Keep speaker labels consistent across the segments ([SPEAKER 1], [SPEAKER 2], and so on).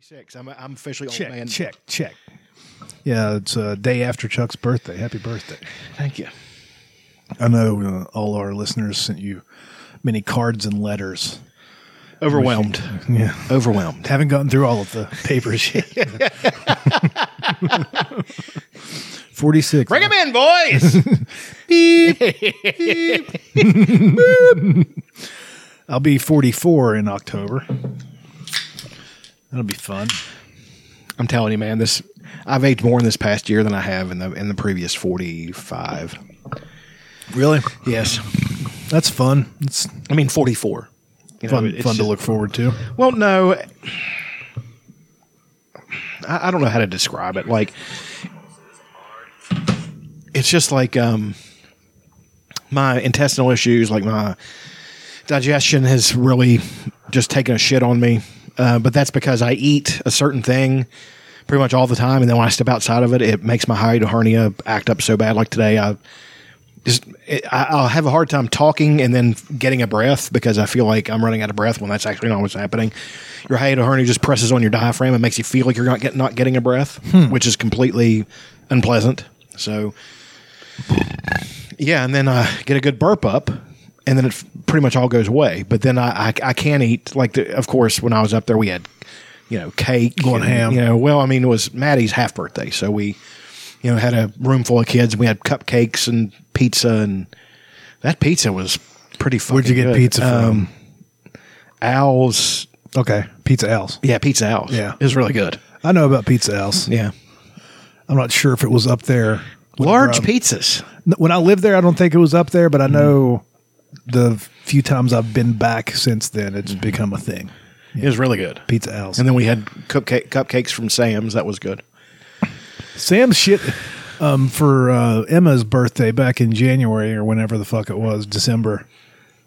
[SPEAKER 1] Six. I'm, I'm officially old
[SPEAKER 2] check,
[SPEAKER 1] man.
[SPEAKER 2] check, check. Yeah, it's a day after Chuck's birthday. Happy birthday!
[SPEAKER 1] Thank you.
[SPEAKER 2] I know uh, all our listeners sent you many cards and letters.
[SPEAKER 1] Overwhelmed.
[SPEAKER 2] Yeah,
[SPEAKER 1] Overwhelmed.
[SPEAKER 2] haven't gotten through all of the papers yet. Forty six.
[SPEAKER 1] Bring him in, boys.
[SPEAKER 2] I'll be forty four in October. That'll be fun.
[SPEAKER 1] I'm telling you, man. This I've aged more in this past year than I have in the in the previous 45.
[SPEAKER 2] Really?
[SPEAKER 1] Yes.
[SPEAKER 2] That's fun. It's
[SPEAKER 1] I mean 44. You know,
[SPEAKER 2] fun.
[SPEAKER 1] it's
[SPEAKER 2] fun to
[SPEAKER 1] just-
[SPEAKER 2] look forward to.
[SPEAKER 1] Well, no, I, I don't know how to describe it. Like, it's just like um, my intestinal issues, like my digestion has really just taken a shit on me. Uh, but that's because I eat a certain thing pretty much all the time, and then when I step outside of it, it makes my hiatal hernia act up so bad. Like today, I just it, I, I'll have a hard time talking and then getting a breath because I feel like I'm running out of breath when that's actually not what's happening. Your hiatal hernia just presses on your diaphragm and makes you feel like you're not get, not getting a breath, which is completely unpleasant. So, yeah, and then I get a good burp up, and then it f- pretty much all goes away. But then I I, I can't eat like the, of course when I was up there we had you know cake
[SPEAKER 2] Going
[SPEAKER 1] and,
[SPEAKER 2] ham.
[SPEAKER 1] you know well I mean it was Maddie's half birthday so we you know had a room full of kids we had cupcakes and pizza and that pizza was pretty fucking
[SPEAKER 2] Where'd you get
[SPEAKER 1] good.
[SPEAKER 2] pizza from?
[SPEAKER 1] Um, Al's
[SPEAKER 2] okay, Pizza Al's.
[SPEAKER 1] yeah pizza Al's
[SPEAKER 2] Yeah.
[SPEAKER 1] it was really good
[SPEAKER 2] I know about Pizza Al's.
[SPEAKER 1] yeah
[SPEAKER 2] I'm not sure if it was up there. when
[SPEAKER 1] large Hmm.
[SPEAKER 2] I-
[SPEAKER 1] pizzas
[SPEAKER 2] When I lived there, I don't think it was up there, but I know the few times I've been back since then, it's become a thing.
[SPEAKER 1] it was really good
[SPEAKER 2] Pizza Al's.
[SPEAKER 1] Hmm. and then we had cupcake cupcakes from Sam's that was good
[SPEAKER 2] Sam's shit um, for uh, Emma's birthday back in January or whenever the fuck it was, December.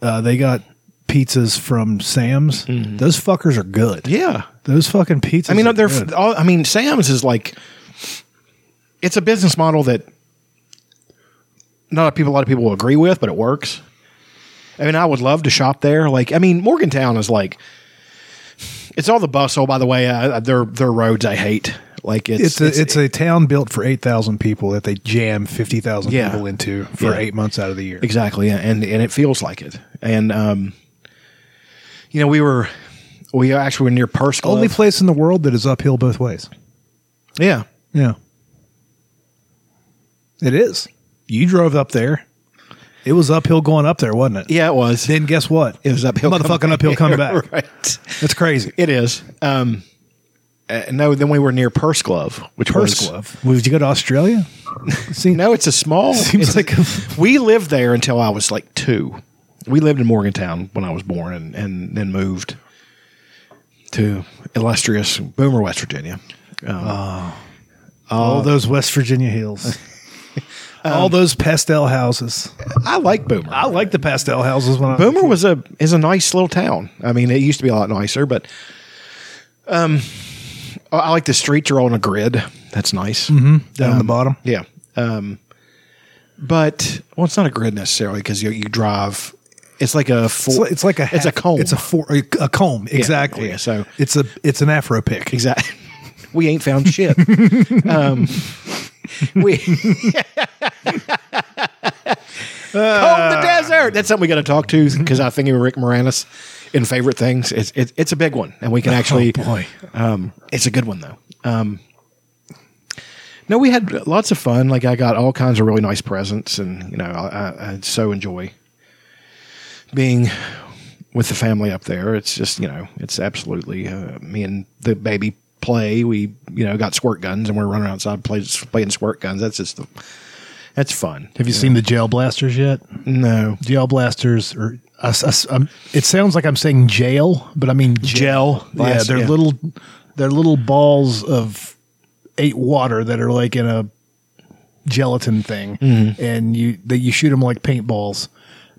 [SPEAKER 2] Uh, they got pizzas from Sam's. Those fuckers are good.
[SPEAKER 1] Mm-hmm. yeah
[SPEAKER 2] Those fucking pizzas.
[SPEAKER 1] I mean,
[SPEAKER 2] are
[SPEAKER 1] they're
[SPEAKER 2] good.
[SPEAKER 1] all, I mean, Sam's is like it's a business model that not a people a lot of people will agree with, but it works. I mean, I would love to shop there. Like, I mean, Morgantown is like it's all the bustle. By the way, uh, their their roads I hate. Like it's
[SPEAKER 2] it's a, it's, a town built for 8,000 people that they jam 50,000
[SPEAKER 1] Yeah.
[SPEAKER 2] people into for
[SPEAKER 1] Yeah.
[SPEAKER 2] eight months out of the year.
[SPEAKER 1] Exactly, and and it feels like it. And um, you know, we were we actually were near Purse Glove.
[SPEAKER 2] Only place in the world that is uphill both ways.
[SPEAKER 1] yeah,
[SPEAKER 2] Yeah. It is. You drove up there. It was uphill going up there, wasn't it?
[SPEAKER 1] yeah, it was.
[SPEAKER 2] Then guess what?
[SPEAKER 1] It was uphill.
[SPEAKER 2] Motherfucking uphill coming back.
[SPEAKER 1] right.
[SPEAKER 2] That's crazy.
[SPEAKER 1] It is. Um, uh, no, then we were near Purse Glove, which was-
[SPEAKER 2] Purse glove. Would you go to Australia? See,
[SPEAKER 1] No, it's a small. it's
[SPEAKER 2] Seems
[SPEAKER 1] a-
[SPEAKER 2] like a-
[SPEAKER 1] we lived there until I was like two. We lived in Morgantown when I was born, and, and then moved to illustrious Boomer, West Virginia. uh,
[SPEAKER 2] all those West Virginia hills. all
[SPEAKER 1] Um,
[SPEAKER 2] those pastel houses.
[SPEAKER 1] I like Boomer.
[SPEAKER 2] I like the pastel houses when I
[SPEAKER 1] Boomer was a is a nice little town. I mean, it used to be a lot nicer, but um, I I like the streets are on a grid. That's nice.
[SPEAKER 2] Mm-hmm. down the bottom.
[SPEAKER 1] Yeah. Um, but well, it's not a grid necessarily because you you drive. It's like a four,
[SPEAKER 2] It's like, it's like a
[SPEAKER 1] it's a
[SPEAKER 2] half-
[SPEAKER 1] comb.
[SPEAKER 2] It's a four a, a comb exactly.
[SPEAKER 1] yeah, so-
[SPEAKER 2] it's a it's an afro pick.
[SPEAKER 1] exactly. We ain't found shit. um, we comb the desert. That's something we got to talk to because I think of Rick Moranis in favorite things. It's it's it's a big one, and we can actually
[SPEAKER 2] Oh, boy.
[SPEAKER 1] Um, it's a good one though. Um, no, we had lots of fun. Like I got all kinds of really nice presents, and you know I, I, I so enjoy being with the family up there. It's just you know it's absolutely uh, me and the baby play. We you know got squirt guns and we're running outside play, playing squirt guns. That's just the, that's fun.
[SPEAKER 2] Have you seen the jail blasters yet?
[SPEAKER 1] No
[SPEAKER 2] Jail blasters, or uh, I s- I s- I'm- um, it sounds like I'm saying jail, but I mean
[SPEAKER 1] gel.
[SPEAKER 2] yeah,
[SPEAKER 1] Blast-
[SPEAKER 2] they're little, they're little balls of eight water that are like in a gelatin thing,
[SPEAKER 1] Mm-hmm.
[SPEAKER 2] and you that you shoot them like paintballs,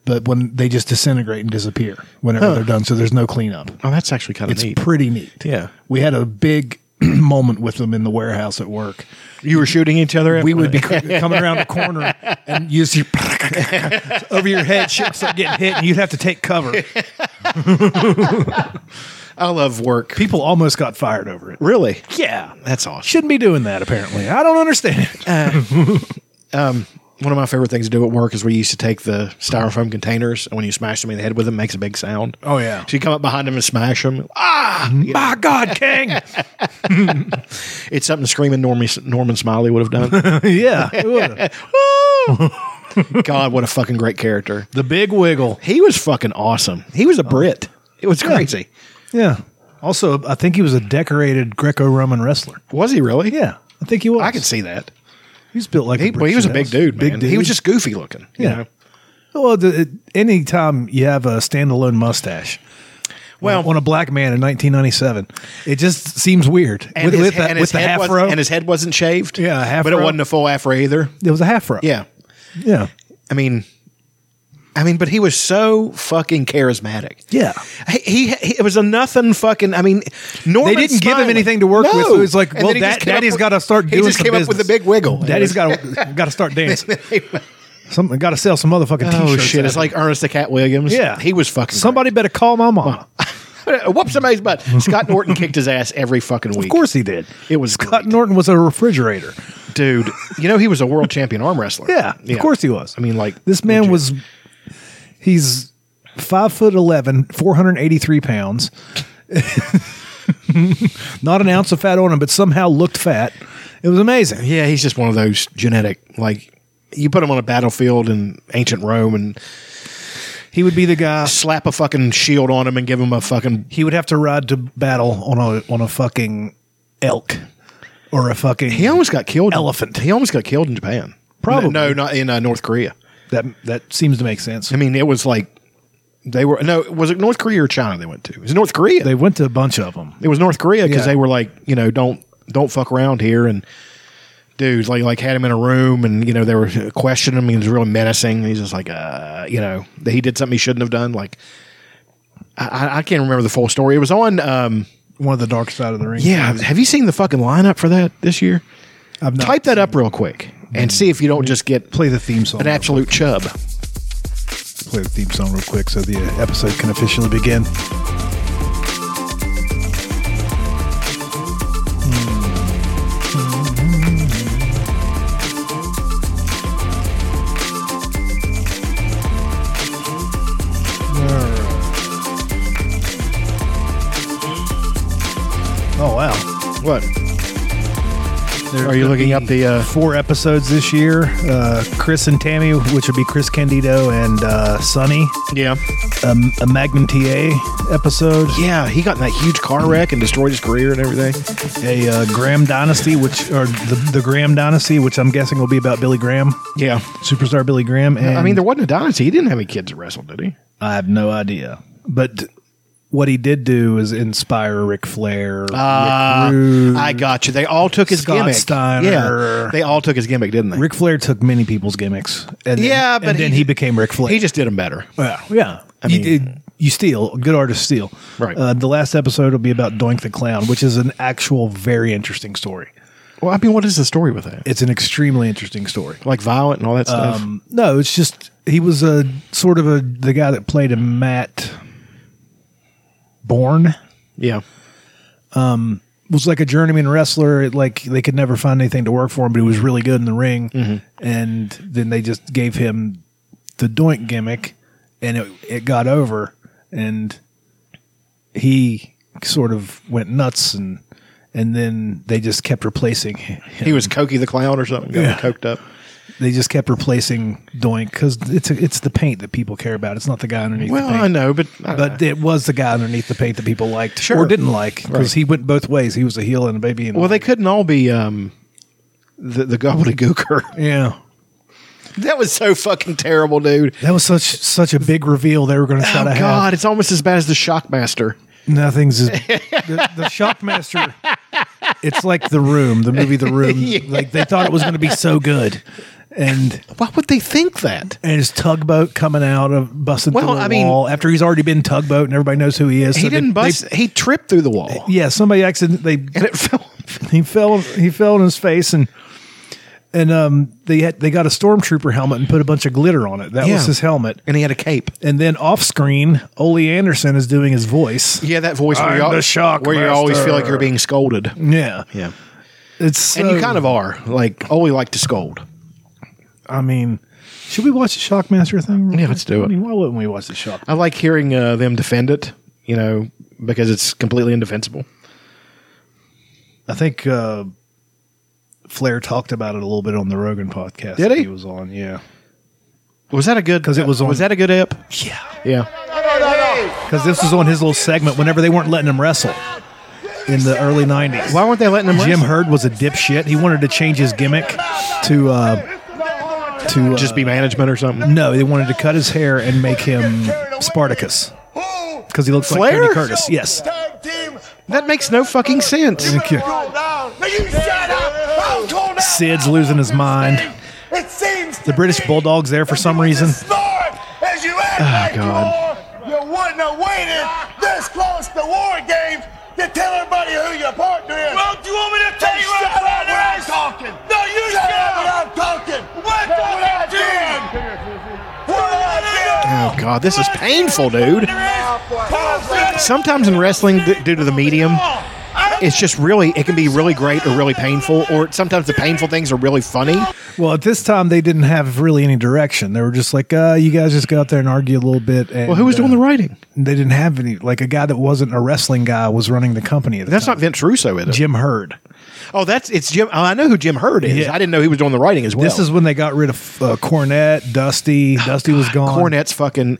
[SPEAKER 2] but when they just disintegrate and disappear whenever they're done, so there's no cleanup.
[SPEAKER 1] Oh, that's actually kind of
[SPEAKER 2] It's
[SPEAKER 1] neat.
[SPEAKER 2] pretty neat.
[SPEAKER 1] Yeah.
[SPEAKER 2] we had a big moment with them in the warehouse at work
[SPEAKER 1] you were shooting each other.
[SPEAKER 2] we would be c- coming around the corner and you see over your head shit would start getting hit and you'd have to take cover
[SPEAKER 1] I love work.
[SPEAKER 2] People almost got fired over it.
[SPEAKER 1] Really?
[SPEAKER 2] Yeah.
[SPEAKER 1] That's awesome.
[SPEAKER 2] Shouldn't be doing that, apparently. I don't understand it.
[SPEAKER 1] One of my favorite things to do at work is we used to take the styrofoam containers, and when you smash them in the head with them, it makes a big sound.
[SPEAKER 2] Oh, yeah.
[SPEAKER 1] So you come up behind them and smash Ah, them.
[SPEAKER 2] My God, King.
[SPEAKER 1] It's something screaming Norman, Norman Smiley would have done.
[SPEAKER 2] yeah. it would've.
[SPEAKER 1] God, what a fucking great character.
[SPEAKER 2] the big wiggle.
[SPEAKER 1] He was fucking awesome. He
[SPEAKER 2] Oh.
[SPEAKER 1] was a Brit. It was crazy.
[SPEAKER 2] Yeah. Also, I think he was a decorated Greco Roman wrestler.
[SPEAKER 1] Was he really?
[SPEAKER 2] Yeah. I think he was.
[SPEAKER 1] I could see that.
[SPEAKER 2] He's built like
[SPEAKER 1] He,
[SPEAKER 2] a
[SPEAKER 1] well, he was a big dude, man.
[SPEAKER 2] Big dude.
[SPEAKER 1] He was just goofy looking. you
[SPEAKER 2] Yeah.
[SPEAKER 1] know?
[SPEAKER 2] Well, the, any time you have a standalone mustache,
[SPEAKER 1] Well-
[SPEAKER 2] well, on a black man in 1997, it just seems weird.
[SPEAKER 1] And
[SPEAKER 2] with
[SPEAKER 1] his,
[SPEAKER 2] with,
[SPEAKER 1] he-
[SPEAKER 2] the,
[SPEAKER 1] and
[SPEAKER 2] with
[SPEAKER 1] his
[SPEAKER 2] the
[SPEAKER 1] head
[SPEAKER 2] afro,
[SPEAKER 1] wasn't, and his head wasn't shaved.
[SPEAKER 2] Yeah, a
[SPEAKER 1] but it
[SPEAKER 2] afro.
[SPEAKER 1] wasn't a full afro either.
[SPEAKER 2] it was a afro.
[SPEAKER 1] Yeah,
[SPEAKER 2] yeah,
[SPEAKER 1] I mean, I mean, but he was so fucking charismatic.
[SPEAKER 2] yeah.
[SPEAKER 1] He, he, he- it was a nothing fucking. I mean, Norman
[SPEAKER 2] They didn't give him
[SPEAKER 1] Smiley-
[SPEAKER 2] anything to work with.
[SPEAKER 1] No.
[SPEAKER 2] So it was like,
[SPEAKER 1] And
[SPEAKER 2] well,
[SPEAKER 1] then he just
[SPEAKER 2] that,
[SPEAKER 1] came up
[SPEAKER 2] daddy's
[SPEAKER 1] with-
[SPEAKER 2] got to start
[SPEAKER 1] He
[SPEAKER 2] doing
[SPEAKER 1] just
[SPEAKER 2] some
[SPEAKER 1] came up
[SPEAKER 2] business.
[SPEAKER 1] with a big wiggle.
[SPEAKER 2] Daddy's got to got to start dancing. Something got to sell some motherfucking
[SPEAKER 1] Oh
[SPEAKER 2] t-shirts.
[SPEAKER 1] shit! It's like Ernest the Cat Williams.
[SPEAKER 2] yeah,
[SPEAKER 1] he was fucking.
[SPEAKER 2] Somebody better call my mama.
[SPEAKER 1] great. whoop somebody's butt. Scott Norton kicked his ass every fucking week.
[SPEAKER 2] Of course he did.
[SPEAKER 1] It was
[SPEAKER 2] Scott
[SPEAKER 1] great.
[SPEAKER 2] Norton was a refrigerator.
[SPEAKER 1] dude. You know he was a world champion arm wrestler.
[SPEAKER 2] Yeah, of course he was.
[SPEAKER 1] I mean, like
[SPEAKER 2] This man
[SPEAKER 1] legit.
[SPEAKER 2] was he's five foot eleven, four hundred and eighty three pounds. Not an ounce of fat on him, but somehow looked fat. It was amazing.
[SPEAKER 1] Yeah, he's just one of those genetic like. You put him on a battlefield in ancient Rome and
[SPEAKER 2] He would be the guy
[SPEAKER 1] slap a fucking shield on him and give him a fucking
[SPEAKER 2] he would have to ride to battle on a on a fucking elk or a fucking
[SPEAKER 1] He almost got killed.
[SPEAKER 2] Elephant.
[SPEAKER 1] He almost got killed in Japan.
[SPEAKER 2] Probably.
[SPEAKER 1] No, no, not in uh, North Korea.
[SPEAKER 2] that that seems to make sense.
[SPEAKER 1] I mean, it was like they were. No, was it North Korea or China they went to? It was North Korea.
[SPEAKER 2] They went to a bunch of them.
[SPEAKER 1] it was North Korea because
[SPEAKER 2] Yeah.
[SPEAKER 1] they were like, you know, don't don't fuck around here and. Dude, like, like had him in a room, and you know they were questioning him. He was really menacing. And he's just like, uh, you know, that he did something he shouldn't have done. Like, I- I, I can't remember the full story. It was on, um,
[SPEAKER 2] One of the dark side of the ring.
[SPEAKER 1] yeah. Have you seen the fucking lineup for that this year?
[SPEAKER 2] I've not
[SPEAKER 1] Type that up real quick and see if you don't just get
[SPEAKER 2] play the theme song.
[SPEAKER 1] an absolute chub.
[SPEAKER 2] play the theme song real quick so the uh, episode can officially begin. Hmm. Oh wow!
[SPEAKER 1] What?
[SPEAKER 2] There
[SPEAKER 1] Are you
[SPEAKER 2] could
[SPEAKER 1] looking
[SPEAKER 2] be
[SPEAKER 1] up the, uh,
[SPEAKER 2] four episodes this year? Uh, Chris and Tammy, which would be Chris Candido and uh, Sonny
[SPEAKER 1] Yeah.
[SPEAKER 2] um, a Magnum TA episode,
[SPEAKER 1] Yeah, he got in that huge car wreck and destroyed his career and everything.
[SPEAKER 2] a uh, Graham Dynasty, which or the, the Graham Dynasty, which I'm guessing will be about Billy Graham,
[SPEAKER 1] Yeah.
[SPEAKER 2] superstar Billy Graham. And
[SPEAKER 1] I mean, there wasn't a dynasty. He didn't have any kids that wrestled, did he?
[SPEAKER 2] I have no idea, but what he did do is inspire Ric Flair,
[SPEAKER 1] Uh,
[SPEAKER 2] Rick, Rude.
[SPEAKER 1] I got you. They all took his
[SPEAKER 2] Scott
[SPEAKER 1] gimmick.
[SPEAKER 2] Steiner.
[SPEAKER 1] Yeah, they all took his gimmick, didn't they?
[SPEAKER 2] Ric Flair took many people's gimmicks, and then,
[SPEAKER 1] Yeah, but
[SPEAKER 2] and then
[SPEAKER 1] he-
[SPEAKER 2] he, became Ric Flair.
[SPEAKER 1] He just did him better.
[SPEAKER 2] Yeah, yeah.
[SPEAKER 1] mean-
[SPEAKER 2] you, it- you steal. Good artists steal.
[SPEAKER 1] Right.
[SPEAKER 2] Uh, the last episode will be about Doink the Clown, which is an actual very interesting story.
[SPEAKER 1] Well, I mean, what is the story with that?
[SPEAKER 2] It's an extremely interesting story.
[SPEAKER 1] Like violent and all that stuff.
[SPEAKER 2] Um, no, it's just he was a sort of a the guy that played a Matt Bourne
[SPEAKER 1] yeah.
[SPEAKER 2] was like a journeyman wrestler. It, like they could never find anything to work for him, but he was really good in the ring.
[SPEAKER 1] Mm-hmm.
[SPEAKER 2] And then they just gave him the Doink gimmick, and it it got over, and he sort of went nuts and. And then they just kept replacing
[SPEAKER 1] He was Cokie the clown or something. Got
[SPEAKER 2] Yeah.
[SPEAKER 1] coked up.
[SPEAKER 2] they just kept replacing Doink because it's it's the paint that people care about. It's not the guy underneath.
[SPEAKER 1] Well,
[SPEAKER 2] the paint.
[SPEAKER 1] I know, but uh, I don't
[SPEAKER 2] but it was the guy underneath the paint that people liked
[SPEAKER 1] Sure.
[SPEAKER 2] or didn't like because
[SPEAKER 1] Right.
[SPEAKER 2] he went both ways. He was a heel and a baby. And
[SPEAKER 1] well, they couldn't all be um, the the gobbledygooker.
[SPEAKER 2] yeah,
[SPEAKER 1] that was so fucking terrible, dude.
[SPEAKER 2] that was such such a big reveal they were going to try
[SPEAKER 1] Oh
[SPEAKER 2] to
[SPEAKER 1] God, it's almost as bad as the Shockmaster.
[SPEAKER 2] have. Nothing's as, the, the Shockmaster. It's like the room, the movie, the room. Like they thought it was going to be so good, and
[SPEAKER 1] Why would they think that?
[SPEAKER 2] and his tugboat coming out of busting
[SPEAKER 1] Well,
[SPEAKER 2] through the
[SPEAKER 1] I mean-
[SPEAKER 2] wall after he's already been tugboat and everybody knows who he is.
[SPEAKER 1] He
[SPEAKER 2] so they-
[SPEAKER 1] didn't
[SPEAKER 2] they-
[SPEAKER 1] bust. he tripped through the wall,
[SPEAKER 2] yeah, somebody accident they
[SPEAKER 1] and it fell.
[SPEAKER 2] he fell he fell on his face and And um, they had, they got a stormtrooper helmet and put a bunch of glitter on it. That
[SPEAKER 1] Yeah.
[SPEAKER 2] was his helmet.
[SPEAKER 1] and he had a cape.
[SPEAKER 2] And then off screen, Ole Anderson is doing his voice.
[SPEAKER 1] Yeah, that voice where,
[SPEAKER 2] I'm
[SPEAKER 1] you, al-
[SPEAKER 2] the shock
[SPEAKER 1] where you always feel like
[SPEAKER 2] master.
[SPEAKER 1] you're being scolded.
[SPEAKER 2] Yeah,
[SPEAKER 1] Yeah,
[SPEAKER 2] it's
[SPEAKER 1] and
[SPEAKER 2] so-
[SPEAKER 1] you kind of are. Like, oh, we like to scold.
[SPEAKER 2] I mean, should we watch the Shockmaster thing?
[SPEAKER 1] Yeah, let's do it.
[SPEAKER 2] I mean, why wouldn't we watch the Shock?
[SPEAKER 1] I like hearing uh, them defend it. You know, because it's completely indefensible.
[SPEAKER 2] I think uh, Flair talked about it a little bit on the Rogan podcast.
[SPEAKER 1] Did
[SPEAKER 2] that
[SPEAKER 1] he?
[SPEAKER 2] was on, yeah,
[SPEAKER 1] Was that a good?
[SPEAKER 2] 'Cause it was on-
[SPEAKER 1] Was that a good ep?
[SPEAKER 2] yeah.
[SPEAKER 1] Yeah.
[SPEAKER 2] Because this was on his little segment whenever they weren't letting him wrestle in the early '90s.
[SPEAKER 1] Why weren't they letting him?
[SPEAKER 2] Jim
[SPEAKER 1] wrestle?
[SPEAKER 2] Hurd was a dipshit. He wanted to change his gimmick to uh, to uh,
[SPEAKER 1] just be management or something.
[SPEAKER 2] no. They wanted to cut his hair and make him Spartacus because he looks like
[SPEAKER 1] Flair?
[SPEAKER 2] Tony Curtis. Yes,
[SPEAKER 1] That makes no fucking sense.
[SPEAKER 2] Okay. Sid's losing his mind.
[SPEAKER 3] It seems
[SPEAKER 2] The British Bulldog's there for some reason. Oh,
[SPEAKER 3] As you
[SPEAKER 1] God.
[SPEAKER 3] act like You, are, you wouldn't have waited this close to war games to tell everybody who your partner is.
[SPEAKER 4] Well, do you want me to tell you what
[SPEAKER 3] shut
[SPEAKER 4] I'm
[SPEAKER 3] up when
[SPEAKER 4] talking?
[SPEAKER 3] I'm talking.
[SPEAKER 4] No, you
[SPEAKER 3] shut
[SPEAKER 4] shut
[SPEAKER 3] up when
[SPEAKER 4] up.
[SPEAKER 3] I'm talking.
[SPEAKER 4] What
[SPEAKER 3] Look
[SPEAKER 4] the
[SPEAKER 3] what I
[SPEAKER 4] fuck, dude?
[SPEAKER 3] did. What I did.
[SPEAKER 1] Oh God, this is painful, dude.
[SPEAKER 4] Paul's
[SPEAKER 1] Sometimes in wrestling, d- due to the medium, it's just really it can be really great or really painful, or sometimes the painful things are really funny.
[SPEAKER 2] Well, at this time they didn't have really any direction. They were just like, uh, "You guys just go out there and argue a little bit." And,
[SPEAKER 1] Well, who was
[SPEAKER 2] uh,
[SPEAKER 1] doing the writing?
[SPEAKER 2] They didn't have any. Like a guy that wasn't a wrestling guy was running the company. At the
[SPEAKER 1] That's
[SPEAKER 2] time.
[SPEAKER 1] not Vince Russo, is it?
[SPEAKER 2] Jim Hurd.
[SPEAKER 1] Oh, that's it's Jim. Oh, I know who Jim Hurd is.
[SPEAKER 2] Yeah.
[SPEAKER 1] I didn't know he was doing the writing as well.
[SPEAKER 2] This is when they got rid of uh, Cornette, Dusty. Dusty was gone.
[SPEAKER 1] Cornette's fucking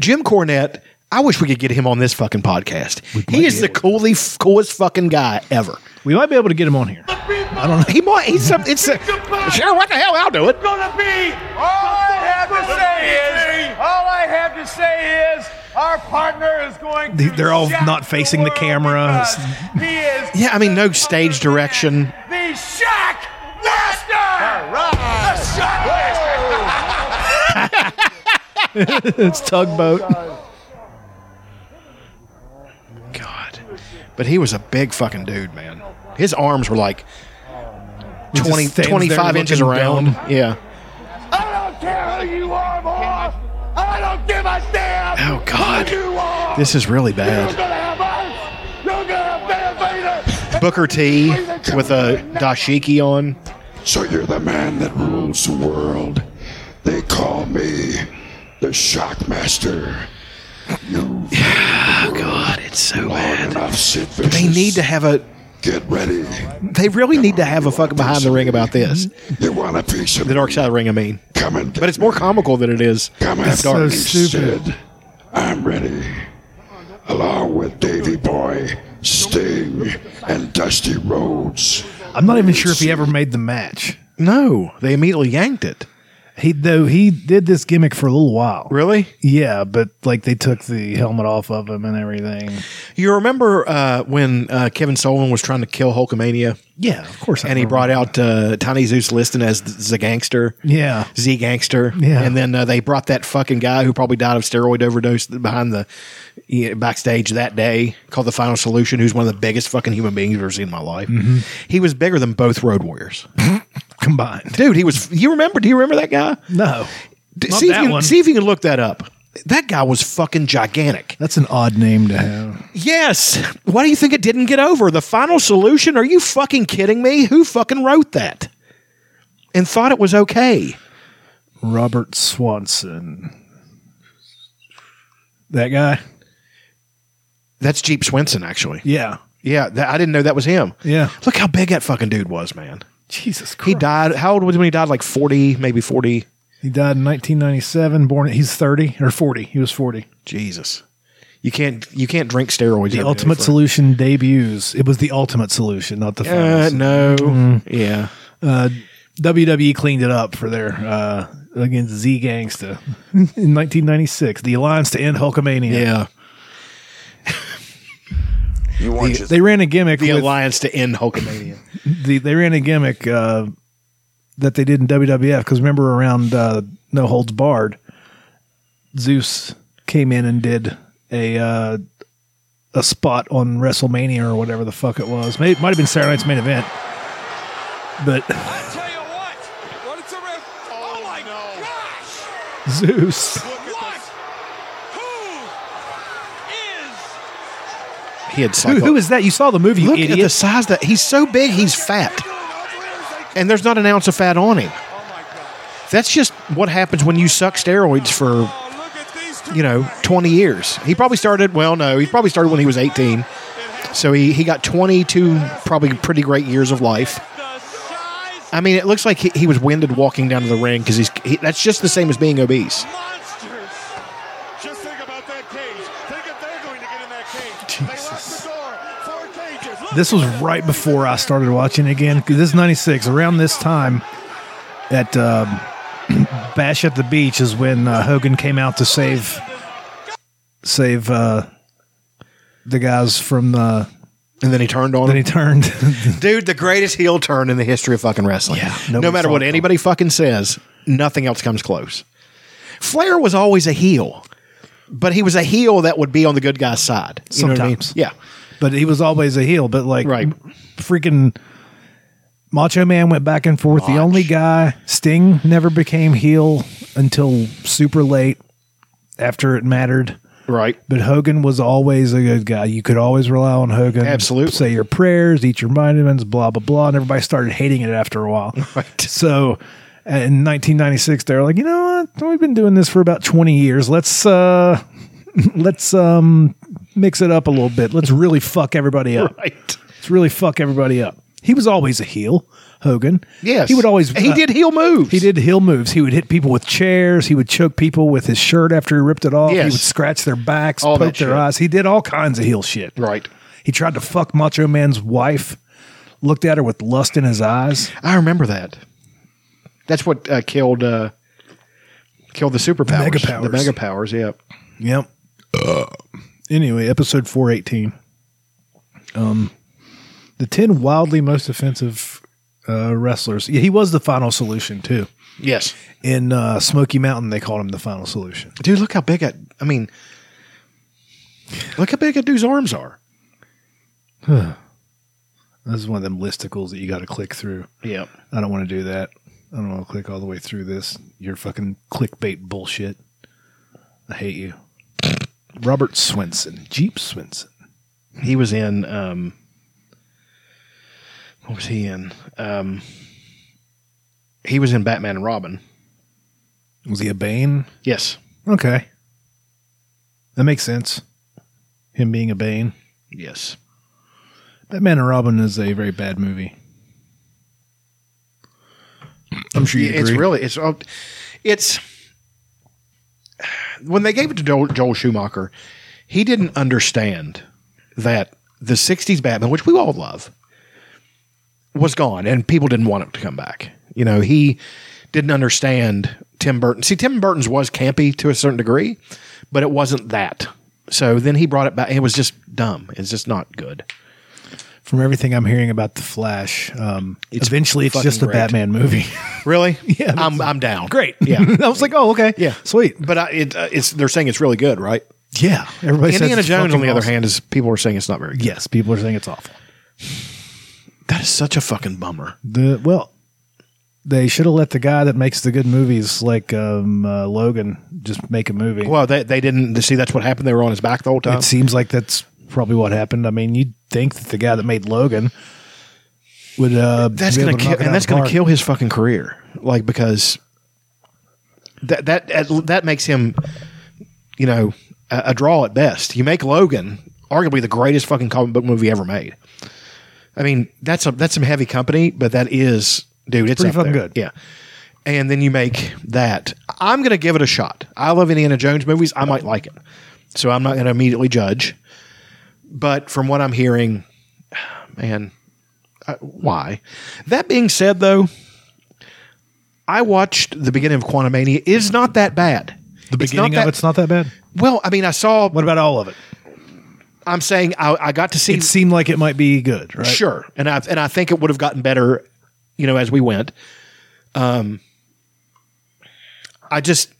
[SPEAKER 1] Jim Cornette. I wish we could get him on this fucking podcast. He is the coolly, coolest fucking guy ever.
[SPEAKER 2] We might be able to get him on here.
[SPEAKER 4] I
[SPEAKER 2] I don't know.
[SPEAKER 1] He might. He's some. It's a, sure. What the hell? I'll do it.
[SPEAKER 4] gonna be.
[SPEAKER 3] All I have to say is, all I have to say is, our partner is going.
[SPEAKER 2] They-
[SPEAKER 3] To
[SPEAKER 2] they're all
[SPEAKER 3] shock
[SPEAKER 2] not facing the
[SPEAKER 3] world
[SPEAKER 2] camera.
[SPEAKER 3] because He is.
[SPEAKER 1] Yeah, I mean, no stage direction.
[SPEAKER 3] The shock master. All right. The shock master.
[SPEAKER 2] It's tugboat.
[SPEAKER 1] God, but he was a big fucking dude, man. His arms were like 20,
[SPEAKER 2] stands there
[SPEAKER 1] 25 inches
[SPEAKER 2] looking
[SPEAKER 1] around.
[SPEAKER 2] dumb.
[SPEAKER 1] Yeah.
[SPEAKER 3] I don't care who you are, boy. I don't give a damn.
[SPEAKER 1] Oh, God.
[SPEAKER 3] Who you are.
[SPEAKER 1] This is really
[SPEAKER 3] You're
[SPEAKER 1] bad.
[SPEAKER 3] gonna have us. You're gonna have Vader.
[SPEAKER 1] Booker T with a dashiki on.
[SPEAKER 5] So you're the man that rules the world. They call me the Shockmaster. You
[SPEAKER 1] Oh, God, it's so
[SPEAKER 5] long enough, Sid Vicious.
[SPEAKER 1] They need to have a.
[SPEAKER 5] get ready.
[SPEAKER 1] They really need to have a fucking behind the ring about this.
[SPEAKER 5] You want a piece of
[SPEAKER 1] The dark side of the ring, I mean.
[SPEAKER 5] Come and get
[SPEAKER 1] But it's more
[SPEAKER 5] me.
[SPEAKER 1] comical than it is.
[SPEAKER 5] Come
[SPEAKER 1] It's
[SPEAKER 5] after
[SPEAKER 1] dark.
[SPEAKER 5] me,
[SPEAKER 2] stupid.
[SPEAKER 5] Sid. I'm ready. Along with Davy Boy, Sting, and Dusty Rhodes.
[SPEAKER 2] I'm not even sure if he ever made the match.
[SPEAKER 1] No, they immediately yanked it.
[SPEAKER 2] He though he did this gimmick for a little while.
[SPEAKER 1] Really?
[SPEAKER 2] Yeah, but like they took the helmet off of him and everything.
[SPEAKER 1] You remember uh, when uh, Kevin Sullivan was trying to kill Hulkamania,
[SPEAKER 2] Yeah, of course. I
[SPEAKER 1] and he
[SPEAKER 2] remember.
[SPEAKER 1] brought out uh, Tiny Zeus Liston as the gangster,
[SPEAKER 2] Yeah.
[SPEAKER 1] Z gangster,
[SPEAKER 2] Yeah.
[SPEAKER 1] and then uh, they brought that fucking guy who probably died of steroid overdose behind the yeah, backstage that day, called the Final Solution, who's one of the biggest fucking human beings I've ever seen in my life.
[SPEAKER 2] Mm-hmm.
[SPEAKER 1] He was bigger than both Road Warriors,
[SPEAKER 2] combined.
[SPEAKER 1] dude. He was. You remember? Do you remember that guy?
[SPEAKER 2] No,
[SPEAKER 1] D-
[SPEAKER 2] Not
[SPEAKER 1] see, if
[SPEAKER 2] that
[SPEAKER 1] you,
[SPEAKER 2] one.
[SPEAKER 1] see if you can look that up. That guy was fucking gigantic.
[SPEAKER 2] that's an odd name to have.
[SPEAKER 1] Yes. Why do you think it didn't get over? The final solution? Are you fucking kidding me? Who fucking wrote that? And thought it was okay.
[SPEAKER 2] Robert Swanson. That guy.
[SPEAKER 1] That's Jeep Swenson, actually.
[SPEAKER 2] Yeah.
[SPEAKER 1] Yeah, that, I didn't know that was him.
[SPEAKER 2] Yeah.
[SPEAKER 1] Look how big that fucking dude was, man.
[SPEAKER 2] Jesus Christ.
[SPEAKER 1] He died. How old was he when he died? Like 40, maybe 40.
[SPEAKER 2] He died in 1997. Born. He's 30 or 40. He was 40.
[SPEAKER 1] Jesus. You can't you can't drink steroids. every
[SPEAKER 2] The
[SPEAKER 1] day
[SPEAKER 2] Ultimate
[SPEAKER 1] for-
[SPEAKER 2] Solution debuts. It was the Ultimate Solution, not the final.
[SPEAKER 1] Uh,
[SPEAKER 2] solution.
[SPEAKER 1] no.
[SPEAKER 6] Mm-hmm.
[SPEAKER 1] Yeah.
[SPEAKER 2] WWE E cleaned it up for their uh, against Z Gangsta in 1996. The alliance to end Hulkamania.
[SPEAKER 1] Yeah.
[SPEAKER 5] You want your
[SPEAKER 2] They ran a gimmick.
[SPEAKER 1] The
[SPEAKER 2] with-
[SPEAKER 1] alliance to end Hulkamania.
[SPEAKER 2] the, they ran a gimmick uh, that they did in WWF because remember around uh, No Holds Barred, Zeus came in and did a uh, a spot on WrestleMania or whatever the fuck it was. May might have been Saturday Night's main event, but
[SPEAKER 4] I tell you what, Oh,
[SPEAKER 1] Oh,
[SPEAKER 2] Zeus.
[SPEAKER 4] What? Who is
[SPEAKER 1] He had
[SPEAKER 6] Who,
[SPEAKER 1] cyclo-
[SPEAKER 6] who is that? You saw the movie, you
[SPEAKER 1] Look at the
[SPEAKER 6] idiot.
[SPEAKER 1] size that he's so big, he's fat, and there's not an ounce of fat on him. That's just what happens when you suck steroids for you know 20 years. He probably started. Well, no, he probably started when he was 18. So he he got 22 probably pretty great years of life. I mean, it looks like he, he was winded walking down to the ring because he's he, that's just the same as being obese.
[SPEAKER 4] monsters. Just think about that cage. Think if they're going to get in that cage. They locked the door. Four cages. Look
[SPEAKER 2] This was
[SPEAKER 4] at them.
[SPEAKER 2] right before uh, I started watching again. 'cause This is 96. Around this time at um, Bash at the Beach is when uh, Hogan came out to save save uh, the guys from the.
[SPEAKER 1] And then he turned on
[SPEAKER 2] Then
[SPEAKER 1] him.
[SPEAKER 2] he turned.
[SPEAKER 1] Dude, the greatest heel turn in the history of fucking wrestling.
[SPEAKER 2] Yeah,
[SPEAKER 1] no
[SPEAKER 2] nobody
[SPEAKER 1] matter
[SPEAKER 2] saw
[SPEAKER 1] what
[SPEAKER 2] it
[SPEAKER 1] anybody fucking says, nothing else comes close. Flair was always a heel, but he was a heel that would be on the good guy's side. You know what I mean?
[SPEAKER 2] Sometimes.
[SPEAKER 1] Yeah.
[SPEAKER 2] but he was always a heel. But like,
[SPEAKER 1] Right.
[SPEAKER 2] freaking Macho Man went back and forth. The only guy Sting never became heel until super late after it mattered.
[SPEAKER 1] Right.
[SPEAKER 2] But Hogan was always a good guy. You could always rely on Hogan.
[SPEAKER 1] Absolutely.
[SPEAKER 2] Say your prayers, eat your vitamins, blah blah blah. And everybody started hating it after a while.
[SPEAKER 1] Right.
[SPEAKER 2] So. uh, In 1996, they were like, you know what? We've been doing this for about 20 years. Let's uh, let's um, mix it up a little bit. Let's really fuck everybody up.
[SPEAKER 1] Right.
[SPEAKER 2] Let's really fuck everybody up. He was always a heel, Hogan.
[SPEAKER 1] Yes.
[SPEAKER 2] He would always.
[SPEAKER 1] He
[SPEAKER 2] uh,
[SPEAKER 1] did heel moves.
[SPEAKER 2] He did heel moves. He would hit people with chairs. He would choke people with his shirt after he ripped it off. He
[SPEAKER 1] Yes.
[SPEAKER 2] would scratch their backs,
[SPEAKER 1] All
[SPEAKER 2] poke
[SPEAKER 1] that
[SPEAKER 2] their
[SPEAKER 1] shit.
[SPEAKER 2] eyes. He did all kinds of heel shit.
[SPEAKER 1] Right.
[SPEAKER 2] He tried to fuck Macho Man's wife. Looked at her with lust in his eyes.
[SPEAKER 1] I remember that. That's what uh, killed uh, killed the superpowers.
[SPEAKER 2] The megapowers.
[SPEAKER 1] The mega powers, yeah.
[SPEAKER 2] Yep. Uh, Anyway, episode 418. Um, the 10 wildly most offensive uh, wrestlers. Yeah, he was the final solution, too.
[SPEAKER 1] Yes.
[SPEAKER 2] In uh, Smoky Mountain, they called him the final solution.
[SPEAKER 1] Dude, look how big I I mean look how big a dude's arms are.
[SPEAKER 2] This is one of them listicles that you got to click through.
[SPEAKER 1] Yep.
[SPEAKER 2] I don't want to do that. I don't want to click all the way through this. Your fucking clickbait bullshit. I hate you. Robert Swenson, Jeep Swenson.
[SPEAKER 1] he was in um what was he in um he was in batman and robin
[SPEAKER 2] Was he a Bane?
[SPEAKER 1] yes
[SPEAKER 2] Okay. That makes sense. Him being a Bane.
[SPEAKER 1] yes
[SPEAKER 2] Batman and Robin is a very bad movie. I'm sure you agree.
[SPEAKER 1] it's really it's uh, it's when they gave it to joel, joel schumacher he didn't understand that the 60s batman which we all love was gone and people didn't want him to come back you know he didn't understand tim burton see tim burton's was campy to a certain degree but it wasn't that so then he brought it back it was just dumb it's just not good
[SPEAKER 2] From everything I'm hearing about The Flash, um,
[SPEAKER 1] It's
[SPEAKER 2] eventually it's
[SPEAKER 1] fucking
[SPEAKER 2] just a
[SPEAKER 1] great.
[SPEAKER 2] Batman movie.
[SPEAKER 1] really yeah
[SPEAKER 2] that's-
[SPEAKER 1] i'm, I'm down
[SPEAKER 2] Great.
[SPEAKER 1] yeah
[SPEAKER 2] I was like, oh, okay.
[SPEAKER 1] yeah
[SPEAKER 2] Sweet.
[SPEAKER 1] but I, it, uh, it's they're saying it's really good right
[SPEAKER 2] Yeah. Everybody says
[SPEAKER 1] Indiana
[SPEAKER 2] it's
[SPEAKER 1] Jones, on
[SPEAKER 2] fucking
[SPEAKER 1] the other
[SPEAKER 2] awesome.
[SPEAKER 1] hand, is people are saying it's not very good.
[SPEAKER 2] Yes, people are saying it's awful.
[SPEAKER 1] That is such a fucking bummer.
[SPEAKER 2] The well, they should have let the guy that makes the good movies, like um, uh, Logan, just make a movie.
[SPEAKER 1] Well, uh, they, they didn't see that's what happened. They were on his back the whole time.
[SPEAKER 2] it seems like that's probably what happened. I mean, you'd think that the guy that made Logan would uh,
[SPEAKER 1] that's
[SPEAKER 2] be able
[SPEAKER 1] gonna
[SPEAKER 2] to
[SPEAKER 1] kill,
[SPEAKER 2] knock it out
[SPEAKER 1] and that's
[SPEAKER 2] of the
[SPEAKER 1] gonna
[SPEAKER 2] park.
[SPEAKER 1] kill his fucking career. Like because that that that, that makes him, you know, a, a draw at best. You make Logan arguably the greatest fucking comic book movie ever made. I mean, that's a that's some heavy company, but that is dude, it's
[SPEAKER 2] Pretty
[SPEAKER 1] up
[SPEAKER 2] fucking
[SPEAKER 1] there.
[SPEAKER 2] good.
[SPEAKER 1] Yeah. And then you make that. I'm gonna give it a shot. I love Indiana Jones movies. I might like it. So I'm not gonna immediately judge. But from what I'm hearing, man, I, uh, why? That being said, though, I watched the beginning of Quantumania. It's not that bad.
[SPEAKER 2] The beginning
[SPEAKER 1] not
[SPEAKER 2] of it's not that bad.
[SPEAKER 1] Well, I mean, I saw.
[SPEAKER 2] What about all of it?
[SPEAKER 1] I'm saying I, I got to see.
[SPEAKER 2] It seemed like it might be good, right?
[SPEAKER 1] Sure, and I and I think it would have gotten better, you know, as we went. Um, I just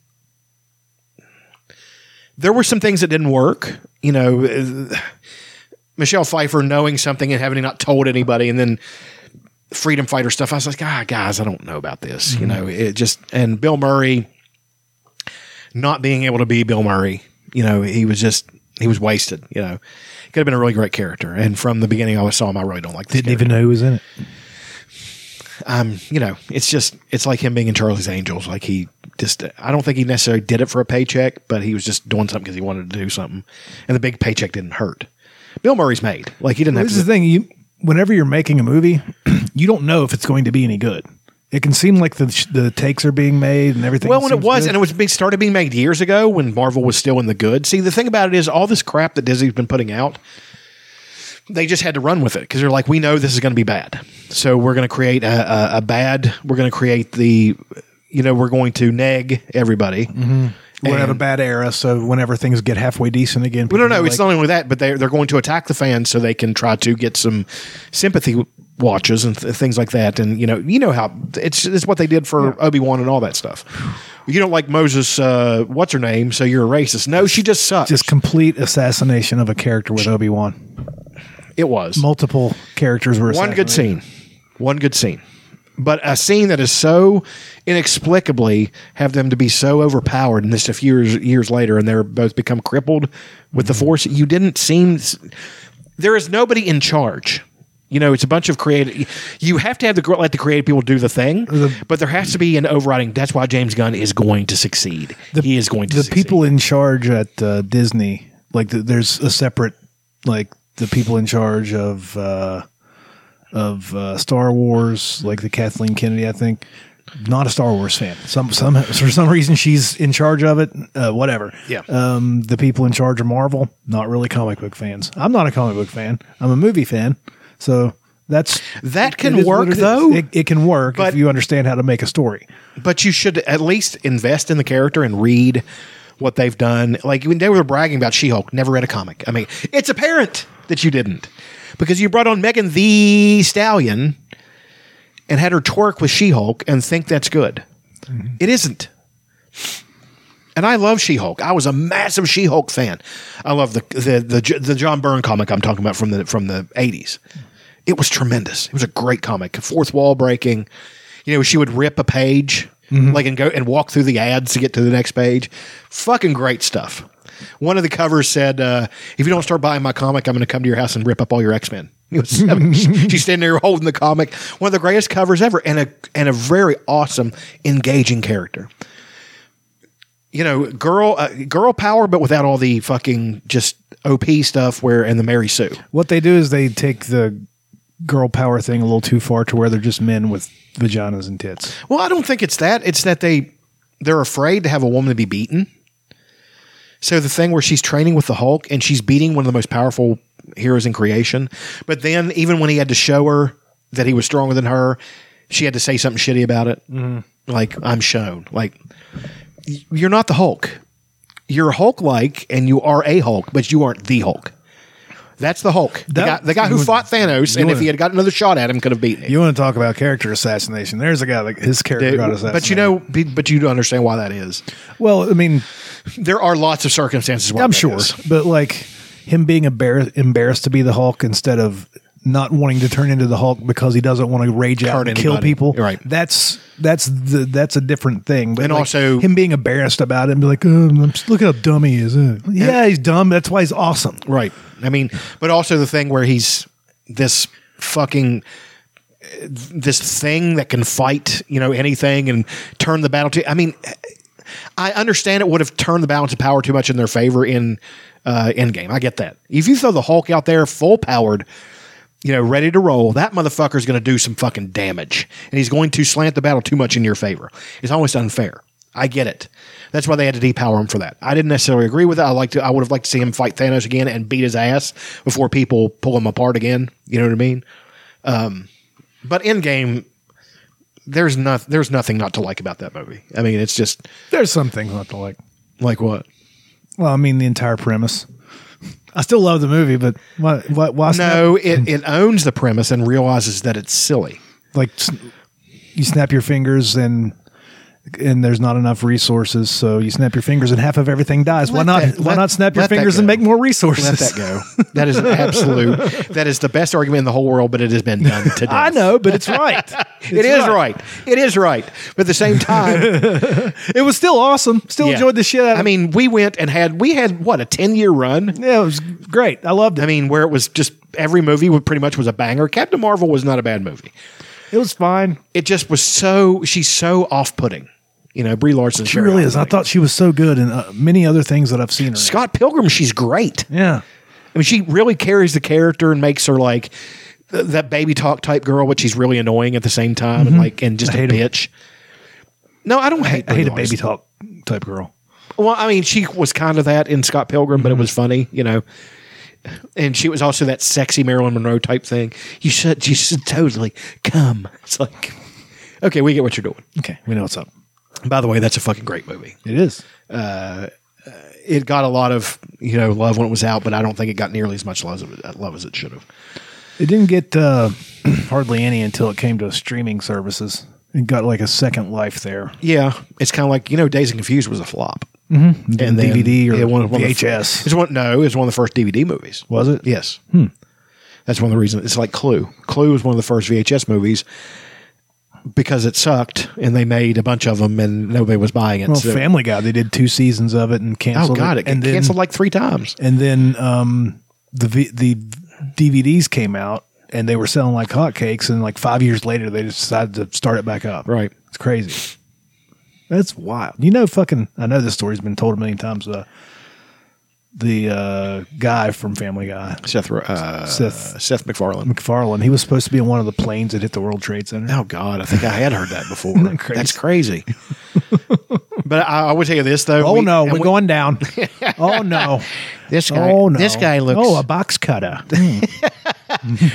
[SPEAKER 1] there were some things that didn't work. You know, uh, Michelle Pfeiffer knowing something and having not told anybody, and then freedom fighter Mm-hmm. stuff. I was like, ah, guys, I don't know about this. You know, it just and Bill Murray. not being able to be Bill Murray. You know, he was just he was wasted. You know, could have been a really great character. And from the beginning, I saw him. I really don't like. This
[SPEAKER 2] Didn't even know who was in it.
[SPEAKER 1] um, you know, it's just it's like him being in Charlie's Angels. Like he just, I don't think he necessarily did it for a paycheck, but he was just doing something because he wanted to do something, and the big paycheck didn't hurt. Bill Murray's made like he didn't have
[SPEAKER 2] This is
[SPEAKER 1] to.
[SPEAKER 2] the thing. You, whenever you're making a movie, you don't know if it's going to be any good. It can seem like the sh- the takes are being made and everything.
[SPEAKER 1] Well, when it
[SPEAKER 2] seems
[SPEAKER 1] was,
[SPEAKER 2] good.
[SPEAKER 1] and it was being started being made years ago when Marvel was still in the good. See, the thing about it is, all this crap that Disney's been putting out, they just had to run with it because they're like, we know this is going to be bad, so we're going to create a, a, a bad. We're going to create the, you know, we're going to neg everybody.
[SPEAKER 2] Mm-hmm. we're gonna have a
[SPEAKER 1] and-
[SPEAKER 2] bad era. So whenever things get halfway decent again,
[SPEAKER 1] Well,
[SPEAKER 2] people
[SPEAKER 1] no, no,
[SPEAKER 2] are
[SPEAKER 1] it's
[SPEAKER 2] like,
[SPEAKER 1] not only that, but they're they're going to attack the fans so they can try to get some sympathy watches and th- things like that. And you know, you know how it's it's what they did for Obi Wan and all that stuff. You don't like Moses, uh, what's her name? So you're a racist. No, she just sucks.
[SPEAKER 2] just complete assassination of a character with Obi Wan.
[SPEAKER 1] it was
[SPEAKER 2] Multiple characters were
[SPEAKER 1] one good
[SPEAKER 2] assassinated.
[SPEAKER 1] scene, one good scene, but a scene that is so inexplicably have them to be so overpowered, and this a few years years later, and they're both become crippled with the force. You didn't seem there is nobody in charge. You know, it's a bunch of creative. You have to have the gr- let the creative people do the thing, but there has to be an overriding. That's why James Gunn is going to succeed. he is going to.
[SPEAKER 2] the
[SPEAKER 1] succeed.
[SPEAKER 2] people in charge at uh, Disney, like the, there's a separate, like the people in charge of uh, of uh, Star Wars, like the Kathleen Kennedy, I think. Not a Star Wars fan. Some some for some reason she's in charge of it. Uh, whatever.
[SPEAKER 1] Yeah.
[SPEAKER 2] Um, the people in charge of Marvel, not really comic book fans. I'm not a comic book fan. I'm a movie fan. So that's
[SPEAKER 1] That
[SPEAKER 2] it
[SPEAKER 1] can
[SPEAKER 2] is what
[SPEAKER 1] work,
[SPEAKER 2] it is.
[SPEAKER 1] though.
[SPEAKER 2] It, it can work
[SPEAKER 1] But-
[SPEAKER 2] if you understand how to make a story.
[SPEAKER 1] But you should at least invest in the character and read what they've done. Like when they were bragging about She Hulk, never read a comic. I mean, it's apparent that you didn't because you brought on Megan the Stallion and had her twerk with She Hulk and think that's good. It isn't. And I love She-Hulk. I was a massive She-Hulk fan. I love the the the, J- the John Byrne comic I'm talking about from the from the 80s. It was tremendous. It was a great comic. Fourth wall breaking. You know, she would rip a page like and go and walk through the ads to get to the next page. Fucking great stuff. One of the covers said, uh, "If you don't start buying my comic, I'm going to come to your house and rip up all your X-Men." It was- I mean, she- she's standing there holding the comic. One of the greatest covers ever, and a and a very awesome, engaging character you know, girl, uh, girl power, but without all the fucking just OP stuff. Where and the Mary Sue,
[SPEAKER 2] What they do is they take the girl power thing a little too far to where they're just men with vaginas and tits.
[SPEAKER 1] Well, I don't think it's that. It's that they they're afraid to have a woman to be beaten. So the thing where she's training with the Hulk and she's beating one of the most powerful heroes in creation, but then even when he had to show her that he was stronger than her, she had to say something shitty about it.
[SPEAKER 2] Mm-hmm.
[SPEAKER 1] Like I'm shown. Like y- you're not the Hulk. You're Hulk like, and you are a Hulk, but you aren't the Hulk. That's the Hulk. The,
[SPEAKER 2] That-
[SPEAKER 1] guy, the guy who
[SPEAKER 2] you-
[SPEAKER 1] fought Thanos, and if
[SPEAKER 2] wanna-
[SPEAKER 1] he had got another shot at him, could have beaten him.
[SPEAKER 2] You want to talk about character assassination? There's a guy like his character got assassinated.
[SPEAKER 1] but you know, be- but you don't understand why that is.
[SPEAKER 2] well, I mean,
[SPEAKER 1] There are lots of circumstances. Why
[SPEAKER 2] I'm
[SPEAKER 1] that
[SPEAKER 2] sure,
[SPEAKER 1] is.
[SPEAKER 2] but like him being embarrassed, embarrassed to be the Hulk instead of not wanting to turn into the Hulk because he doesn't want to rage
[SPEAKER 1] Hurt
[SPEAKER 2] out and kill
[SPEAKER 1] anybody.
[SPEAKER 2] people.
[SPEAKER 1] Right.
[SPEAKER 2] That's that's the that's a different thing. But
[SPEAKER 1] And
[SPEAKER 2] like,
[SPEAKER 1] also-
[SPEAKER 2] him being embarrassed about it and be like, oh, I'm just- look how dumb he is. Uh, Yeah, he's dumb. That's why he's awesome.
[SPEAKER 1] Right. I mean, but also the thing where he's this fucking uh, this thing that can fight, you know, anything and turn the battle to. I mean, I understand it would have turned the balance of power too much in their favor in uh, Endgame. I get that. If you throw the Hulk out there full powered, you know, ready to roll, that motherfucker's going to do some fucking damage. And he's going to slant the battle too much in your favor. It's almost unfair. I get it. That's why they had to depower him for that. I didn't necessarily agree with it. I like to. I would have liked to see him fight Thanos again and beat his ass before people pull him apart again. You know what I mean? Um, but Endgame, there's not there's nothing not to like about that movie. I mean, it's just
[SPEAKER 2] There's some things not to like.
[SPEAKER 1] like what
[SPEAKER 2] Well, I mean the entire premise. I still love the movie, but why? Why? why snap-
[SPEAKER 1] No, it, it owns the premise and realizes that it's silly.
[SPEAKER 2] like s- you snap your fingers and and there's not enough resources, so you snap your fingers and half of everything dies. why
[SPEAKER 1] Let
[SPEAKER 2] not?
[SPEAKER 1] that-
[SPEAKER 2] why
[SPEAKER 1] let-
[SPEAKER 2] not snap your
[SPEAKER 1] let that
[SPEAKER 2] fingers and
[SPEAKER 1] go.
[SPEAKER 2] make more resources?
[SPEAKER 1] Let that go. That is an absolute. that is the best argument in the whole world, but it has been done today.
[SPEAKER 2] I know, but it's right.
[SPEAKER 1] It is right. It is right. But at the same time,
[SPEAKER 2] It was still awesome. Still
[SPEAKER 1] yeah.
[SPEAKER 2] enjoyed the shit. Out of
[SPEAKER 1] I mean, we went and had we had what a ten year run.
[SPEAKER 2] yeah, it was great. I loved it.
[SPEAKER 1] I mean, where it was just every movie would pretty much was a banger. Captain Marvel was not a bad movie.
[SPEAKER 2] It was fine.
[SPEAKER 1] It just was so she's so off putting. You know, Brie Larson.
[SPEAKER 2] She really is. I thought she was so good in uh, many other things that I've seen her. in.
[SPEAKER 1] Scott Pilgrim. She's great.
[SPEAKER 2] Yeah.
[SPEAKER 1] I mean, she really carries the character and makes her like th- that baby talk type girl, but she's really annoying at the same time and like and just a
[SPEAKER 2] Mm-hmm. hate 'em.
[SPEAKER 1] bitch. No, I don't hate.
[SPEAKER 2] I hate
[SPEAKER 1] Brie
[SPEAKER 2] a baby
[SPEAKER 1] Larson.
[SPEAKER 2] talk type girl.
[SPEAKER 1] Well, I mean, she was kind of that in Scott Pilgrim,
[SPEAKER 2] Mm-hmm.
[SPEAKER 1] but it was funny, you know. And she was also that sexy Marilyn Monroe type thing. You should, you should totally come. It's like, okay, we get what you're doing.
[SPEAKER 2] Okay, we know what's up.
[SPEAKER 1] By the way, that's a fucking great movie.
[SPEAKER 2] It is.
[SPEAKER 1] It got a lot of you know love when it was out, but I don't think it got nearly as much love as it, love as it should have.
[SPEAKER 2] It didn't get uh, hardly any until it came to streaming services. It got like a second life there.
[SPEAKER 1] Yeah, it's kind of like you know, Days and Confused was a flop, mm-hmm. and then-
[SPEAKER 2] DVD or
[SPEAKER 1] yeah, one of- one of the
[SPEAKER 2] VHS.
[SPEAKER 1] fir- it's one no, it's one of the first DVD movies.
[SPEAKER 2] Was it? Hmm.
[SPEAKER 1] Yes, that's one of the reasons. It's like Clue. Clue was one of the first VHS movies because it sucked, and they made a bunch of them, and nobody was buying it.
[SPEAKER 2] Well,
[SPEAKER 1] so-
[SPEAKER 2] Family Guy. They did two seasons of it and
[SPEAKER 1] oh
[SPEAKER 2] canceled.
[SPEAKER 1] god, it,
[SPEAKER 2] and
[SPEAKER 1] got
[SPEAKER 2] then,
[SPEAKER 1] canceled like three times.
[SPEAKER 2] And then um, the v- the DVDs came out and they were selling like hotcakes. And like five years later, they decided to start it back up.
[SPEAKER 1] Right.
[SPEAKER 2] It's crazy. That's wild. You know, fucking. I know this story's been told a million times. Uh, the uh, guy from Family Guy,
[SPEAKER 1] Seth Ro- uh,
[SPEAKER 2] Seth-
[SPEAKER 1] Seth Seth MacFarlane.
[SPEAKER 2] McFarlane, he was supposed to be in one of the planes that hit the World Trade Center.
[SPEAKER 1] Oh God, I think I had heard that before.
[SPEAKER 2] that crazy?
[SPEAKER 1] That's crazy. but I, I will tell you this though.
[SPEAKER 2] Oh
[SPEAKER 1] we-
[SPEAKER 2] no,
[SPEAKER 1] and
[SPEAKER 2] we're
[SPEAKER 1] we-
[SPEAKER 2] going down. oh no,
[SPEAKER 1] This guy.
[SPEAKER 2] oh no,
[SPEAKER 1] This guy looks.
[SPEAKER 2] Oh, a box cutter. Hmm.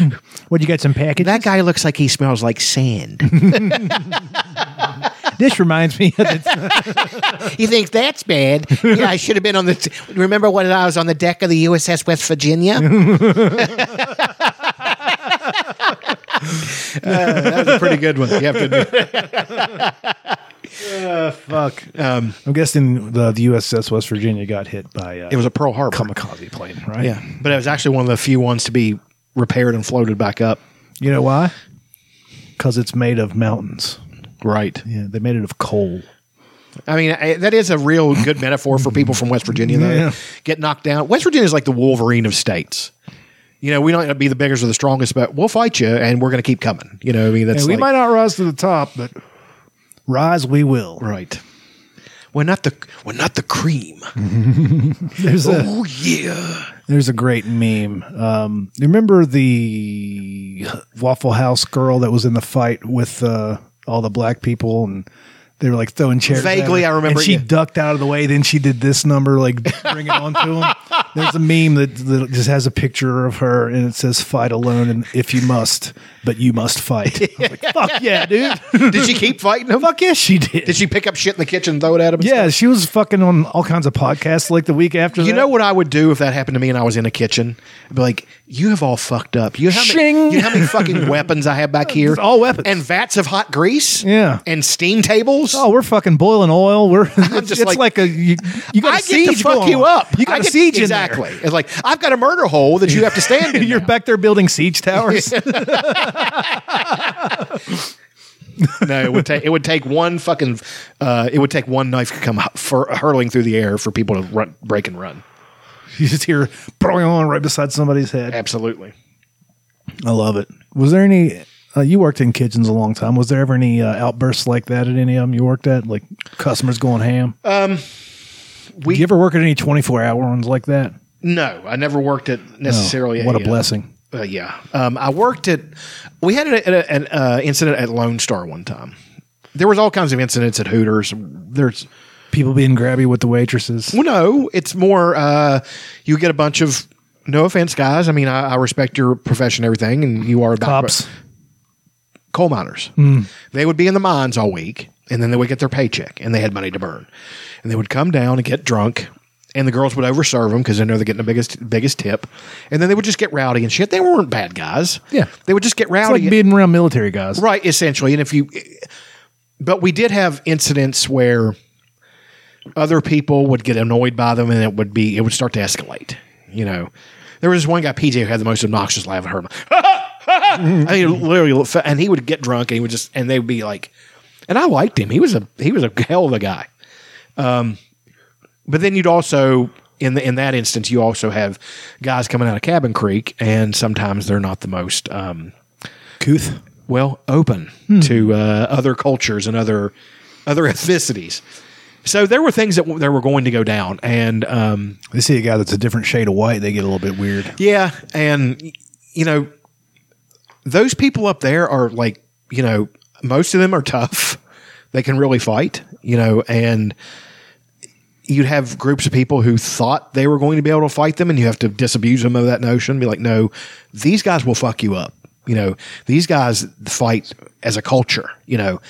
[SPEAKER 2] what you got? Some package.
[SPEAKER 1] That guy looks like he smells like sand.
[SPEAKER 2] This reminds me. of the,
[SPEAKER 1] He thinks that's bad. Yeah, I should have been on the. remember when I was on the deck of the USS West Virginia? Uh, that was a pretty good one. You have Uh, to admit.
[SPEAKER 2] fuck. I'm guessing the, the USS West Virginia got hit by. Uh,
[SPEAKER 1] It was a Pearl Harbor.
[SPEAKER 2] kamikaze plane, right?
[SPEAKER 1] Yeah, but it was actually one of the few ones to be repaired and floated back up.
[SPEAKER 2] You know why? Because it's made of mountains.
[SPEAKER 1] Right.
[SPEAKER 2] Yeah, they made it of coal.
[SPEAKER 1] I mean, I, that is a real good metaphor for people from West Virginia, though.
[SPEAKER 2] Yeah.
[SPEAKER 1] Get knocked down. West Virginia is like the Wolverine of states. You know, we don't be the biggest or the strongest, but we'll fight you, and we're going to keep coming. You know, what I mean, that's like-
[SPEAKER 2] not rise to the top, but rise we will.
[SPEAKER 1] Right. We're not the we're not the cream.
[SPEAKER 2] There's a
[SPEAKER 1] Oh yeah.
[SPEAKER 2] There's a great meme. Um, you remember the Waffle House girl that was in the fight with uh, all the black people and they were like throwing chairs. at
[SPEAKER 1] Vaguely,
[SPEAKER 2] her,
[SPEAKER 1] I remember,
[SPEAKER 2] And she
[SPEAKER 1] yeah.
[SPEAKER 2] ducked out of the way. Then she did this number, like bring it on to him. There's a meme that, that just has a picture of her and it says "Fight alone and if you must, but you must fight." I was like, Fuck yeah, dude!
[SPEAKER 1] Did she keep fighting him?
[SPEAKER 2] Fuck yeah, she did.
[SPEAKER 1] Did she pick up shit in the kitchen and throw it at him? and
[SPEAKER 2] yeah,
[SPEAKER 1] stuff?
[SPEAKER 2] she was fucking on all kinds of podcasts like the week after.
[SPEAKER 1] You
[SPEAKER 2] that.
[SPEAKER 1] know what I would do if that happened to me and I was in a kitchen? I'd be like, "You have all fucked up. You know how
[SPEAKER 2] Shing.
[SPEAKER 1] many, you know how many fucking weapons I have back here?
[SPEAKER 2] It's all weapons.
[SPEAKER 1] and vats of hot grease.
[SPEAKER 2] Yeah.
[SPEAKER 1] and steam tables.
[SPEAKER 2] Oh, we're fucking boiling oil. We're
[SPEAKER 1] just
[SPEAKER 2] it's like,
[SPEAKER 1] like-
[SPEAKER 2] a you, you got
[SPEAKER 1] I
[SPEAKER 2] a
[SPEAKER 1] get
[SPEAKER 2] siege
[SPEAKER 1] to fuck
[SPEAKER 2] going
[SPEAKER 1] you
[SPEAKER 2] on.
[SPEAKER 1] up.
[SPEAKER 2] You got
[SPEAKER 1] I
[SPEAKER 2] a
[SPEAKER 1] get-
[SPEAKER 2] siege in there.
[SPEAKER 1] exactly. It's like I've got a murder hole that you have to stand in.
[SPEAKER 2] You're
[SPEAKER 1] now.
[SPEAKER 2] back there building siege towers.
[SPEAKER 1] No, it would take it would take one fucking uh, it would take one knife to come hu- fur hurling through the air for people to run, break and run.
[SPEAKER 2] you just hear throwing on right beside somebody's head.
[SPEAKER 1] Absolutely.
[SPEAKER 2] I love it. Was there any? Uh, you worked in kitchens a long time. Was there ever any uh, outbursts like that at any of them you worked at? Like customers going ham. Um,
[SPEAKER 1] we-
[SPEAKER 2] you ever work at any twenty four hour ones like that?
[SPEAKER 1] No, I never worked at necessarily.
[SPEAKER 2] Oh, what a
[SPEAKER 1] uh,
[SPEAKER 2] blessing.
[SPEAKER 1] Uh, yeah, um, I worked at. We had an, an, an uh, incident at Lone Star one time. There was all kinds of incidents at Hooters. There's
[SPEAKER 2] People being grabby with the waitresses.
[SPEAKER 1] well, no, it's more. Uh, you get a bunch of no offense, guys. I mean, I, I respect your profession, and everything, and you are about-
[SPEAKER 2] Cops. Hmm.
[SPEAKER 1] coal miners. They would be in the mines all week, and then they would get their paycheck, and they had money to burn. And they would come down and get drunk, and the girls would overserve them because they know they're getting the biggest biggest tip. And then they would just get rowdy and shit. They weren't bad guys.
[SPEAKER 2] Yeah.
[SPEAKER 1] they would just get
[SPEAKER 2] It's
[SPEAKER 1] rowdy,
[SPEAKER 2] like being around military guys.
[SPEAKER 1] right? Essentially, and if you. but we did have incidents where other people would get annoyed by them and it would be it would start to escalate you know there was one guy pj who had the most obnoxious laugh i've heard i mean literally and he would get drunk and he would just and they would be like and i liked him he was a he was a hell of a guy um but then you'd also in the, in that instance you also have guys coming out of cabin creek and sometimes they're not the most um
[SPEAKER 2] Cooth.
[SPEAKER 1] well open to uh, other cultures and other other ethnicities. So there were things that w- there were going to go down, and um,
[SPEAKER 2] They see a guy that's a different shade of white, they get a little bit weird.
[SPEAKER 1] yeah, and y- you know, those people up there are like, you know, most of them are tough. They can really fight, you know, and you'd have groups of people who thought they were going to be able to fight them, and you have to disabuse them of that notion. Be like, no, these guys will fuck you up. You know, these guys fight as a culture. You know,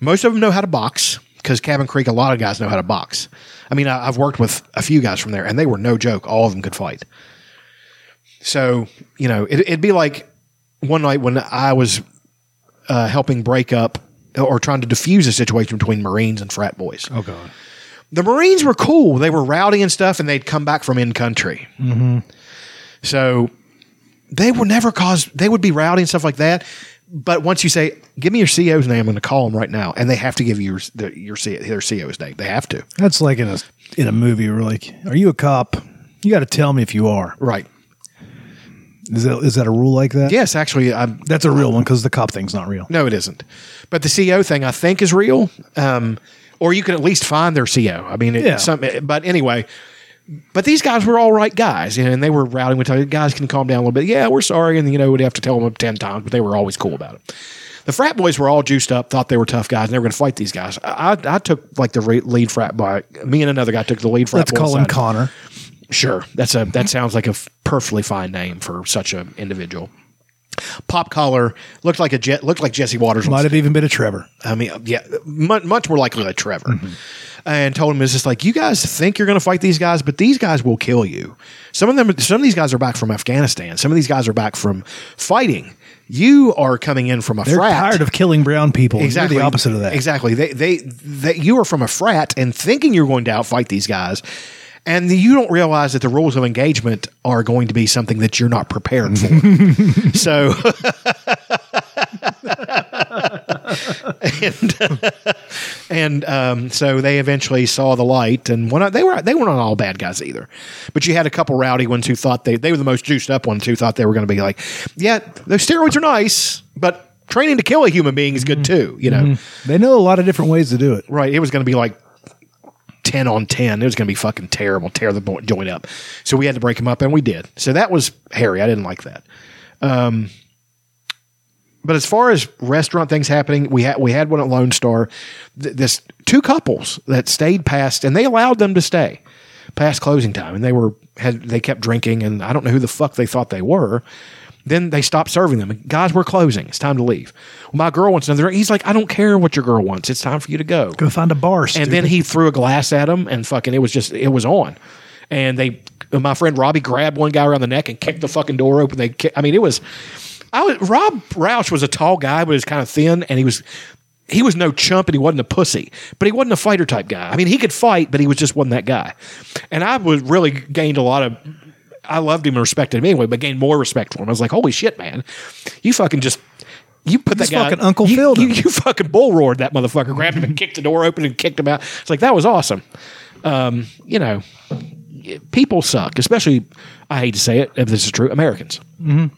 [SPEAKER 1] most of them know how to box because Cabin Creek, a lot of guys know how to box. I mean, I, I've worked with a few guys from there, and they were no joke. All of them could fight. So, you know, it, it'd be like one night when I was uh, helping break up or trying to diffuse a situation between Marines and frat boys.
[SPEAKER 2] Oh, God.
[SPEAKER 1] The Marines were cool. They were rowdy and stuff, and they'd come back from in country. Mm-hmm. So they would never cause, they would be rowdy and stuff like that. But once you say, give me your CO's name, I'm going to call them right now. And they have to give you your, the- your, CO their CO's name. They have to.
[SPEAKER 2] That's like in a in a movie where like, are you a cop? You got to tell me if you are.
[SPEAKER 1] Right.
[SPEAKER 2] Is that is that a rule like that?
[SPEAKER 1] Yes, actually, I'm,
[SPEAKER 2] That's a real one because the cop thing's not real.
[SPEAKER 1] No, it isn't. But the CO thing, I think, is real. Um, or you can at least find their CO. I mean, it,
[SPEAKER 2] Yeah.
[SPEAKER 1] some, but anyway, but these guys were all right guys, you know, and they were routing with you guys can calm down a little bit. Yeah, we're sorry, and you know, we'd have to tell them ten times, but they were always cool about it. The frat boys were all juiced up, thought they were tough guys, and they were going to fight these guys. I, I- I took like the re- lead frat boy. Me and another guy took the lead frat.
[SPEAKER 2] Let's
[SPEAKER 1] boy
[SPEAKER 2] call him
[SPEAKER 1] aside.
[SPEAKER 2] Connor.
[SPEAKER 1] Sure, that's a that sounds like a f- perfectly fine name for such an individual. Pop collar looked like a jet looked like Jesse Waters. on
[SPEAKER 2] Might have even been a Trevor.
[SPEAKER 1] I mean, uh, yeah, much, much more likely like Trevor.
[SPEAKER 2] Mm-hmm.
[SPEAKER 1] And told him it's just like you guys think you're going to fight these guys, but these guys will kill you. Some of them, some of these guys are back from Afghanistan. Some of these guys are back from fighting. You are coming in from a
[SPEAKER 2] They're
[SPEAKER 1] frat.
[SPEAKER 2] tired of killing brown people. You're
[SPEAKER 1] exactly
[SPEAKER 2] the opposite of that.
[SPEAKER 1] Exactly. They, they, they, you are from a frat and thinking you're going to outfight these guys, and you don't realize that the rules of engagement are going to be something that you're not prepared for. so. and um, so they eventually saw the light, and one they were they weren't all bad guys either, but you had a couple rowdy ones who thought they they were the most juiced up ones who thought they were going to be like, yeah, those steroids are nice, but training to kill a human being is good too, you know.
[SPEAKER 2] They know a lot of different ways to do it.
[SPEAKER 1] Right? It was going to be like. 10 on 10 it was going to be fucking terrible tear the bo- joint up so we had to break them up and we did so that was hairy i didn't like that um, but as far as restaurant things happening we had we had one at lone star Th- this two couples that stayed past and they allowed them to stay past closing time and they were had they kept drinking and i don't know who the fuck they thought they were then they stopped serving them guys we're closing it's time to leave my girl wants another drink. he's like i don't care what your girl wants it's time for you to go
[SPEAKER 2] Go find a bar.
[SPEAKER 1] and then he threw a glass at him, and fucking, it was just, it was on. And they, my friend Robbie grabbed one guy around the neck and kicked the fucking door open. They, ki- I mean, it was, I was Rob Roush was a tall guy, but he was kind of thin, and he was, he was no chump, and he wasn't a pussy, but he wasn't a fighter type guy. I mean, he could fight, but he was just wasn't that guy. And I was really gained a lot of. I loved him and respected him anyway, but gained more respect for him. I was like, "Holy shit, man! You fucking just you put that
[SPEAKER 2] just
[SPEAKER 1] guy
[SPEAKER 2] fucking Uncle
[SPEAKER 1] you-
[SPEAKER 2] Phil'd
[SPEAKER 1] you-
[SPEAKER 2] him.
[SPEAKER 1] you fucking bull roared that motherfucker, grabbed him and kicked the door open and kicked him out. It's like that was awesome. Um, you know, people suck, especially. I hate to say it, if this is true, Americans. Mm-hmm.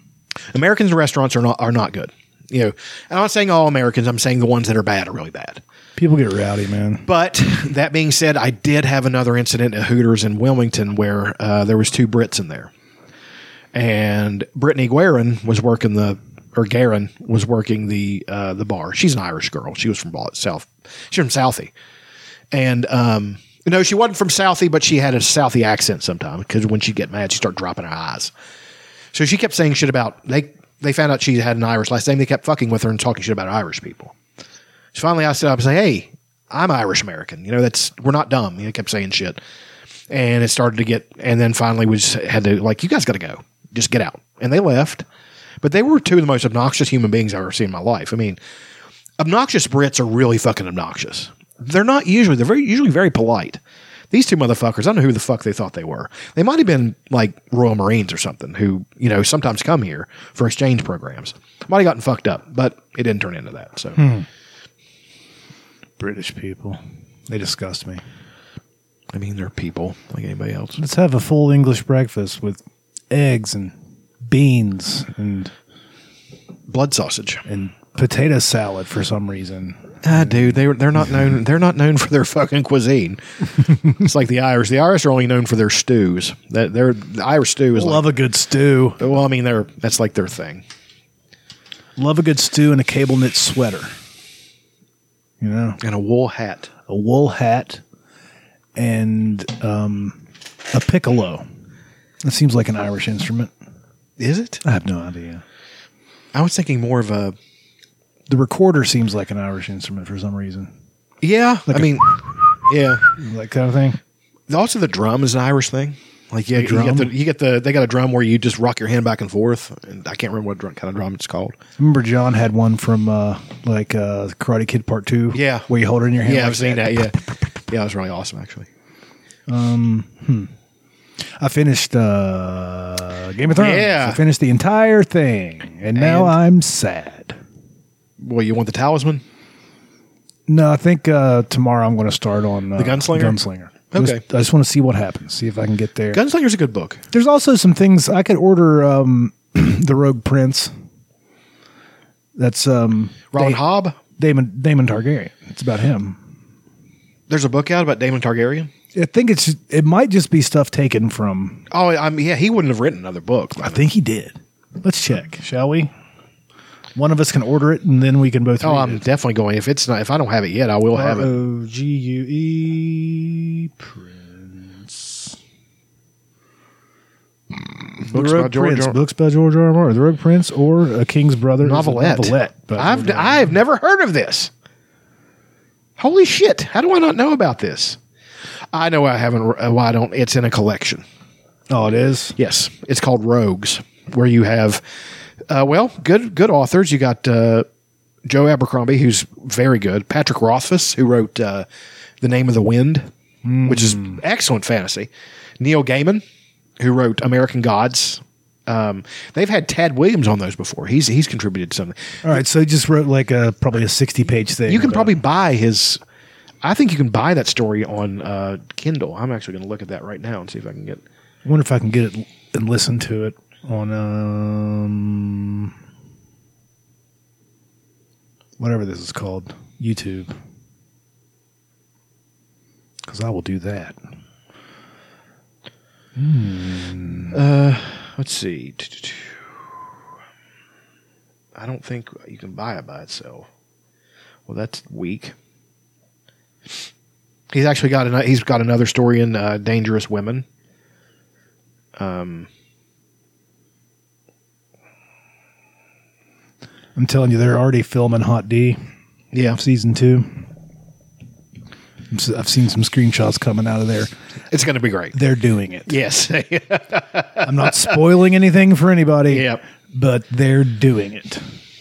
[SPEAKER 1] Americans in restaurants are not are not good. You know, I'm not saying all Americans. I'm saying the ones that are bad are really bad.
[SPEAKER 2] People get rowdy, man.
[SPEAKER 1] But that being said, I did have another incident at Hooters in Wilmington where uh, there was two Brits in there, and Brittany Guerin was working the or Guerin was working the uh, the bar. She's an Irish girl. She was from Bal- South. She's from Southie, and um, no, she wasn't from Southie, but she had a Southie accent sometimes because when she'd get mad, she'd start dropping her eyes. So she kept saying shit about they. They found out she had an Irish last name. They kept fucking with her and talking shit about Irish people. So finally, I stood up and say, "Hey, I'm Irish American. You know, that's we're not dumb." You know, I kept saying shit, and it started to get. And then finally, we just had to like, "You guys got to go. Just get out." And they left. But they were two of the most obnoxious human beings I've ever seen in my life. I mean, obnoxious Brits are really fucking obnoxious. They're not usually they're very usually very polite. These two motherfuckers, I don't know who the fuck they thought they were. They might have been like Royal Marines or something who, you know, sometimes come here for exchange programs. Might have gotten fucked up, but it didn't turn into that. So
[SPEAKER 2] British people. They disgust me.
[SPEAKER 1] I mean they're people like anybody else.
[SPEAKER 2] Let's have a full English breakfast with eggs and beans and
[SPEAKER 1] Blood sausage.
[SPEAKER 2] and potato salad for some reason.
[SPEAKER 1] Ah, dude, they they're not known they're not known for their fucking cuisine. it's like the Irish. The Irish are only known for their stews. That their the Irish stew is like,
[SPEAKER 2] Love a good stew.
[SPEAKER 1] well, I mean, they're that's like their thing.
[SPEAKER 2] Love a good stew and a cable knit sweater. You know,
[SPEAKER 1] And a wool hat.
[SPEAKER 2] a wool hat and um, a piccolo. That seems like an Irish instrument.
[SPEAKER 1] Is it?
[SPEAKER 2] I have no idea.
[SPEAKER 1] I was thinking more of a
[SPEAKER 2] The recorder seems like an Irish instrument for some reason.
[SPEAKER 1] yeah. I
[SPEAKER 2] a-
[SPEAKER 1] mean, yeah.
[SPEAKER 2] That kind of thing.
[SPEAKER 1] Also, the drum is an Irish thing. Like yeah, you,
[SPEAKER 2] drum?
[SPEAKER 1] get the you get the they got a drum where you just rock your hand back and forth, and I can't remember what drum, kind of drum it's called.
[SPEAKER 2] Remember, John had one from uh, like uh, Karate Kid Part Two.
[SPEAKER 1] Yeah.
[SPEAKER 2] where you hold it in your hand.
[SPEAKER 1] Yeah,
[SPEAKER 2] like
[SPEAKER 1] I've seen that. Yeah, yeah, it was really awesome actually.
[SPEAKER 2] I finished uh, Game of Thrones.
[SPEAKER 1] Yeah.
[SPEAKER 2] I finished the entire thing, and, now
[SPEAKER 1] And-
[SPEAKER 2] I'm sad.
[SPEAKER 1] Well, you want the talisman?
[SPEAKER 2] No, I think uh, tomorrow I'm going to start on uh,
[SPEAKER 1] The Gunslinger?
[SPEAKER 2] Gunslinger. I
[SPEAKER 1] Okay.
[SPEAKER 2] just, I just want to see what happens. See if I can get there.
[SPEAKER 1] Gunslinger's a good book.
[SPEAKER 2] There's also some things I could order. Um, the Rogue Prince. That's um,
[SPEAKER 1] Robin
[SPEAKER 2] Da-
[SPEAKER 1] Hobb.
[SPEAKER 2] Damon Damon Targaryen. It's about him.
[SPEAKER 1] There's a book out about Damon Targaryen.
[SPEAKER 2] I think it's it might just be stuff taken from
[SPEAKER 1] Oh, I mean, yeah, he wouldn't have written another book.
[SPEAKER 2] I think he did. Let's check, shall we? One of us can order it, and then we can both.
[SPEAKER 1] Oh,
[SPEAKER 2] read
[SPEAKER 1] I'm
[SPEAKER 2] it.
[SPEAKER 1] definitely going. If it's not, if I don't have it yet, I will have it.
[SPEAKER 2] O G U E Prince.
[SPEAKER 1] Books
[SPEAKER 2] the Rogue
[SPEAKER 1] by George
[SPEAKER 2] Prince,
[SPEAKER 1] R-
[SPEAKER 2] books by George R. R. Martin, The Rogue Prince, or A King's Brother, is a
[SPEAKER 1] Novelette.
[SPEAKER 2] novelette by
[SPEAKER 1] I've
[SPEAKER 2] George R. R.
[SPEAKER 1] I've never heard of this. Holy shit! How do I not know about this? I know I haven't. uh, Why I don't? It's in a collection.
[SPEAKER 2] Oh, it is.
[SPEAKER 1] Yes, it's called Rogues, where you have, uh, well, good good authors. You got uh, Joe Abercrombie, who's very good. Patrick Rothfuss, who wrote uh, The Name of the Wind, which is excellent fantasy. Neil Gaiman, who wrote American Gods. Um, they've had Tad Williams on those before. He's he's contributed something.
[SPEAKER 2] All right, so he just wrote like a probably a sixty-page thing.
[SPEAKER 1] You can
[SPEAKER 2] about-
[SPEAKER 1] probably buy his. I think you can buy that story on uh, Kindle. I'm actually going to look at that right now and see if I can get.
[SPEAKER 2] I wonder if I can get it and listen to it on um whatever this is called, YouTube. Because I will do that.
[SPEAKER 1] Let's see. I don't think you can buy it by itself. Well, that's weak. He's actually got another. He's got another story in uh, Dangerous Women.
[SPEAKER 2] I'm telling you, they're already filming Hot D
[SPEAKER 1] Yeah,
[SPEAKER 2] of season two. I'm s- I've seen some screenshots coming out of there.
[SPEAKER 1] it's going to be great.
[SPEAKER 2] They're doing it.
[SPEAKER 1] Yes.
[SPEAKER 2] I'm not spoiling anything for anybody.
[SPEAKER 1] Yep.
[SPEAKER 2] But they're doing it.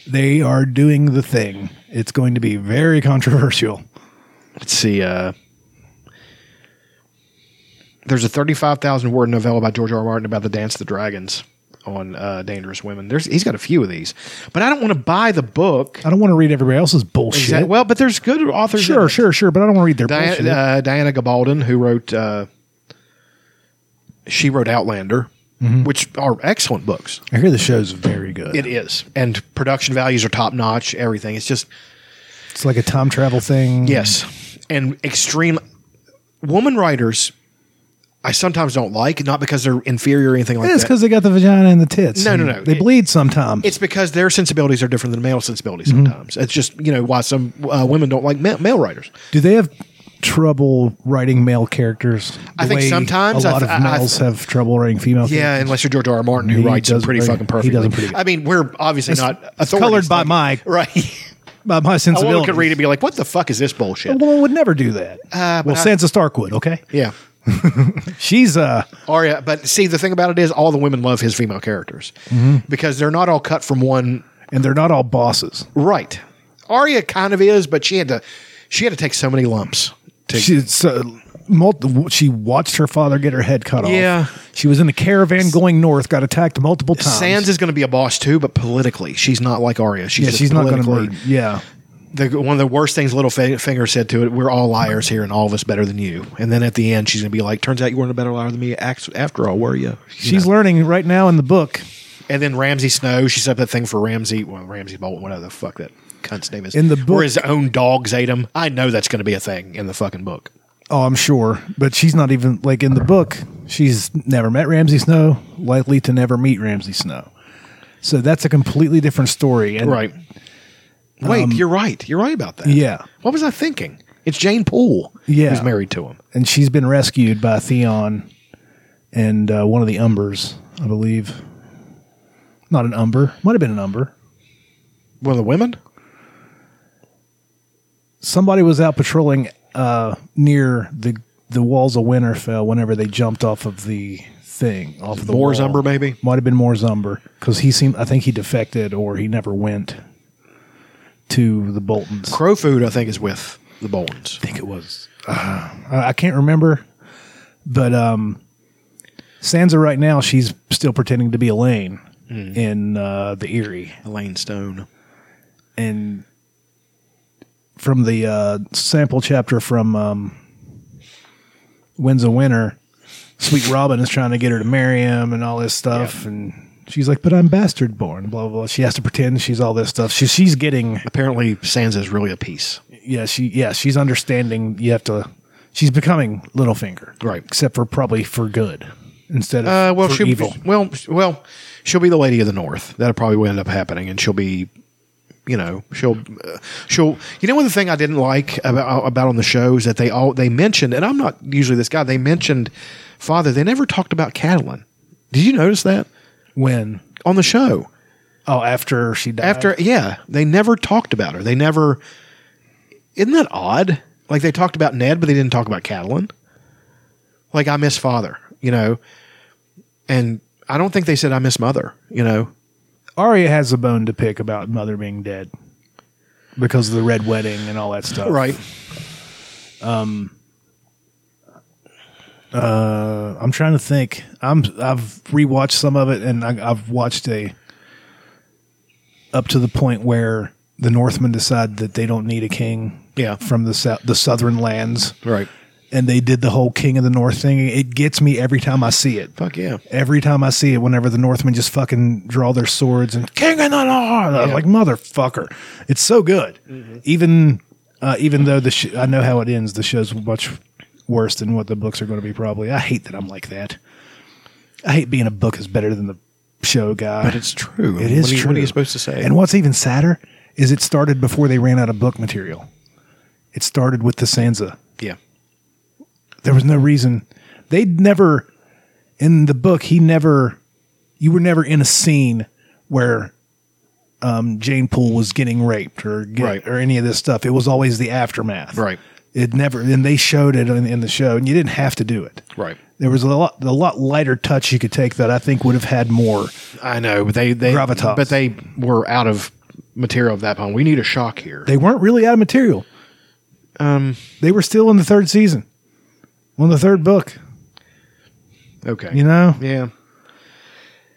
[SPEAKER 2] They are doing the thing. It's going to be very controversial.
[SPEAKER 1] Let's see. Uh, there's a 35,000 word novella by George R. R. Martin about the Dance of the Dragons on uh, Dangerous Women. There's he's got a few of these, but I don't want to buy the book.
[SPEAKER 2] I don't want to read everybody else's bullshit.
[SPEAKER 1] Is that- well, but there's good authors. in
[SPEAKER 2] sure,
[SPEAKER 1] it.
[SPEAKER 2] sure, sure, but I don't want to read their bullshit.
[SPEAKER 1] Diana, uh, Diana Gabaldon, who wrote, uh, she wrote Outlander, which are excellent books.
[SPEAKER 2] I hear the show's very good.
[SPEAKER 1] Mm-hmm. It is, and production values are top notch. Everything. It's just
[SPEAKER 2] it's like a time travel thing.
[SPEAKER 1] yes, and extreme woman writers. I sometimes don't like not because they're inferior or anything like
[SPEAKER 2] it's
[SPEAKER 1] that.
[SPEAKER 2] because they got the vagina and the tits.
[SPEAKER 1] No, no,
[SPEAKER 2] and
[SPEAKER 1] no.
[SPEAKER 2] They
[SPEAKER 1] It-
[SPEAKER 2] bleed sometimes.
[SPEAKER 1] it's because their sensibilities are different than male sensibilities. Sometimes it's just you know why some uh, women don't like ma- male writers.
[SPEAKER 2] Do they have trouble writing male characters?
[SPEAKER 1] I
[SPEAKER 2] the
[SPEAKER 1] think
[SPEAKER 2] way
[SPEAKER 1] sometimes
[SPEAKER 2] a
[SPEAKER 1] I
[SPEAKER 2] lot
[SPEAKER 1] th-
[SPEAKER 2] of
[SPEAKER 1] I- I-
[SPEAKER 2] males have trouble writing female.
[SPEAKER 1] Yeah, unless you're George R. R. Martin, who
[SPEAKER 2] He
[SPEAKER 1] writes them
[SPEAKER 2] does
[SPEAKER 1] pretty
[SPEAKER 2] very-
[SPEAKER 1] fucking
[SPEAKER 2] he
[SPEAKER 1] perfect.
[SPEAKER 2] does them pretty good.
[SPEAKER 1] I mean, we're obviously
[SPEAKER 2] It's-
[SPEAKER 1] not
[SPEAKER 2] it's
[SPEAKER 1] authorities,
[SPEAKER 2] colored by
[SPEAKER 1] like-
[SPEAKER 2] my-
[SPEAKER 1] right.
[SPEAKER 2] characters. by my
[SPEAKER 1] A
[SPEAKER 2] sensibility.
[SPEAKER 1] woman could read it and be like, "What the fuck is this bullshit?"
[SPEAKER 2] A woman would never do that.
[SPEAKER 1] Uh, but
[SPEAKER 2] well,
[SPEAKER 1] I-
[SPEAKER 2] Sansa Stark would. Okay,
[SPEAKER 1] Yeah,
[SPEAKER 2] she's uh,
[SPEAKER 1] Arya. But see, the thing about it is, all the women love his
[SPEAKER 2] Mm-hmm.
[SPEAKER 1] female characters because they're not all cut from one
[SPEAKER 2] and they're not all bosses.
[SPEAKER 1] right. Arya kind of is, but she had to she had to take so many lumps. To,
[SPEAKER 2] She, so, multi, she watched her father get her head cut off.
[SPEAKER 1] Yeah.
[SPEAKER 2] She was in a caravan going north, got attacked multiple times.
[SPEAKER 1] Sands is going to be a boss too, but politically, she's not like Arya. She's
[SPEAKER 2] yeah,
[SPEAKER 1] just
[SPEAKER 2] she's not going to
[SPEAKER 1] politically-
[SPEAKER 2] murder. Yeah.
[SPEAKER 1] the, one of the worst things Littlefinger said to it, "We're all liars here, and all of us better than you." And then at the end, she's gonna be like, "Turns out you weren't a better liar than me ax- after all, were you?" You
[SPEAKER 2] She's
[SPEAKER 1] know?
[SPEAKER 2] learning right now in the book.
[SPEAKER 1] and then Ramsey Snow, she set up that thing for Ramsey, well, Ramsey Bolton, whatever the fuck that cunt's name is.
[SPEAKER 2] In the
[SPEAKER 1] or
[SPEAKER 2] book-
[SPEAKER 1] his own dogs ate him. I know that's gonna be a thing in the fucking book.
[SPEAKER 2] Oh, I'm sure. But she's not even like in the book. She's never met Ramsey Snow, likely to never meet Ramsey Snow. So that's a completely different story. And
[SPEAKER 1] Right. Wait, you're right. You're right about that.
[SPEAKER 2] Um, Yeah.
[SPEAKER 1] What was I thinking? It's Jane Poole.
[SPEAKER 2] Yeah.
[SPEAKER 1] Who's married to him.
[SPEAKER 2] And she's been rescued by Theon and uh, one of the Umbers, I believe. Not an Umber. Might have been an Umber.
[SPEAKER 1] One of the women.
[SPEAKER 2] Somebody was out patrolling uh, near the the walls of Winterfell whenever they jumped off of the thing off the
[SPEAKER 1] Moore's
[SPEAKER 2] wall.
[SPEAKER 1] Umber, maybe?
[SPEAKER 2] might have been Moore's Umber because he seemed I think he defected or he never went to the Boltons.
[SPEAKER 1] Crowfood, I think, is with the Boltons.
[SPEAKER 2] think it was. uh, I I can't remember, but um, Sansa right now she's still pretending to be Elaine in uh, the Erie,
[SPEAKER 1] Elaine Stone.
[SPEAKER 2] and from the uh, sample chapter from um, Winds of Winter, Sweet Robin is trying to get her to marry him and all this stuff, and she's like, "But I'm bastard born." Blah blah. blah. She has to pretend she's all this stuff. She, she's getting
[SPEAKER 1] Apparently, Sansa is really a piece.
[SPEAKER 2] yeah, she yeah, she's understanding you have to she's becoming Littlefinger.
[SPEAKER 1] Right.
[SPEAKER 2] Except for probably for good instead of
[SPEAKER 1] Uh, well,
[SPEAKER 2] for
[SPEAKER 1] she'll
[SPEAKER 2] evil.
[SPEAKER 1] Be, well, sh- well, she'll be the lady of the north. That'll probably will end up happening, and she'll be, you know, she'll, uh, she'll. You know, one of the thing I didn't like about uh, about on the show is that they all they mentioned, and I'm not usually this guy. They mentioned father. They never talked about Catelyn. Did you notice that
[SPEAKER 2] when
[SPEAKER 1] on the show?
[SPEAKER 2] oh after she died.
[SPEAKER 1] After yeah, they never talked about her. They never. Isn't that odd? Like they talked about Ned, but they didn't talk about Catelyn. Like I miss father, you know, and I don't think they said I miss mother, you know.
[SPEAKER 2] Arya has a bone to pick about mother being dead. Because of the red wedding and all that stuff.
[SPEAKER 1] Right.
[SPEAKER 2] I'm trying to think. I'm I've rewatched some of it and I, I've watched a up to the point where the Northmen decide that they don't need a king.
[SPEAKER 1] Yeah.
[SPEAKER 2] From the sou- the southern lands.
[SPEAKER 1] Right.
[SPEAKER 2] and they did the whole King of the North thing. It gets me every time I see it.
[SPEAKER 1] Fuck yeah.
[SPEAKER 2] Every time I see it, whenever the Northmen just fucking draw their swords and King of the North, I'm like motherfucker, it's so good.
[SPEAKER 1] Mm-hmm.
[SPEAKER 2] Even uh, even though the sh- I know how it ends, the show's much worse than what the books are going to be. Probably, I hate that I'm like that. I hate being a book is better than the show guy.
[SPEAKER 1] But it's true.
[SPEAKER 2] It is
[SPEAKER 1] What are you-
[SPEAKER 2] true.
[SPEAKER 1] what are you supposed to say?
[SPEAKER 2] And what's even sadder is it started before they ran out of book material. It started with the Sansa
[SPEAKER 1] Yeah.
[SPEAKER 2] there was no reason they'd never in the book he never you were never in a scene where um, jane poole was getting raped or get,
[SPEAKER 1] Right.
[SPEAKER 2] or any of this stuff it was always the aftermath
[SPEAKER 1] Right.
[SPEAKER 2] it never and they showed it in, in the show and you didn't have to do it
[SPEAKER 1] Right.
[SPEAKER 2] there was a lot a lot lighter touch you could take that i think would have had more
[SPEAKER 1] I know, but they they
[SPEAKER 2] Gravitas.
[SPEAKER 1] but they were out of material at that point. We need a shock here.
[SPEAKER 2] they weren't really out of material um
[SPEAKER 1] Um,
[SPEAKER 2] they were still in the third season on the third book
[SPEAKER 1] okay.
[SPEAKER 2] you know
[SPEAKER 1] Yeah.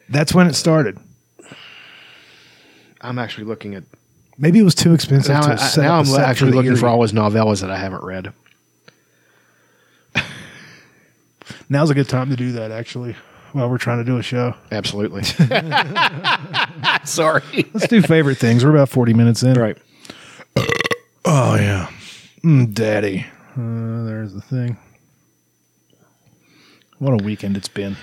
[SPEAKER 2] that's when it started
[SPEAKER 1] I'm actually looking at
[SPEAKER 2] Maybe it was too expensive
[SPEAKER 1] now,
[SPEAKER 2] to
[SPEAKER 1] I,
[SPEAKER 2] set
[SPEAKER 1] now
[SPEAKER 2] up a
[SPEAKER 1] I'm
[SPEAKER 2] set
[SPEAKER 1] actually
[SPEAKER 2] for the
[SPEAKER 1] looking for
[SPEAKER 2] Erie.
[SPEAKER 1] all his novellas that I haven't read.
[SPEAKER 2] Now's a good time to do that, actually, while we're trying to do a show.
[SPEAKER 1] Absolutely. Sorry.
[SPEAKER 2] Let's do favorite things. We're about 40 minutes in.
[SPEAKER 1] Right.
[SPEAKER 2] Oh, yeah. Mm, Daddy. Uh, there's the thing. What a weekend it's been.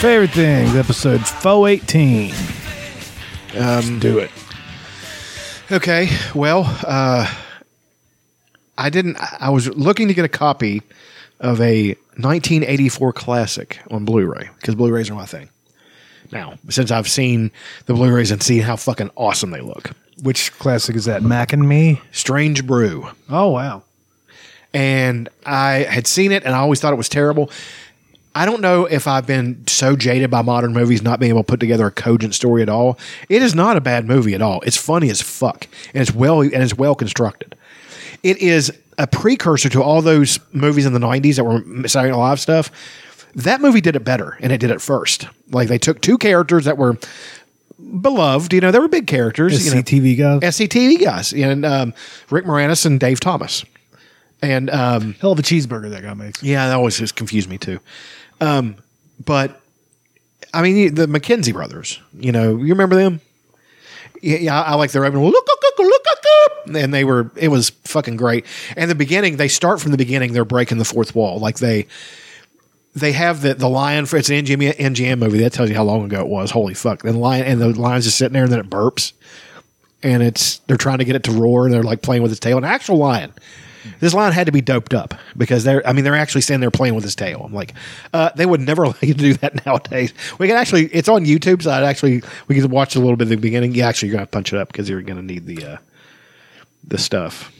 [SPEAKER 2] Favorite things, episode 418. Um, do it.
[SPEAKER 1] Okay. Well, uh, I didn't. I I was looking to get a copy of a 1984 classic on Blu-ray because Blu-rays are my thing. Now, since I've seen the Blu-rays and seen how fucking awesome they look,
[SPEAKER 2] Which classic is that? Mac and Me.
[SPEAKER 1] Strange Brew,
[SPEAKER 2] Oh wow.
[SPEAKER 1] and I had seen it, and I always thought it was terrible. I don't know if I've been so jaded by modern movies not being able to put together a cogent story at all. It is not a bad movie at all. It's funny as fuck, and it's well and it's well constructed. It is a precursor to all those movies in the '90s that were Saturday Night Live stuff. That movie did it better, and it did it first. Like they took two characters that were beloved. You know, they were big characters. you know.
[SPEAKER 2] SCTV guys.
[SPEAKER 1] SCTV E guys, and um, Rick Moranis and Dave Thomas, and um,
[SPEAKER 2] Hell of a cheeseburger that guy makes.
[SPEAKER 1] yeah, that always has confused me too. Um, but I mean, the McKenzie brothers, you know, you remember them? Yeah, yeah I like their opening. Look, look, look, look, look, look. And they were, it was fucking great. And the beginning, they start from the beginning, they're breaking the fourth wall. Like they, they have the, the lion for it's an MGM, MGM movie. That tells you how long ago it was. Holy fuck. Then lion, and the lion's just sitting there and then it burps. And it's, they're trying to get it to roar and they're like playing with its tail. An actual lion this lion had to be doped up because they're i mean they're actually standing there playing with his tail i'm like uh, they would never allow you to do that nowadays we can actually it's on youtube so i'd actually we can watch a little bit at the beginning yeah actually you're gonna punch it up because you're gonna need the uh the stuff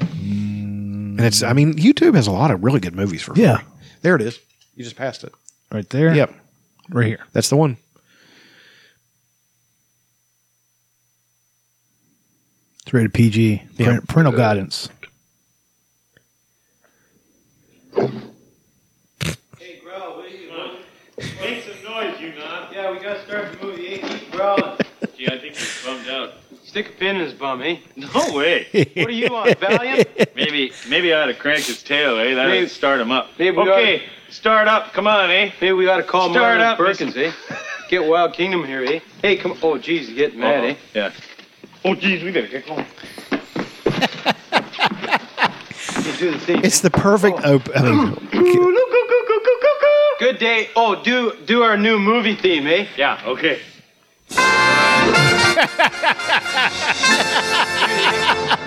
[SPEAKER 1] and it's i mean youtube has a lot of really good movies for free.
[SPEAKER 2] Yeah.
[SPEAKER 1] there it is you just passed it
[SPEAKER 2] Right there.
[SPEAKER 1] yep
[SPEAKER 2] Right here.
[SPEAKER 1] that's the one
[SPEAKER 2] It's rated PG.
[SPEAKER 1] Yeah.
[SPEAKER 2] Parent- Parental guidance.
[SPEAKER 6] Hey, growl, what are you doing? Make some noise, you knob. Yeah, we gotta start the movie. Hey, keep growling. Gee, I think he's bummed out. Stick a pin in his bum, eh? No way. what are you on, Valiant?
[SPEAKER 7] Maybe maybe I ought to crank his tail, eh? That'll
[SPEAKER 6] Maybe-
[SPEAKER 7] start him up.
[SPEAKER 6] maybe we
[SPEAKER 7] okay, start up. Come on, eh?
[SPEAKER 6] Maybe we ought to call
[SPEAKER 7] Start
[SPEAKER 6] Marlon
[SPEAKER 7] up,
[SPEAKER 6] Perkins, eh? Get Wild Kingdom here, eh? Hey, come Oh, geez, he's getting mad, eh?
[SPEAKER 7] Uh-oh. Uh-huh. Yeah. Oh, geez, we better get going.
[SPEAKER 6] You do the thing.
[SPEAKER 1] it's the perfect op- I mean,
[SPEAKER 6] Good day. Oh, do do our new movie theme, eh?
[SPEAKER 7] Yeah, okay.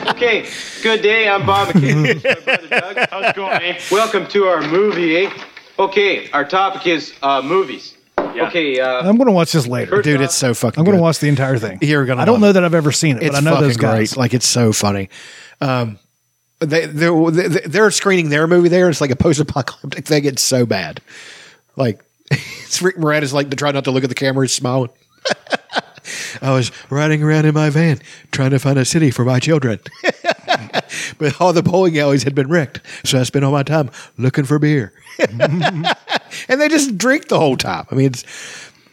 [SPEAKER 6] Okay. Good day. I'm Bob McKay. My brother Doug.
[SPEAKER 7] How's it going, eh?
[SPEAKER 6] Welcome to our movie, eh? Okay, our topic is uh, movies.
[SPEAKER 7] Yeah.
[SPEAKER 6] Okay, uh,
[SPEAKER 2] I'm gonna watch this later.
[SPEAKER 6] First-
[SPEAKER 1] dude it's so fucking
[SPEAKER 2] I'm gonna
[SPEAKER 1] good.
[SPEAKER 2] watch the entire thing.
[SPEAKER 1] You're gonna
[SPEAKER 2] I don't
[SPEAKER 1] love
[SPEAKER 2] know
[SPEAKER 1] it.
[SPEAKER 2] that I've ever seen it,
[SPEAKER 1] it's
[SPEAKER 2] but I know
[SPEAKER 1] fucking
[SPEAKER 2] those guys.
[SPEAKER 1] great. Like it's so funny. Um, they they're, they- they're screening their movie there. It's like a post-apocalyptic thing. It's so bad. Like it's Rick Moranis like to try not to look at the camera. He's smiling. I was riding around in my van trying to find a city for my children, but all the bowling alleys had been wrecked. So I spent all my time looking for beer, and they just drink the whole time. I mean, it's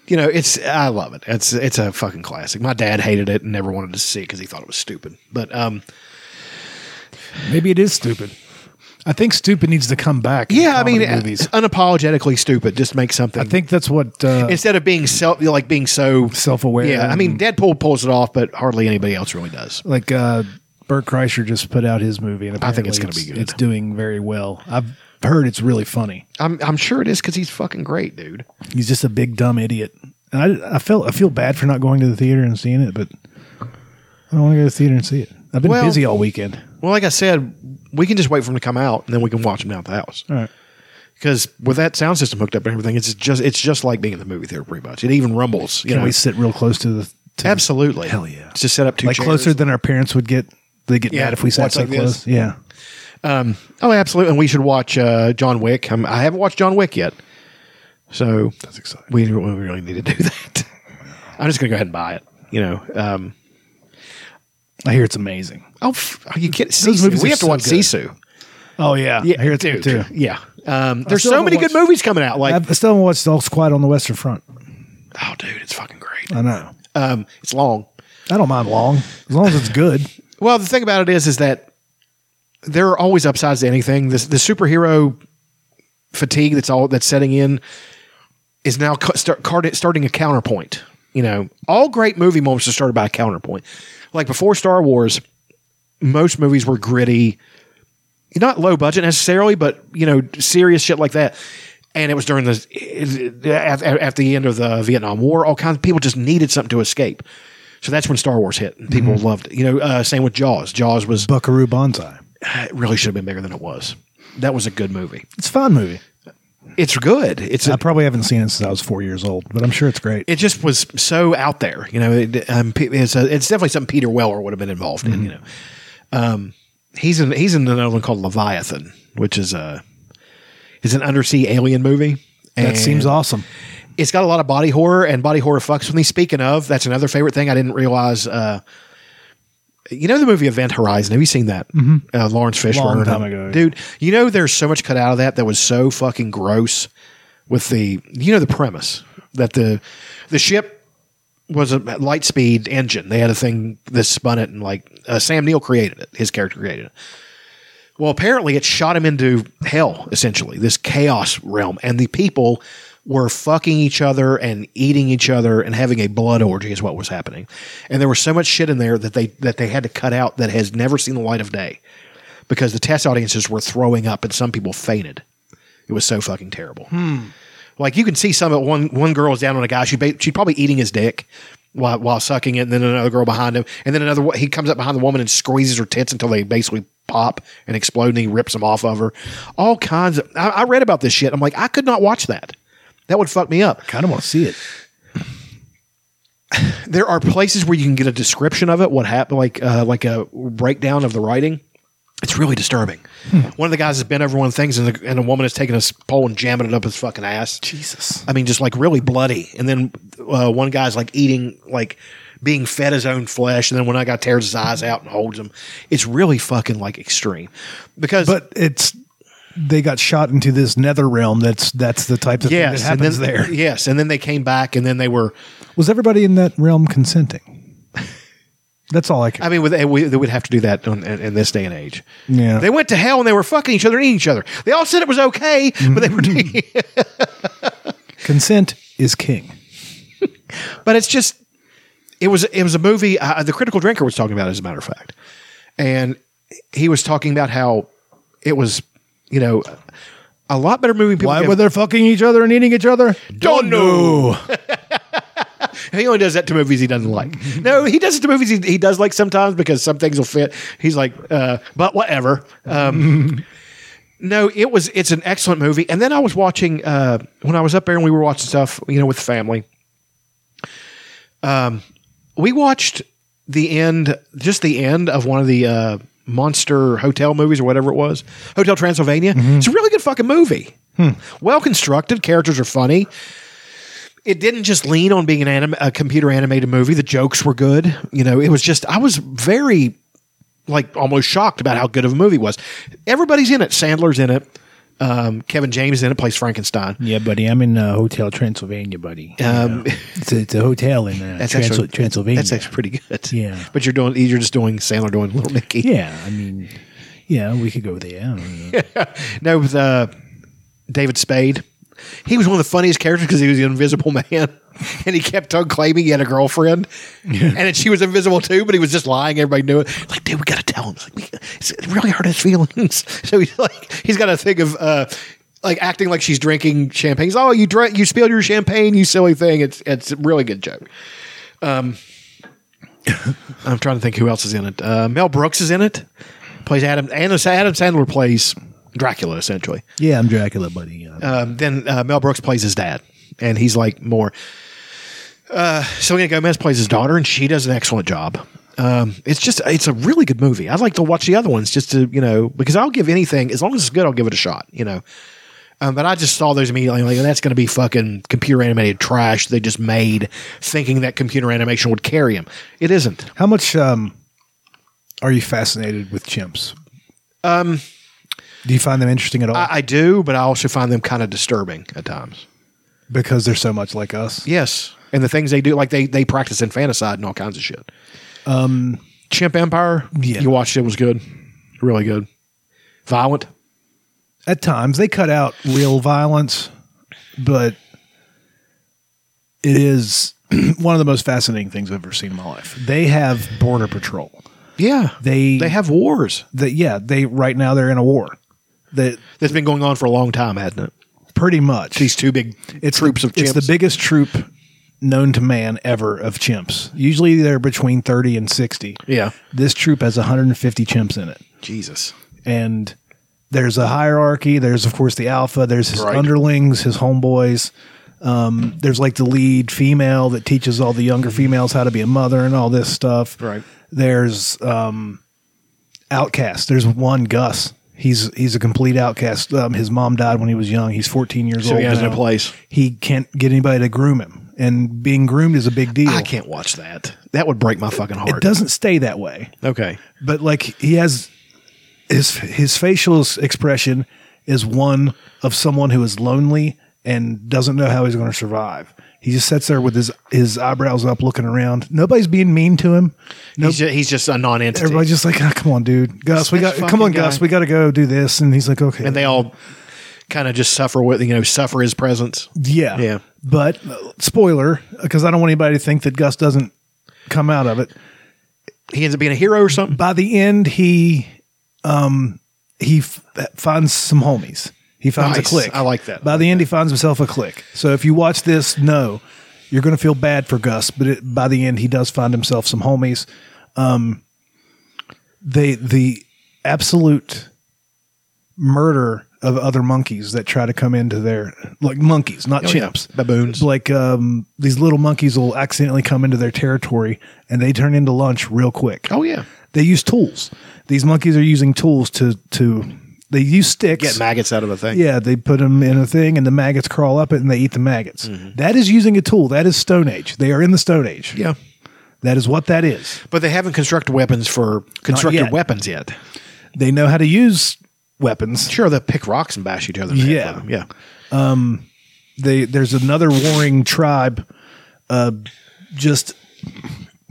[SPEAKER 1] you know, it's I love it. It's it's a fucking classic. My dad hated it and never wanted to see it because he thought it was stupid. But um,
[SPEAKER 2] Maybe it is stupid. I think stupid needs to come back. in
[SPEAKER 1] yeah, I mean, uh,
[SPEAKER 2] comedy movies.
[SPEAKER 1] unapologetically stupid. Just make something.
[SPEAKER 2] I think that's what uh,
[SPEAKER 1] instead of being self, you know, like being so
[SPEAKER 2] Self-aware
[SPEAKER 1] Yeah, I mean, Deadpool pulls it off, but hardly anybody else really does.
[SPEAKER 2] like uh, Bert Kreischer just put out his movie, and
[SPEAKER 1] I think it's
[SPEAKER 2] apparently
[SPEAKER 1] gonna be good.
[SPEAKER 2] It's doing very well. I've heard it's really funny.
[SPEAKER 1] I'm I'm sure it is because he's fucking great, dude.
[SPEAKER 2] He's just a big dumb idiot, and I I feel I feel bad for not going to the theater and seeing it, but I don't want to go to the theater and see it. I've been
[SPEAKER 1] Well-
[SPEAKER 2] busy all weekend.
[SPEAKER 1] Well, like I said, we can just wait for him to come out and then we can watch him down at the house.
[SPEAKER 2] All right.
[SPEAKER 1] Because with that sound system hooked up and everything, it's just it's just like being in the movie theater pretty much. It even rumbles. You
[SPEAKER 2] Can
[SPEAKER 1] know,
[SPEAKER 2] we sit real close to the? To the-
[SPEAKER 1] absolutely.
[SPEAKER 2] Hell yeah.
[SPEAKER 1] Just set up two
[SPEAKER 2] like
[SPEAKER 1] chairs.
[SPEAKER 2] closer than our parents would get. They get
[SPEAKER 1] Yeah,
[SPEAKER 2] mad if we sat
[SPEAKER 1] watch
[SPEAKER 2] so
[SPEAKER 1] like this.
[SPEAKER 2] close. Yeah.
[SPEAKER 1] Oh, absolutely. And we should watch uh, John Wick. I'm, I haven't watched John Wick yet. So
[SPEAKER 2] That's exciting.
[SPEAKER 1] we, we really need to do that. I'm just going to go ahead and buy it. You know, um,
[SPEAKER 2] I hear it's amazing.
[SPEAKER 1] oh, f- are you kidding?
[SPEAKER 2] Those movies
[SPEAKER 1] Sisu. We
[SPEAKER 2] are
[SPEAKER 1] have to
[SPEAKER 2] so
[SPEAKER 1] watch
[SPEAKER 2] good.
[SPEAKER 1] Sisu.
[SPEAKER 2] Oh yeah. I hear it's good
[SPEAKER 1] dude.
[SPEAKER 2] too.
[SPEAKER 1] Yeah. Um, there's
[SPEAKER 2] still
[SPEAKER 1] so
[SPEAKER 2] haven't
[SPEAKER 1] many good
[SPEAKER 2] watched-
[SPEAKER 1] movies coming out. Like,
[SPEAKER 2] I've still haven't watched All Quiet on the Western Front.
[SPEAKER 1] oh, dude, it's fucking great.
[SPEAKER 2] I know.
[SPEAKER 1] Um, it's long.
[SPEAKER 2] I don't mind long as long as it's good.
[SPEAKER 1] Well, the thing about it is, is that there are always upsides to anything. This the superhero fatigue that's all that's setting in is now cu- start, card, starting a counterpoint. You know, all great movie moments are started by a counterpoint. Like before Star Wars, most movies were gritty, not low budget necessarily, but you know, serious shit like that. And it was during the at, at the end of the Vietnam War. All kinds of people just needed something to escape. So that's when Star Wars hit. And people loved it. You know, uh, same with Jaws. Jaws was
[SPEAKER 2] Buckaroo Banzai.
[SPEAKER 1] it really should have been bigger than it was. That was a good movie.
[SPEAKER 2] It's a fun movie.
[SPEAKER 1] It's good. It's
[SPEAKER 2] I probably haven't seen it since I was four years old, but I'm sure it's great.
[SPEAKER 1] it just was so out there. You know, it, um, pe- it's, a, it's definitely something Peter Weller would have been involved in.
[SPEAKER 2] Mhm.
[SPEAKER 1] You know, um, he's in he's in another one called Leviathan, which is a is an undersea alien movie.
[SPEAKER 2] that seems
[SPEAKER 1] And
[SPEAKER 2] awesome.
[SPEAKER 1] It's got a lot of body horror, and body horror fucks with me. Speaking of, that's another favorite thing I didn't realize. Uh, you know the movie Event Horizon? Have you seen that? Mm-hmm. Uh, Lawrence Fishburne,
[SPEAKER 2] Long time ago.
[SPEAKER 1] dude. You know there's so much cut out of that that was so fucking gross with the you know the premise that the the ship was a light speed engine. They had a thing that spun it, and like uh, Sam Neill created it. His character created it. Well, apparently it shot him into hell, essentially this chaos realm, and the people were fucking each other and eating each other and having a blood orgy is what was happening. And there was so much shit in there that they that they had to cut out that has never seen the light of day because the test audiences were throwing up and some people fainted. It was so fucking terrible. Like you can see some of it, one one girl is down on a guy. She ba- she's probably eating his dick while while sucking it, and then another girl behind him, and then another wo- he comes up behind the woman and squeezes her tits until they basically pop and explode, and he rips them off of her. All kinds of I, I read about this shit. I'm like I could not watch that. That would fuck me up.
[SPEAKER 2] Kind of want to see it.
[SPEAKER 1] There are places where you can get a description of it, what happened, like uh, like a breakdown of the writing. It's really disturbing. One of the guys has bent over one of the things, and, the, and a woman has taken a s- pole and jamming it up his fucking ass.
[SPEAKER 2] Jesus.
[SPEAKER 1] I mean, just like really bloody. And then uh, one guy's like eating, like being fed his own flesh. And then one other guy tears his eyes out and holds him. It's really fucking like extreme because
[SPEAKER 2] But it's they got shot into this nether realm. That's that's the type of
[SPEAKER 1] yes,
[SPEAKER 2] thing that happens
[SPEAKER 1] and then
[SPEAKER 2] there.
[SPEAKER 1] yes, and then they came back, and then they were.
[SPEAKER 2] Was everybody in that realm consenting? That's all I can.
[SPEAKER 1] I mean, with we, they would have to do that on, in, in this day and age.
[SPEAKER 2] Yeah.
[SPEAKER 1] they went to hell and they were fucking each other and eating each other. They all said it was okay, but they were.
[SPEAKER 2] Consent is king.
[SPEAKER 1] but it's just it was it was a movie uh, the critical drinker was talking about it, as a matter of fact and he was talking about how it was you know a lot better movie people give-
[SPEAKER 2] they fucking each other and eating each other?
[SPEAKER 1] don't know he only does that to movies he doesn't like no he does it to movies he, he does like sometimes because some things will fit he's like uh, but whatever um, no it was it's an excellent movie and then i was watching uh, when i was up there and we were watching stuff you know with the family um, we watched the end, just the end of one of the uh, monster hotel movies or whatever it was, Hotel Transylvania. It's a really good fucking movie. Well constructed, characters are funny. It didn't just lean on being an anim- a computer animated movie. The jokes were good. You know, it was just I was very like almost shocked about how good of a movie it was. Everybody's in it. Sandler's in it. Um, Kevin James is in it. Plays Frankenstein.
[SPEAKER 8] Yeah, buddy, I'm in uh, Hotel Transylvania, buddy.
[SPEAKER 1] Um,
[SPEAKER 8] It's a, it's a hotel in uh,
[SPEAKER 1] That's
[SPEAKER 8] Trans-
[SPEAKER 1] actually-
[SPEAKER 8] Transylvania.
[SPEAKER 1] That's actually pretty good.
[SPEAKER 8] Yeah.
[SPEAKER 1] but you're doing you're just doing Sandler doing Little Nicky.
[SPEAKER 8] yeah, I mean, yeah, we could go there. I don't know.
[SPEAKER 1] No, with uh, David Spade. He was one of the funniest characters because he was the Invisible Man, and he kept on claiming he had a girlfriend, and that she was invisible too. But he was just lying. Everybody knew it. Like, dude, we gotta tell him. It's, like, we- it's- it really hurt his feelings. So he's like, he's got a thing of uh, like acting like she's drinking champagne. He's, oh, you drank, you spilled your champagne, you silly thing. It's it's a really good joke. Um, I'm trying to think who else is in it. Uh, Mel Brooks is in it. Plays Adam and Adam Sandler plays Dracula essentially.
[SPEAKER 8] yeah, I'm Dracula, buddy. Uh,
[SPEAKER 1] Um, then uh, Mel Brooks plays his dad, and he's like more. Uh, Selena Gomez plays his daughter, and she does an excellent job. Um, it's just it's a really good movie. I'd like to watch the other ones just to you know because I'll give anything as long as it's good. I'll give it a shot. You know. Um, but I just saw those immediately. Like, that's going to be fucking computer animated trash they just made, thinking that computer animation would carry him. It isn't.
[SPEAKER 2] How much um, are you fascinated with chimps? Um, do you find them interesting at all?
[SPEAKER 1] I, I do, but I also find them kind of disturbing at times.
[SPEAKER 2] because they're so much like us.
[SPEAKER 1] Yes, and the things they do, like they they practice infanticide and all kinds of shit. Um, Chimp Empire.
[SPEAKER 2] Um, Yeah.
[SPEAKER 1] you watched it was good, really good, violent.
[SPEAKER 2] At times, they cut out real violence, but it is one of the most fascinating things I've ever seen in my life. They have border patrol.
[SPEAKER 1] Yeah.
[SPEAKER 2] They-
[SPEAKER 1] they have wars.
[SPEAKER 2] That yeah, they right now they're in a war. That
[SPEAKER 1] That's been going on for a long time, hasn't it?
[SPEAKER 2] pretty much
[SPEAKER 1] These two big
[SPEAKER 2] it's
[SPEAKER 1] troops of
[SPEAKER 2] It's
[SPEAKER 1] chimps.
[SPEAKER 2] the biggest troop known to man ever of chimps. Usually they're between 30 and 60.
[SPEAKER 1] Yeah.
[SPEAKER 2] This troop has 150 chimps in it.
[SPEAKER 1] Jesus.
[SPEAKER 2] And there's a hierarchy. There's, of course, the alpha. There's his
[SPEAKER 1] Right.
[SPEAKER 2] underlings, his homeboys. Um, there's like the lead female that teaches all the younger females how to be a mother and all this stuff.
[SPEAKER 1] Right.
[SPEAKER 2] There's um, outcast. There's one Gus. He's he's a complete outcast. Um, his mom died when he was young. He's 14 years
[SPEAKER 1] So
[SPEAKER 2] old.
[SPEAKER 1] he has no
[SPEAKER 2] now.
[SPEAKER 1] place.
[SPEAKER 2] He can't get anybody to groom him, and being groomed is a big deal.
[SPEAKER 1] I can't watch that. That would break my fucking
[SPEAKER 2] It
[SPEAKER 1] heart.
[SPEAKER 2] doesn't stay that way,
[SPEAKER 1] Okay.
[SPEAKER 2] but like he has his his facial s- expression is one of someone who is lonely and doesn't know how he's going to survive. He just sits there with his his eyebrows up, looking around. Nobody's being mean to him. Nope.
[SPEAKER 1] He's, just, he's just a non-entity.
[SPEAKER 2] Everybody's just like, "Ah, come on, dude, Gus, we
[SPEAKER 1] This
[SPEAKER 2] got, come on,
[SPEAKER 1] fucking
[SPEAKER 2] Gus,
[SPEAKER 1] guy."
[SPEAKER 2] we got to go do this, and he's like, okay,
[SPEAKER 1] and they all kind of just suffer with you know suffer his presence.
[SPEAKER 2] yeah,
[SPEAKER 1] Yeah.
[SPEAKER 2] But uh, spoiler, because I don't want anybody to think that Gus doesn't come out of it.
[SPEAKER 1] He ends up being a hero or something.
[SPEAKER 2] By the end, he, um, he f- finds some homies. He finds
[SPEAKER 1] Nice.
[SPEAKER 2] a clique.
[SPEAKER 1] I like that.
[SPEAKER 2] By the end, he finds himself a clique. So if you watch this, no, you're going to feel bad for Gus, but it, by the end, he does find himself some homies. Um, they the absolute murder of other monkeys that try to come into their like monkeys, not
[SPEAKER 1] Oh, yeah.
[SPEAKER 2] chimps,
[SPEAKER 1] Baboons.
[SPEAKER 2] Like um, these little monkeys will accidentally come into their territory and they turn into lunch real quick.
[SPEAKER 1] Oh yeah,
[SPEAKER 2] They use tools. These monkeys are using tools to to they use sticks.
[SPEAKER 1] get maggots out of a thing.
[SPEAKER 2] Yeah, they put them in a thing, and the maggots crawl up it, and they eat the maggots. That is using a tool. That is Stone Age. They are in the Stone Age.
[SPEAKER 1] Mm-hmm. yeah.
[SPEAKER 2] That is what that is.
[SPEAKER 1] But they haven't constructed weapons for constructed
[SPEAKER 2] yet.
[SPEAKER 1] weapons yet.
[SPEAKER 2] They know how to use weapons.
[SPEAKER 1] Sure, they'll pick rocks and bash each other. in the head
[SPEAKER 2] Yeah.
[SPEAKER 1] with them. yeah.
[SPEAKER 2] They there's another warring tribe, uh, just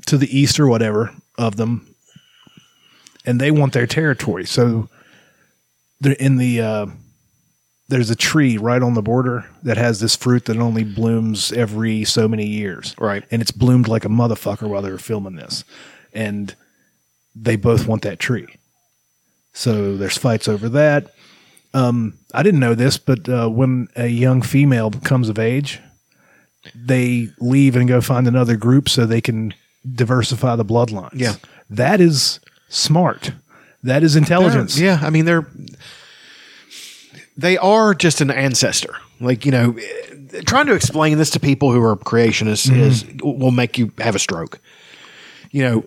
[SPEAKER 2] to the east or whatever of them, and they want their territory. So they're in the. Uh, there's a tree right on the border that has this fruit that only blooms every so many years.
[SPEAKER 1] Right.
[SPEAKER 2] And it's bloomed like a motherfucker while they were filming this. And they both want that tree. So there's fights over that. Um, I didn't know this, but uh, when a young female comes of age, they leave and go find another group so they can diversify the bloodlines.
[SPEAKER 1] Yeah.
[SPEAKER 2] That is smart. That is intelligence.
[SPEAKER 1] Yeah, I mean they're they are just an ancestor. Like you know, eh, trying to explain this to people who are creationists
[SPEAKER 2] Mm-hmm.
[SPEAKER 1] is will make you have a stroke. You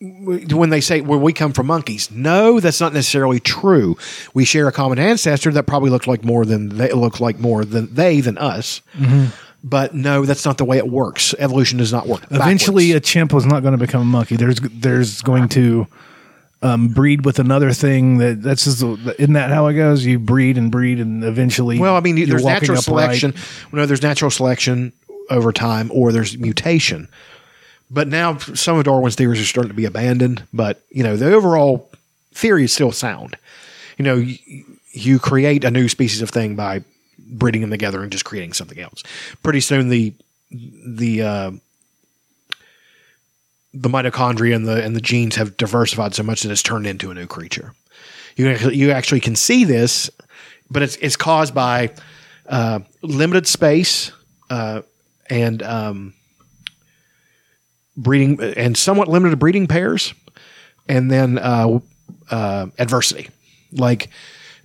[SPEAKER 1] know, w- when they say "Well, we come from monkeys," no, that's not necessarily true. We share a common ancestor that probably looked like more than they looked like more than they than us.
[SPEAKER 2] Mm-hmm.
[SPEAKER 1] But no, that's not the way it works. Evolution does not work.
[SPEAKER 2] Eventually,
[SPEAKER 1] backwards.
[SPEAKER 2] a chimp was not going to become a monkey. There's there's going to um, breed with another thing. That that's just isn't that how it goes? You breed and breed, and eventually,
[SPEAKER 1] Well, I mean,
[SPEAKER 2] you're
[SPEAKER 1] there's
[SPEAKER 2] walking
[SPEAKER 1] natural
[SPEAKER 2] upright.
[SPEAKER 1] selection. No, there's natural selection over time, or there's mutation. But now some of Darwin's theories are starting to be abandoned. But you know, the overall theory is still sound. You know, you, you create a new species of thing by breeding them together and just creating something else. Pretty soon, the the uh, the mitochondria and the and the genes have diversified so much that it's turned into a new creature. You actually, you actually can see this, but it's it's caused by uh, limited space uh, and um, breeding and somewhat limited breeding pairs, and then uh, uh, adversity. Like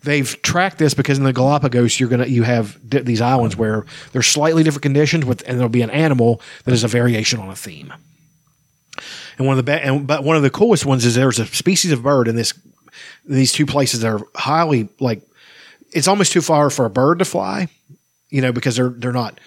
[SPEAKER 1] they've tracked this because in the Galapagos you're gonna you have di- these islands where there's slightly different conditions with and there'll be an animal that is a variation on a theme. And one of the be- and, but one of the coolest ones is there's a species of bird in this these two places that are highly like it's almost too far for a bird to fly, you know, because they're they're not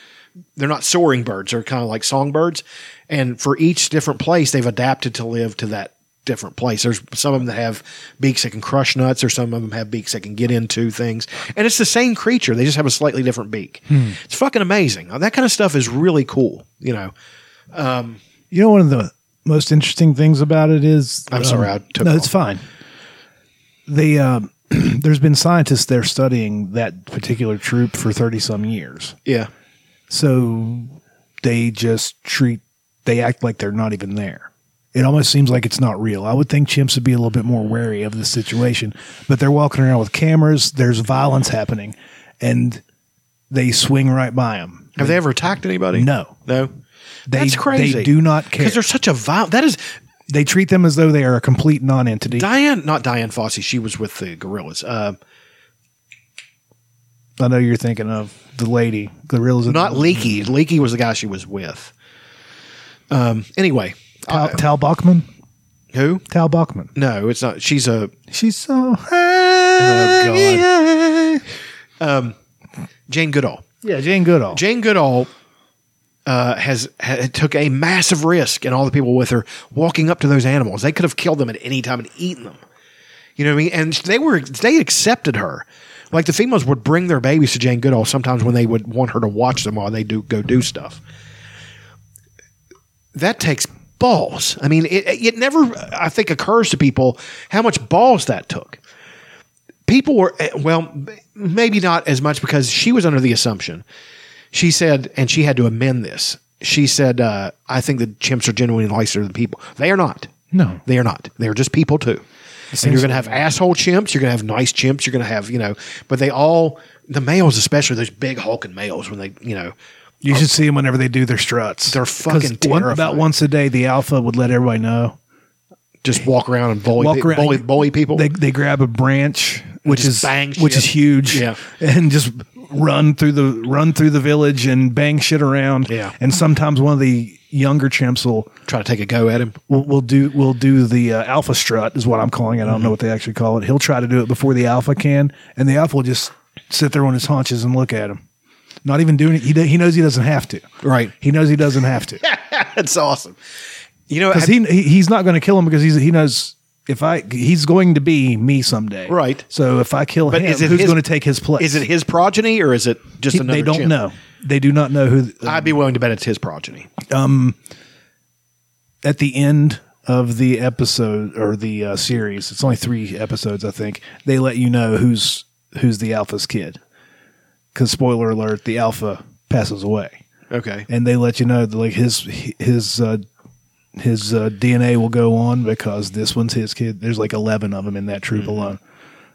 [SPEAKER 1] they're not soaring birds. They're kind of like songbirds, and for each different place, they've adapted to live to that different place. There's some of them that have beaks that can crush nuts, or some of them have beaks that can get into things, and it's the same creature. They just have a slightly different beak. It's fucking amazing. That kind of stuff is really cool. You know,
[SPEAKER 2] You know, one of the most interesting things about it is um,
[SPEAKER 1] I'm sorry, I took
[SPEAKER 2] no,
[SPEAKER 1] off.
[SPEAKER 2] it's fine. They um, there's been scientists there studying that particular troop for thirty some years.
[SPEAKER 1] yeah,
[SPEAKER 2] So they just treat they act like they're not even there. it almost seems like it's not real. I would think chimps would be a little bit more wary of this situation, but they're walking around with cameras. There's violence happening, and they swing right by them.
[SPEAKER 1] Have they ever attacked anybody?
[SPEAKER 2] No.
[SPEAKER 1] No.
[SPEAKER 2] They,
[SPEAKER 1] That's crazy.
[SPEAKER 2] They do not care.
[SPEAKER 1] Because they're such a violent. That is
[SPEAKER 2] They treat them as though they are a complete non-entity.
[SPEAKER 1] Diane, not Diane Fossey. She was with the gorillas. Uh,
[SPEAKER 2] I know you're thinking of the lady, gorillas, in-
[SPEAKER 1] not Leaky. Leaky was the guy she was with. Um. Anyway,
[SPEAKER 2] Tal, Tal Bachman.
[SPEAKER 1] who?
[SPEAKER 2] Tal Bachman.
[SPEAKER 1] No, it's not. She's a
[SPEAKER 2] She's so
[SPEAKER 1] Oh, Um, Jane Goodall.
[SPEAKER 2] Yeah, Jane Goodall.
[SPEAKER 1] Jane Goodall uh, has, ha took a massive risk, and all the people with her walking up to those animals. They could have killed them at any time and eaten them. You know what I mean? And they were they accepted her. Like the females would bring their babies to Jane Goodall sometimes when they would want her to watch them while they do go do stuff. That takes balls. I mean, it, it never I think occurs to people how much balls that took people were eh, well m- maybe not as much because she was under the assumption she said and she had to amend this she said uh, i think the chimps are genuinely nicer than people they are not
[SPEAKER 2] No.
[SPEAKER 1] they are not they're just people too and you're going to have asshole chimps you're going to have nice chimps you're going to have you know but they all the males especially those big hulking males when they you know
[SPEAKER 2] You should see them whenever they do their struts.
[SPEAKER 1] They're
[SPEAKER 2] 'Cause
[SPEAKER 1] fucking
[SPEAKER 2] one-
[SPEAKER 1] terrifying.
[SPEAKER 2] about once a day, the alpha would let everybody know.
[SPEAKER 1] just walk around and bully,
[SPEAKER 2] Walk
[SPEAKER 1] pe-
[SPEAKER 2] around-
[SPEAKER 1] bully, bully people
[SPEAKER 2] They they grab a branch, which
[SPEAKER 1] just
[SPEAKER 2] is
[SPEAKER 1] bang
[SPEAKER 2] which
[SPEAKER 1] shit.
[SPEAKER 2] is huge,
[SPEAKER 1] Yeah.
[SPEAKER 2] and just run through the run through the village and bang shit around.
[SPEAKER 1] Yeah.
[SPEAKER 2] and sometimes one of the younger chimps will
[SPEAKER 1] try to take a go at him
[SPEAKER 2] will, will do will do the uh, alpha strut is what I'm calling it. I don't
[SPEAKER 1] Mm-hmm.
[SPEAKER 2] know what they actually call it. He'll try to do it before the alpha can, and the alpha will just sit there on his haunches and look at him, not even doing it. He do- he knows he doesn't have to.
[SPEAKER 1] Right.
[SPEAKER 2] He knows he doesn't have to.
[SPEAKER 1] that's awesome you know
[SPEAKER 2] because he, he he's not going to kill him because he's he knows if I he's going to be me someday,
[SPEAKER 1] Right.
[SPEAKER 2] So if I kill
[SPEAKER 1] But
[SPEAKER 2] him,
[SPEAKER 1] is it
[SPEAKER 2] who's
[SPEAKER 1] his-
[SPEAKER 2] going to take his place?
[SPEAKER 1] is it his progeny or is it just
[SPEAKER 2] He-
[SPEAKER 1] another
[SPEAKER 2] they don't
[SPEAKER 1] chimp?
[SPEAKER 2] know. They do not know who.
[SPEAKER 1] I'd be willing to bet it's his progeny.
[SPEAKER 2] at the end of the episode or the uh, series, it's only three episodes, I think. They let you know who's who's the alpha's kid. Because spoiler alert, the alpha passes away,
[SPEAKER 1] Okay.
[SPEAKER 2] and they let you know that like his his uh, his uh, DNA will go on because this one's his kid. There's like eleven of them in that troop alone.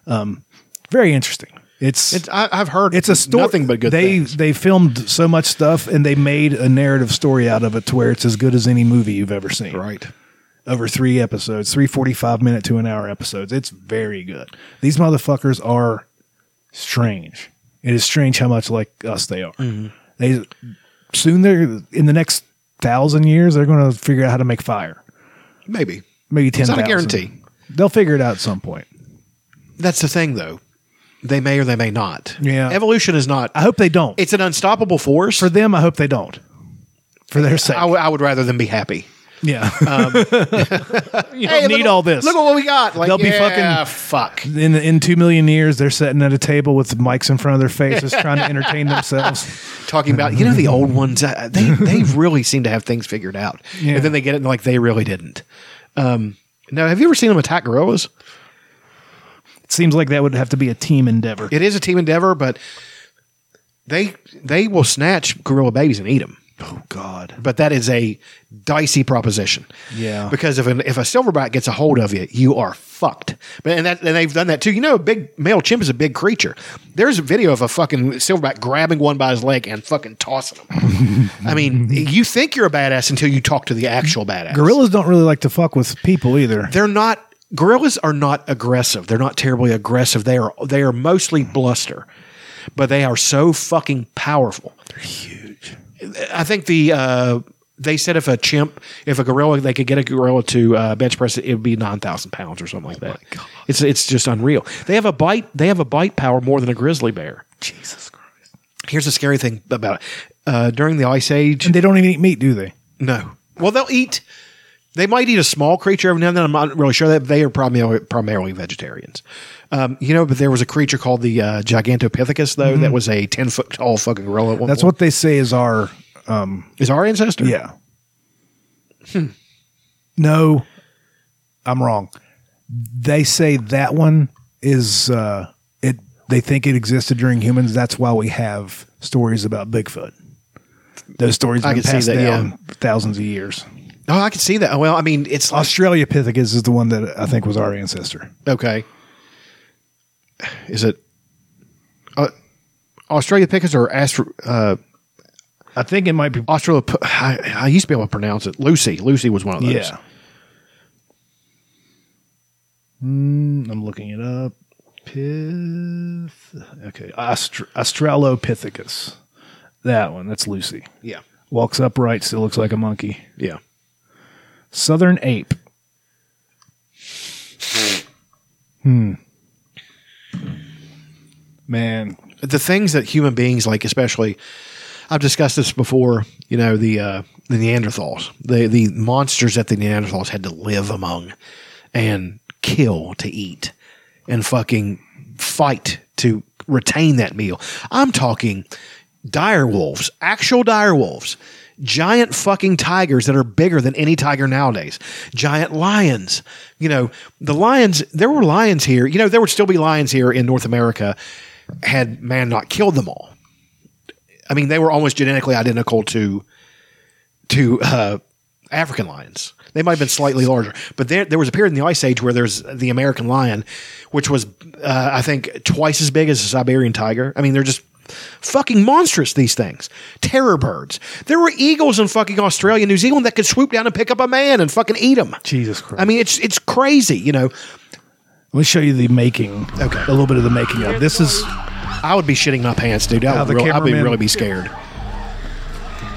[SPEAKER 2] Um, very interesting. It's
[SPEAKER 1] It's, I, I've heard
[SPEAKER 2] it's a story.
[SPEAKER 1] Nothing but good
[SPEAKER 2] They
[SPEAKER 1] things.
[SPEAKER 2] they filmed so much stuff, and they made a narrative story out of it to where it's as good as any movie you've ever seen.
[SPEAKER 1] Right.
[SPEAKER 2] Over three episodes, three forty-five minute to an hour episodes. It's very good. These motherfuckers are strange. It is strange how much like us they are.
[SPEAKER 1] Mm-hmm.
[SPEAKER 2] They soon they're in the next thousand years they're going to figure out how to make fire.
[SPEAKER 1] Maybe.
[SPEAKER 2] Maybe ten.
[SPEAKER 1] It's not a guarantee.
[SPEAKER 2] They'll figure it out at some point.
[SPEAKER 1] That's the thing, though. They may or they may not.
[SPEAKER 2] Yeah.
[SPEAKER 1] Evolution is not.
[SPEAKER 2] I hope they don't.
[SPEAKER 1] It's an unstoppable force.
[SPEAKER 2] for them. I hope they don't. For their sake,
[SPEAKER 1] I, w- I would rather them be happy.
[SPEAKER 2] Yeah. Um, you don't need
[SPEAKER 1] look, at-
[SPEAKER 2] all this.
[SPEAKER 1] Look at what we got. Like,
[SPEAKER 2] They'll be
[SPEAKER 1] yeah, fuck.
[SPEAKER 2] in, in two million years, they're sitting at a table with mics in front of their faces, trying to entertain themselves.
[SPEAKER 1] Talking about you know the old ones. uh, They they really seem to have things figured out,
[SPEAKER 2] Yeah.
[SPEAKER 1] and then they get it and like they really didn't. Um, now, have you ever seen them attack gorillas?
[SPEAKER 2] It seems like that would have to be a team endeavor.
[SPEAKER 1] It is a team endeavor, but they they will snatch gorilla babies and eat them.
[SPEAKER 2] oh God!
[SPEAKER 1] but that is a dicey proposition.
[SPEAKER 2] Yeah.
[SPEAKER 1] Because if an, if a silverback gets a hold of you, you are fucked. But and that and they've done that too. You know, a big male chimp is a big creature. There's a video of a fucking silverback grabbing one by his leg and fucking tossing him. I mean, you think you're a badass until you talk to the actual badass.
[SPEAKER 2] Gorillas don't really like to fuck with people either.
[SPEAKER 1] They're not gorillas are not aggressive. They're not terribly aggressive. They are they are mostly
[SPEAKER 2] Mm-hmm.
[SPEAKER 1] bluster. But they are so fucking powerful. I think the uh, they said if a chimp, if a gorilla, they could get a gorilla to uh, bench press it, it would be nine thousand pounds or something like
[SPEAKER 2] Oh
[SPEAKER 1] that. It's it's just unreal. They have a bite. They have a bite power more than a grizzly bear.
[SPEAKER 2] Jesus Christ!
[SPEAKER 1] Here's the scary thing about it. Uh, during the ice age,
[SPEAKER 2] And they don't even eat meat, do they?
[SPEAKER 1] no. Well, they'll eat. They might eat a small creature every now and then. I'm not really sure that they are primarily primarily vegetarians. Um, you know, but there was a creature called the uh, Gigantopithecus though that was a ten foot tall fucking gorilla. At one
[SPEAKER 2] Mm-hmm. That's
[SPEAKER 1] point.
[SPEAKER 2] what they say is our
[SPEAKER 1] is our ancestor.
[SPEAKER 2] yeah. No, I'm wrong. They say that one is uh, it. They think it existed during humans. That's why we have stories about Bigfoot. Those stories
[SPEAKER 1] I
[SPEAKER 2] have been
[SPEAKER 1] can see
[SPEAKER 2] passed
[SPEAKER 1] that,
[SPEAKER 2] down thousands of years.
[SPEAKER 1] Oh, I can see that. Well, I mean, it's like,
[SPEAKER 2] Australopithecus is the one that I think was our ancestor.
[SPEAKER 1] okay. Is it uh, Australopithecus or Astro? Uh,
[SPEAKER 2] I think it might be.
[SPEAKER 1] Australop- I, I used to be able to pronounce it. Lucy. Lucy was one of those.
[SPEAKER 2] Yeah. Mm, I'm looking it up. Pith. Okay. Austr- Australopithecus. That one. That's Lucy.
[SPEAKER 1] Yeah.
[SPEAKER 2] Walks upright, still looks like a monkey.
[SPEAKER 1] Yeah.
[SPEAKER 2] Southern ape. Hmm. Man.
[SPEAKER 1] the things that human beings like, especially, I've discussed this before. You know the uh, the Neanderthals, the the monsters that the Neanderthals had to live among, and kill to eat, and fucking fight to retain that meal. I'm talking dire wolves, actual dire wolves, giant fucking tigers that are bigger than any tiger nowadays, giant lions. You know, the lions, there were lions here. You know, there would still be lions here in North America had man not killed them all. I mean, they were almost genetically identical to to uh, African lions. They might have been slightly larger, but there there was a period in the Ice Age where there's the American lion, which was uh, I think twice as big as a Siberian tiger. I mean, they're just fucking monstrous. These things, terror birds. There were eagles in fucking Australia, and New Zealand that could swoop down and pick up a man and fucking eat him.
[SPEAKER 2] Jesus Christ.
[SPEAKER 1] I mean, it's it's crazy. You know,
[SPEAKER 2] Let me show you the making.
[SPEAKER 1] Okay.
[SPEAKER 2] A little bit of the making of. This is,
[SPEAKER 1] I would be shitting my pants, dude. I
[SPEAKER 2] Now
[SPEAKER 1] would
[SPEAKER 2] the
[SPEAKER 1] real- I'd be
[SPEAKER 2] cameraman-
[SPEAKER 1] really be scared.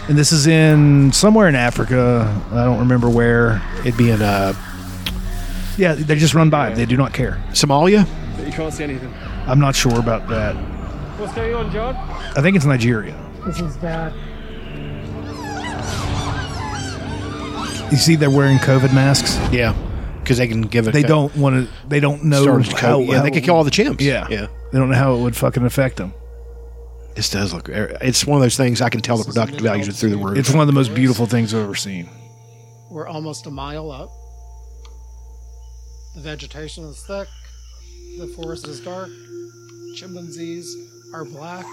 [SPEAKER 2] and this is in somewhere in Africa. I don't remember where.
[SPEAKER 1] It'd be in uh,
[SPEAKER 2] Yeah, they just run by. They do not care.
[SPEAKER 1] Somalia.
[SPEAKER 9] You can't see anything.
[SPEAKER 2] I'm not sure about that.
[SPEAKER 9] What's going on, John?
[SPEAKER 2] I think it's Nigeria.
[SPEAKER 10] This is bad.
[SPEAKER 2] You see, they're wearing COVID masks.
[SPEAKER 1] Yeah, because they can give it.
[SPEAKER 2] They
[SPEAKER 1] co-
[SPEAKER 2] don't want to. They don't know
[SPEAKER 1] start with
[SPEAKER 2] how,
[SPEAKER 1] co- yeah,
[SPEAKER 2] how
[SPEAKER 1] they
[SPEAKER 2] it
[SPEAKER 1] could kill all the chimps.
[SPEAKER 2] would- Oh, Yeah,
[SPEAKER 1] yeah.
[SPEAKER 2] They don't know how it would fucking affect them.
[SPEAKER 1] This does look. er, It's one of those things I can tell the productive values are through the roof.
[SPEAKER 2] It's one of the most beautiful things I've ever seen.
[SPEAKER 10] We're almost a mile up. The vegetation is thick. The forest is dark. Chimpanzees are black.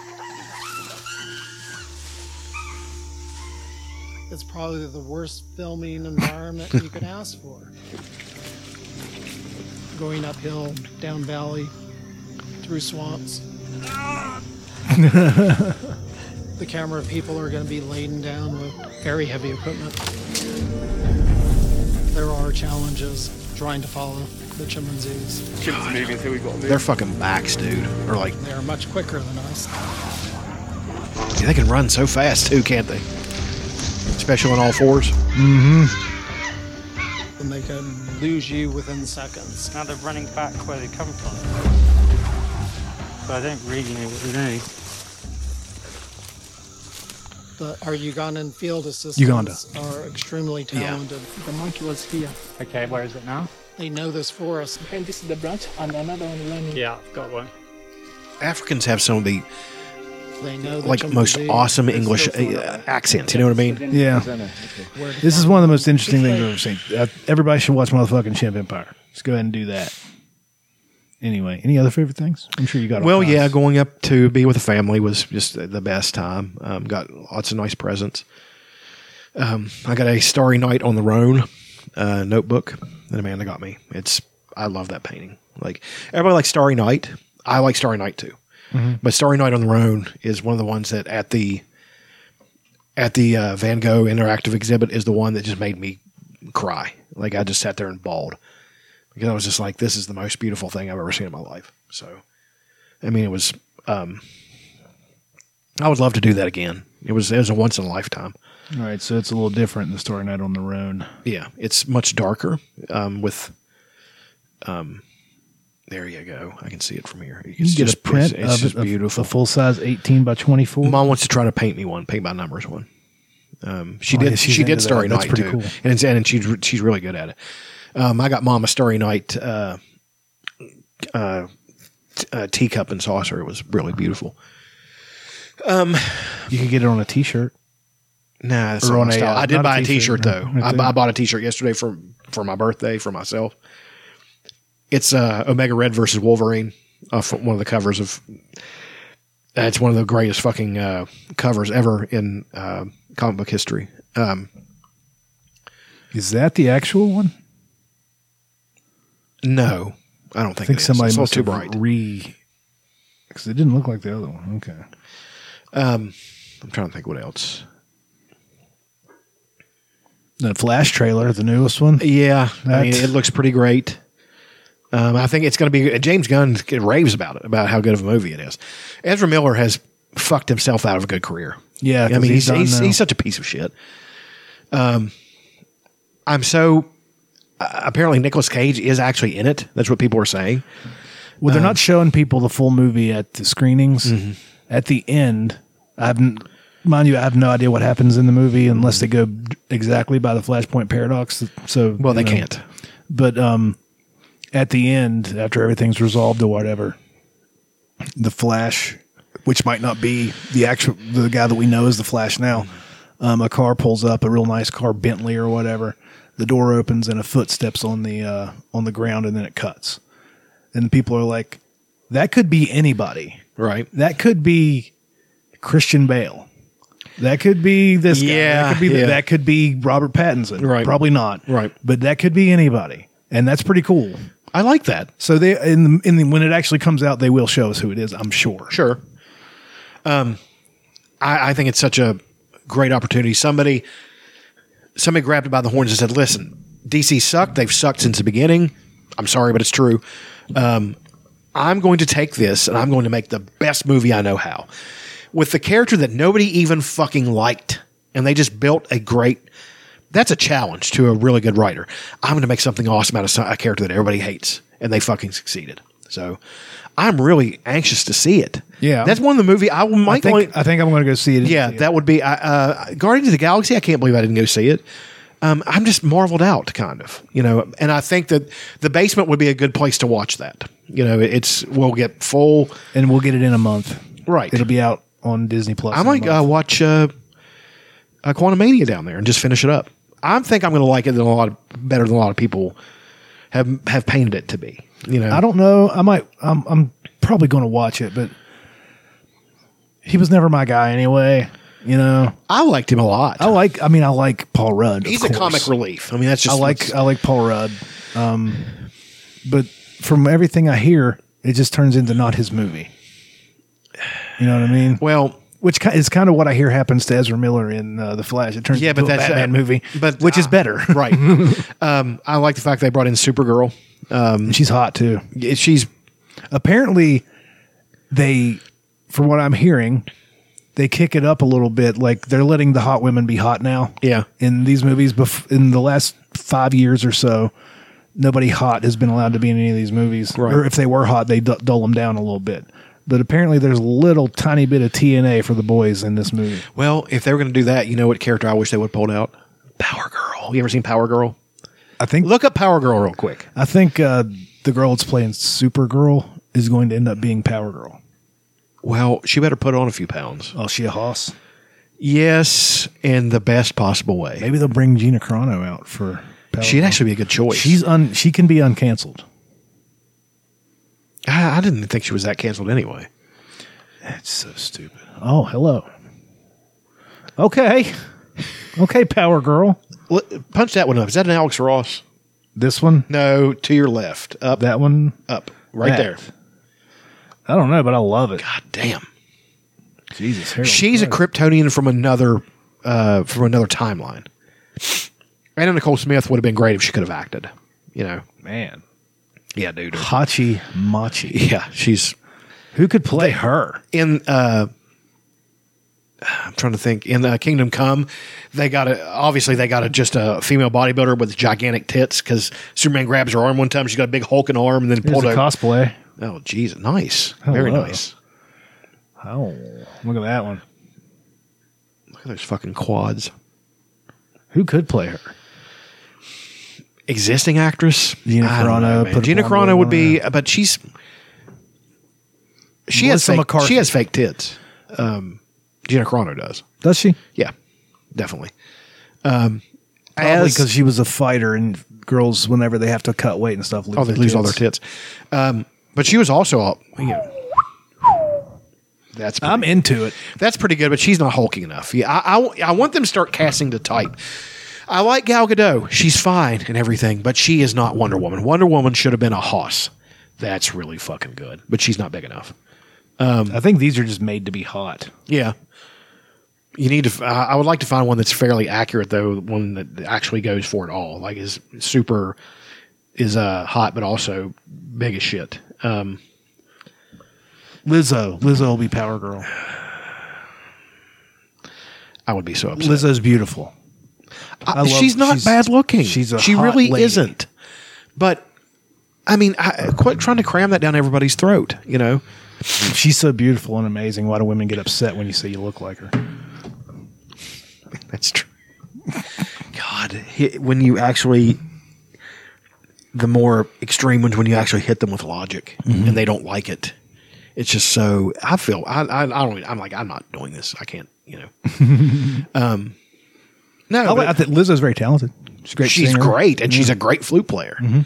[SPEAKER 10] It's probably the worst filming environment you could ask for. Going uphill, down valley, through swamps. the camera people are going to be laden down with very heavy equipment there are challenges trying to follow the chimpanzees.
[SPEAKER 9] Ship's moving, so we've got to move.
[SPEAKER 1] Their fucking backs, dude, are like
[SPEAKER 10] They are much quicker than us.
[SPEAKER 1] they can run so fast too, can't they? Especially on all fours.
[SPEAKER 10] And they can lose you within seconds.
[SPEAKER 11] Now they're running back where they come from. But I don't really know what they're doing.
[SPEAKER 10] The, our Ugandan field assistants
[SPEAKER 2] Uganda.
[SPEAKER 10] are extremely talented.
[SPEAKER 11] The monkey was here. Okay, where is it now?
[SPEAKER 10] They know this forest.
[SPEAKER 11] And this is the branch, and another one running. Yeah, I've got one.
[SPEAKER 1] Africans have some of the
[SPEAKER 10] They know the
[SPEAKER 1] like most
[SPEAKER 10] chimpanzees.
[SPEAKER 1] awesome English uh, accents. You know what I mean?
[SPEAKER 2] Yeah,
[SPEAKER 10] Where to
[SPEAKER 2] this is one of the most interesting things I've ever seen. Uh, everybody should watch motherfucking Chimp Empire. Let's go ahead and do that. Anyway, any other favorite things? I'm sure you got. all
[SPEAKER 1] Well,
[SPEAKER 2] kinds.
[SPEAKER 1] yeah, going up to be with the family was just the best time. Um, got lots of nice presents. Um, I got a Starry Night on the Rhone uh, notebook that Amanda got me. It's I love that painting. Like everybody likes Starry Night. I like Starry Night too.
[SPEAKER 2] Mm-hmm.
[SPEAKER 1] But Starry Night on the Rhone is one of the ones that at the at the uh, Van Gogh interactive exhibit is the one that just made me cry. Like I just sat there and bawled because I was just like, this is the most beautiful thing I've ever seen in my life. So. I mean, it was. Um, I would love to do that again. It was it was a once in a lifetime.
[SPEAKER 2] All right, so it's a little different than Story Night on the Rhone.
[SPEAKER 1] Yeah, it's much darker. Um, with um, there you go. I can see it from here. It's
[SPEAKER 2] You can get
[SPEAKER 1] just
[SPEAKER 2] a
[SPEAKER 1] It's,
[SPEAKER 2] print
[SPEAKER 1] it's
[SPEAKER 2] of
[SPEAKER 1] just
[SPEAKER 2] it,
[SPEAKER 1] beautiful.
[SPEAKER 2] a full size 18 by 24.
[SPEAKER 1] Mom wants to try to paint me one, paint by numbers one. Um, she
[SPEAKER 2] Oh, yeah,
[SPEAKER 1] did.
[SPEAKER 2] she's
[SPEAKER 1] She
[SPEAKER 2] into
[SPEAKER 1] did
[SPEAKER 2] that.
[SPEAKER 1] Starry
[SPEAKER 2] That's
[SPEAKER 1] Night
[SPEAKER 2] pretty
[SPEAKER 1] too,
[SPEAKER 2] cool.
[SPEAKER 1] and it's, and she's re- she's really good at it. Um, I got Mom a Starry Night uh, uh, t- uh, teacup and saucer. It was really beautiful.
[SPEAKER 2] You can get it on a T-shirt.
[SPEAKER 1] Nah, that's
[SPEAKER 2] Or
[SPEAKER 1] not
[SPEAKER 2] on
[SPEAKER 1] my
[SPEAKER 2] a,
[SPEAKER 1] style.
[SPEAKER 2] uh,
[SPEAKER 1] I did
[SPEAKER 2] not a
[SPEAKER 1] buy a
[SPEAKER 2] t-shirt,
[SPEAKER 1] T-shirt though.
[SPEAKER 2] no.
[SPEAKER 1] I,
[SPEAKER 2] Okay.
[SPEAKER 1] I bought a T-shirt yesterday for for my birthday for myself. It's uh, Omega Red versus Wolverine off one of the covers of. That's one of the greatest fucking uh, covers ever in uh, comic book history. Um,
[SPEAKER 2] Is that the actual one?
[SPEAKER 1] No, I don't
[SPEAKER 2] I
[SPEAKER 1] think,
[SPEAKER 2] think
[SPEAKER 1] it is.
[SPEAKER 2] somebody
[SPEAKER 1] It's a
[SPEAKER 2] must
[SPEAKER 1] little
[SPEAKER 2] have
[SPEAKER 1] too bright.
[SPEAKER 2] re. Because it didn't look like the other one. Okay.
[SPEAKER 1] Um, I'm trying to think what else.
[SPEAKER 2] The Flash trailer, the newest one.
[SPEAKER 1] Yeah, I mean,
[SPEAKER 2] That's-
[SPEAKER 1] it looks pretty great. Um, I think it's going to be James Gunn raves about it about how good of a movie it is. Ezra Miller has fucked himself out of a good career.
[SPEAKER 2] Yeah,
[SPEAKER 1] I
[SPEAKER 2] 'cause
[SPEAKER 1] mean
[SPEAKER 2] he's
[SPEAKER 1] he's
[SPEAKER 2] done
[SPEAKER 1] he's, he's,
[SPEAKER 2] now.
[SPEAKER 1] such a piece of shit. Um, I'm so uh, apparently Nicolas Cage is actually in it. That's what people are saying.
[SPEAKER 2] Well,
[SPEAKER 1] Um,
[SPEAKER 2] they're
[SPEAKER 1] Mm-hmm.
[SPEAKER 2] not showing people the full movie at the screenings. At the end, I've n- mind you, I have no idea what happens in the movie unless they go d- exactly by the Flashpoint paradox. So,
[SPEAKER 1] Well, they
[SPEAKER 2] you know.
[SPEAKER 1] can't.
[SPEAKER 2] But um, at the end, after everything's resolved or whatever, the Flash, which might not be the actual the guy that we know is the Flash now, um, a car pulls up, a real nice car, Bentley or whatever. The door opens and a foot steps on the uh, on the ground, and then it cuts and people are like, that could be anybody.
[SPEAKER 1] Right.
[SPEAKER 2] That could be Christian Bale. That could be this guy.
[SPEAKER 1] Yeah,
[SPEAKER 2] That could be,
[SPEAKER 1] yeah.
[SPEAKER 2] that could be Robert Pattinson.
[SPEAKER 1] Right.
[SPEAKER 2] Probably not. Right. But that could be anybody. And that's pretty cool.
[SPEAKER 1] I like that.
[SPEAKER 2] So they in the, in the, when it actually comes out, they will show us who it is. I'm sure.
[SPEAKER 1] Sure. Um, I, I think it's such a great opportunity. Somebody, somebody grabbed it by the horns and said, "Listen, DC sucked. They've sucked since the beginning. I'm sorry, but it's true. Um, I'm going to take this and I'm going to make the best movie I know how, with the character that nobody even fucking liked, and they just built a great." That's a challenge to a really good writer. I'm going to make something awesome out of some- a character that everybody hates, and they fucking succeeded. So, I'm really anxious to see it.
[SPEAKER 2] Yeah.
[SPEAKER 1] that's one of the movie I will- might.
[SPEAKER 2] I think,
[SPEAKER 1] only-
[SPEAKER 2] I think I'm going to go see it.
[SPEAKER 1] yeah, that would be uh, uh, Guardians of the Galaxy. I can't believe I didn't go see it. Um, I'm just marveled out, kind of, you know. And I think that the basement would be a good place to watch that. You know, it's we'll get full,
[SPEAKER 2] and we'll get it in a month.
[SPEAKER 1] Right,
[SPEAKER 2] it'll be out on Disney Plus.
[SPEAKER 1] I
[SPEAKER 2] in a
[SPEAKER 1] might
[SPEAKER 2] month.
[SPEAKER 1] uh, watch uh, uh, Quantumania down there and just finish it up. I think I'm going to like it than a lot of, better than a lot of people have have painted it to be. You know,
[SPEAKER 2] I don't know. I might. I'm. I'm probably going to watch it, but he was never my guy anyway. You know.
[SPEAKER 1] I liked him a lot.
[SPEAKER 2] I like. I mean, I like Paul Rudd. of
[SPEAKER 1] He's a
[SPEAKER 2] course.
[SPEAKER 1] comic relief. I mean, that's just
[SPEAKER 2] I like.
[SPEAKER 1] what's-
[SPEAKER 2] I like Paul Rudd. Um, but from everything I hear, it just turns into not his movie. You know what I mean?
[SPEAKER 1] Well,
[SPEAKER 2] which ki- is kind of what I hear happens to Ezra Miller in uh, the Flash. It turns
[SPEAKER 1] Yeah,
[SPEAKER 2] into
[SPEAKER 1] but
[SPEAKER 2] a
[SPEAKER 1] that's-
[SPEAKER 2] Batman
[SPEAKER 1] uh,
[SPEAKER 2] movie,
[SPEAKER 1] but
[SPEAKER 2] which is better,
[SPEAKER 1] right? um, I like the fact they brought in Supergirl. Um,
[SPEAKER 2] she's hot too.
[SPEAKER 1] She's
[SPEAKER 2] apparently they, from what I'm hearing, they kick it up a little bit. Like they're letting the hot women be hot now.
[SPEAKER 1] Yeah.
[SPEAKER 2] In these movies, bef- in the last five years or so, nobody hot has been allowed to be in any of these movies.
[SPEAKER 1] Right.
[SPEAKER 2] Or if they were hot, they du- dull them down a little bit. But apparently, there's a little tiny bit of TNA for the boys in this movie.
[SPEAKER 1] Well, if they were going to do that, you know what character I wish they would have pulled out? Power Girl. You ever seen Power Girl?
[SPEAKER 2] I think.
[SPEAKER 1] Look up Power Girl real quick.
[SPEAKER 2] I think uh, the girl that's playing Supergirl is going to end up being Power Girl.
[SPEAKER 1] Well, she better put on a few pounds.
[SPEAKER 2] Oh, she a hoss?
[SPEAKER 1] Yes, in the best possible way.
[SPEAKER 2] Maybe they'll bring Gina Carano out for. Power
[SPEAKER 1] She'd
[SPEAKER 2] Girl.
[SPEAKER 1] actually be a good choice.
[SPEAKER 2] She's un. She can be uncanceled.
[SPEAKER 1] I, I didn't think she was that canceled anyway.
[SPEAKER 2] That's so stupid. Oh, hello. Okay. Okay, Power Girl.
[SPEAKER 1] punch that one up. Is that an Alex Ross?
[SPEAKER 2] This one?
[SPEAKER 1] No, to your left. Up.
[SPEAKER 2] That one?
[SPEAKER 1] Up. Right
[SPEAKER 2] That.
[SPEAKER 1] there.
[SPEAKER 2] I don't know, but I love it.
[SPEAKER 1] God damn.
[SPEAKER 2] Jesus. Harold
[SPEAKER 1] She's a
[SPEAKER 2] Fred.
[SPEAKER 1] Kryptonian from another uh, from another timeline. Anna Nicole Smith would have been great if she could have acted. You know.
[SPEAKER 2] man.
[SPEAKER 1] Yeah, dude.
[SPEAKER 2] Hachi Machi.
[SPEAKER 1] Yeah, she's
[SPEAKER 2] Who could play her?
[SPEAKER 1] in uh I'm trying to think. In uh, Kingdom Come, they got a obviously they got a just a female bodybuilder with gigantic tits because Superman grabs her arm one time. She's got a big hulking arm and then
[SPEAKER 2] Here's
[SPEAKER 1] pulled
[SPEAKER 2] the
[SPEAKER 1] her.
[SPEAKER 2] cosplay.
[SPEAKER 1] oh, Jesus, nice, very
[SPEAKER 2] Hello.
[SPEAKER 1] nice.
[SPEAKER 2] Oh, look at that one.
[SPEAKER 1] Look at those fucking quads.
[SPEAKER 2] Who could play her?
[SPEAKER 1] Existing actress
[SPEAKER 2] Gina
[SPEAKER 1] I don't
[SPEAKER 2] Carano,
[SPEAKER 1] man.
[SPEAKER 2] put a
[SPEAKER 1] Gina
[SPEAKER 2] blonde
[SPEAKER 1] Carano
[SPEAKER 2] wig
[SPEAKER 1] would
[SPEAKER 2] on
[SPEAKER 1] be, but she's she
[SPEAKER 2] Melissa
[SPEAKER 1] has fake,
[SPEAKER 2] McCarthy.
[SPEAKER 1] she has fake tits. Um, Gina Carano does.
[SPEAKER 2] Does she?
[SPEAKER 1] Yeah, definitely. Um,
[SPEAKER 2] Probably
[SPEAKER 1] as-
[SPEAKER 2] because she was a fighter, and girls, whenever they have to cut weight and stuff, lose
[SPEAKER 1] oh, they
[SPEAKER 2] their
[SPEAKER 1] lose all their
[SPEAKER 2] tits.
[SPEAKER 1] tits. Um, but she was also a, you know, that's
[SPEAKER 2] I'm into it.
[SPEAKER 1] that's pretty good, but she's not hulking enough. Yeah, I, I, I want them to start casting to type. I like Gal Gadot. She's fine and everything, but she is not Wonder Woman. Wonder Woman should have been a hoss. That's really fucking good, but she's not big enough. Um,
[SPEAKER 8] I think these are just made to be hot.
[SPEAKER 1] Yeah. You need to. f- I I would like to find one that's fairly accurate, though. One that actually goes for it all, like is super, is uh hot, but also big as shit. Um,
[SPEAKER 2] Lizzo. Lizzo will be Power Girl.
[SPEAKER 1] I would be so upset.
[SPEAKER 2] Lizzo's beautiful. I love-
[SPEAKER 1] she's not
[SPEAKER 2] she's-
[SPEAKER 1] bad looking.
[SPEAKER 2] she's a
[SPEAKER 1] she
[SPEAKER 2] hot
[SPEAKER 1] really
[SPEAKER 2] lady.
[SPEAKER 1] isn't. But I mean, I, quit trying to cram that down everybody's throat. You know,
[SPEAKER 2] She's so beautiful and amazing. Why do women get upset when you say you look like her?
[SPEAKER 1] That's true.
[SPEAKER 12] God, hit, when you actually the more extreme ones when you actually hit them with logic
[SPEAKER 2] Mm-hmm.
[SPEAKER 1] Mhm.
[SPEAKER 12] and they don't like it.
[SPEAKER 1] it's just so. I feel. I. I, I don't. I'm like. I'm not doing this. I can't. You know. Um. No,
[SPEAKER 2] I, like- I
[SPEAKER 1] but-
[SPEAKER 2] think Lizzo's very talented. She's a great.
[SPEAKER 1] she's
[SPEAKER 2] singer. Mm-hmm.
[SPEAKER 1] great, and she's
[SPEAKER 2] Yeah.
[SPEAKER 1] a great flute player.
[SPEAKER 2] Mhm.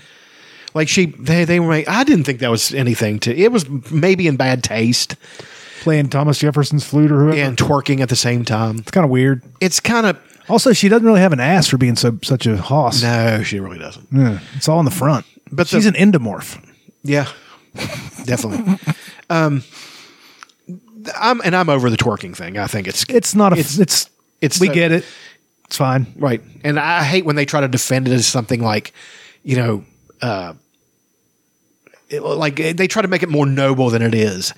[SPEAKER 1] Like she, they, they were. I didn't think that was anything to. It was maybe in bad taste.
[SPEAKER 2] playing Thomas Jefferson's flute or whoever.
[SPEAKER 1] and twerking at the same time.
[SPEAKER 2] It's kind of weird.
[SPEAKER 1] It's kind of.
[SPEAKER 2] Also, she doesn't really have an ass for being so such a hoss.
[SPEAKER 1] No, she really doesn't.
[SPEAKER 2] Yeah, it's all in the front.
[SPEAKER 1] But
[SPEAKER 2] But she's
[SPEAKER 1] the-
[SPEAKER 2] an endomorph.
[SPEAKER 1] Yeah, definitely. um, I'm and I'm over the twerking thing. I think it's
[SPEAKER 2] It's not a. It's it's, we
[SPEAKER 1] so-
[SPEAKER 2] get it. It's fine.
[SPEAKER 1] Right. And I hate when they try to defend it as something like, you know, uh, it- like eh, they try to make it more noble than it is.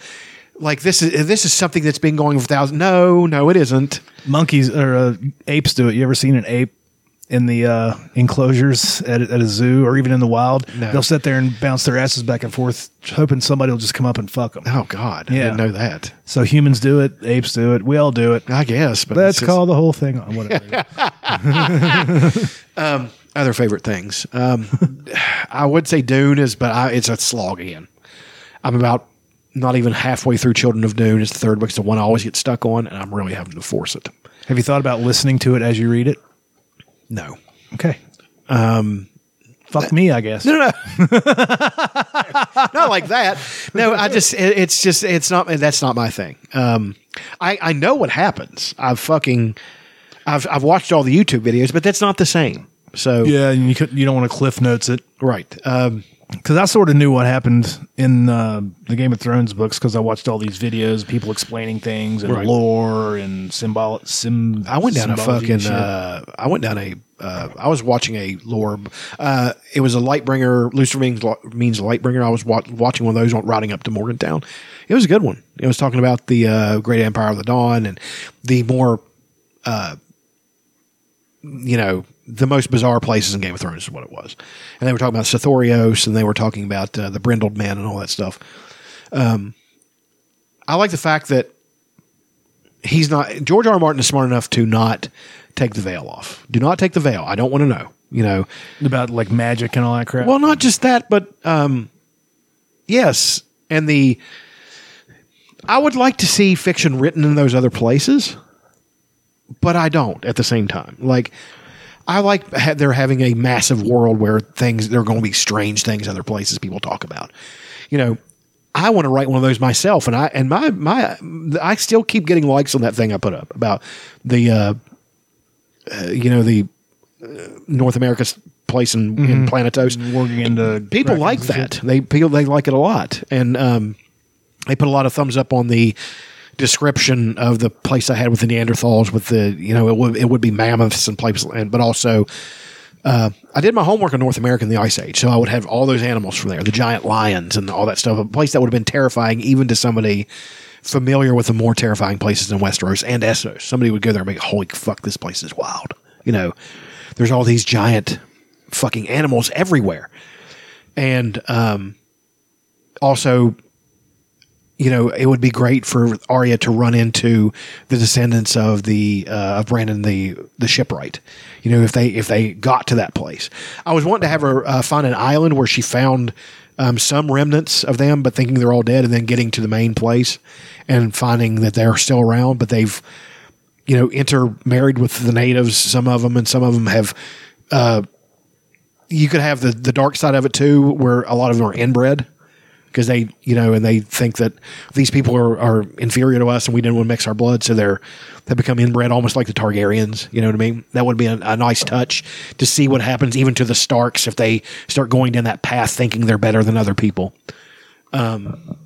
[SPEAKER 1] Like this is eh, this is something that's been going for thousands. No, no, it isn't.
[SPEAKER 2] Monkeys or uh, apes do it. You ever seen an ape in the uh, enclosures at, at a zoo or even in the wild?
[SPEAKER 1] No.
[SPEAKER 2] They'll sit there and bounce their asses back and forth, hoping somebody will just come up and fuck them.
[SPEAKER 1] Oh God, I didn't know that.
[SPEAKER 2] So humans do it, apes do it, we all do it.
[SPEAKER 1] I guess, but
[SPEAKER 2] let's
[SPEAKER 1] it's just-
[SPEAKER 2] call the whole thing on whatever.
[SPEAKER 1] um, other favorite things. Um, I would say Dune is, but I, it's a slog again. I'm about not even halfway through Children of Dune. It's the third book. It's the one I always get stuck on, and I'm really having to force it.
[SPEAKER 2] Have you thought about listening to it as you read it?
[SPEAKER 1] No.
[SPEAKER 2] Okay.
[SPEAKER 1] Um,
[SPEAKER 2] Fuck me, I guess.
[SPEAKER 1] No, no, not like that. No, I just it, it's just it's not that's not my thing. Um, I I know what happens. I've fucking I've I've watched all the YouTube videos, but that's not the same. So
[SPEAKER 2] Yeah, and you could, you don't want to cliff notes it,
[SPEAKER 1] right? Uh, Because
[SPEAKER 2] I sort of knew what happened in uh, the Game of Thrones books because I watched all these videos, people explaining things and
[SPEAKER 1] Right.
[SPEAKER 2] lore and symbol. Sim,
[SPEAKER 1] I went down a
[SPEAKER 2] symbology and
[SPEAKER 1] fucking.
[SPEAKER 2] shit.
[SPEAKER 1] Uh, I went down a. Uh, I was watching a lore. Uh, it was a Lightbringer. Lucifer means means Lightbringer. I was wa- watching one of those on riding up to Morgantown. It was a good one. It was talking about the uh, Great Empire of the Dawn and the more, uh, you know, the most bizarre places in Game of Thrones is what it was. And they were talking about Sithorios and they were talking about uh, the Brindled Man and all that stuff. Um, I like the fact that he's not George R. R. Martin is smart enough to not take the veil off. Do not take the veil. I don't want to know. You know
[SPEAKER 2] about like magic and all that crap.
[SPEAKER 1] Well, not just that, but um, yes, and the I would like to see fiction written in those other places, but I don't at the same time. Like I like ha- they're having a massive world where things there are going to be strange things other places people talk about. You know, I want to write one of those myself, and I and my my I still keep getting likes on that thing I put up about the uh, uh, you know the uh, North America's place in, in
[SPEAKER 2] Mhm.
[SPEAKER 1] Planetos.
[SPEAKER 2] Working into
[SPEAKER 1] people like that. They people they like it a lot, and um, they put a lot of thumbs up on the description of the place I had with the Neanderthals. With the you know it would it would be mammoths and places, and but also. Uh, I did my homework on North America in the Ice Age, so I would have all those animals from there, the giant lions and all that stuff. A place that would have been terrifying even to somebody familiar with the more terrifying places in Westeros and Essos. Somebody would go there and be, holy fuck, this place is wild. You know, there's all these giant fucking animals everywhere. And um, also, you know, it would be great for Arya to run into the descendants of the uh, of Brandon the the shipwright. You know, if they if they got to that place, I was wanting to have her uh, find an island where she found um, some remnants of them, but thinking they're all dead, and then getting to the main place and finding that they're still around, but they've you know intermarried with the natives. Some of them, and some of them have. Uh, you could have the the dark side of it too, where a lot of them are inbred because they, you know, and they think that these people are, are inferior to us and we didn't want to mix our blood. So they're, they become inbred almost like the Targaryens. You know what I mean? That would be a, a nice touch to see what happens even to the Starks if they start going down that path thinking they're better than other people. Um,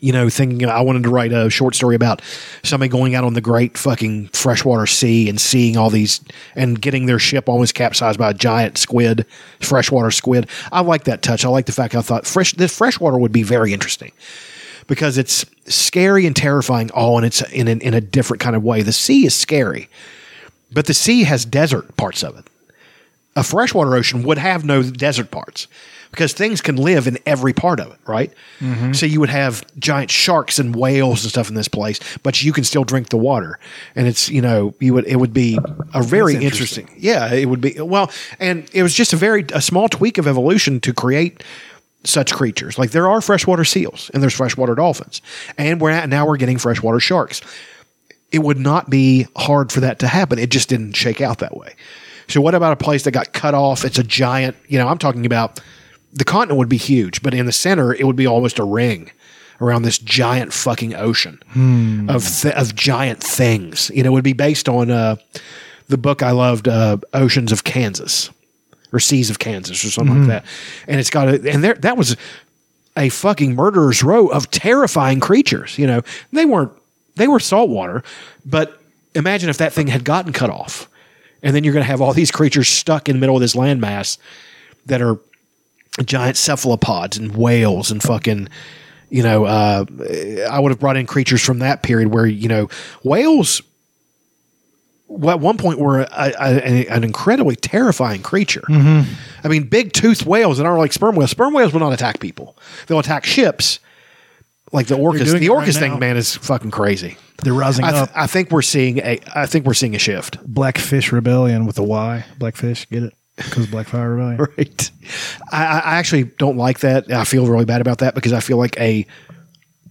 [SPEAKER 1] you know, thinking I wanted to write a short story about somebody going out on the great fucking freshwater sea and seeing all these and getting their ship almost capsized by a giant squid, freshwater squid. I like that touch. I like the fact I thought fresh this freshwater would be very interesting because it's scary and terrifying all in its in in, in a different kind of way. The sea is scary, but the sea has desert parts of it. A freshwater ocean would have no desert parts because things can live in every part of it, right? So you would have giant sharks and whales and stuff in this place, but you can still drink the water, and it's you know you would it would be a very
[SPEAKER 12] That's
[SPEAKER 1] interesting. Yeah, it would be well, and it was just a very a small tweak of evolution to create such creatures. Like there are freshwater seals and there's freshwater dolphins, and we're at, now we're getting freshwater sharks. It would not be hard for that to happen. It just didn't shake out that way. So what about a place that got cut off? It's a giant. You know, I'm talking about the continent would be huge, but in the center, it would be almost a ring around this giant fucking ocean
[SPEAKER 2] Hmm.
[SPEAKER 1] of th- of giant things. You know, it would be based on uh, the book I loved, uh, Oceans of Kansas or Seas of Kansas or something
[SPEAKER 2] Mhm.
[SPEAKER 1] like that. And it's got a, and there that was a fucking murderer's row of terrifying creatures. You know, they weren't they were saltwater, but imagine if that thing had gotten cut off, and then you're going to have all these creatures stuck in the middle of this landmass that are giant cephalopods and whales and fucking you know uh, i would have brought in creatures from that period where you know whales well, at one point were a, a, an incredibly terrifying creature
[SPEAKER 2] Mm-hmm.
[SPEAKER 1] i mean big toothed whales that aren't like sperm whales sperm whales will not attack people they'll attack ships like the orcas
[SPEAKER 2] doing
[SPEAKER 1] the
[SPEAKER 2] it right
[SPEAKER 1] orcas thing
[SPEAKER 2] now.
[SPEAKER 1] man is fucking crazy
[SPEAKER 2] They're rising
[SPEAKER 1] I, th-
[SPEAKER 2] up.
[SPEAKER 1] I think we're seeing a i think we're seeing a shift
[SPEAKER 2] Blackfish Rebellion with a Y. Blackfish, get it? Because Blackfire Rebellion.
[SPEAKER 1] right. I, I I actually don't like that. I feel really bad about that because I feel like a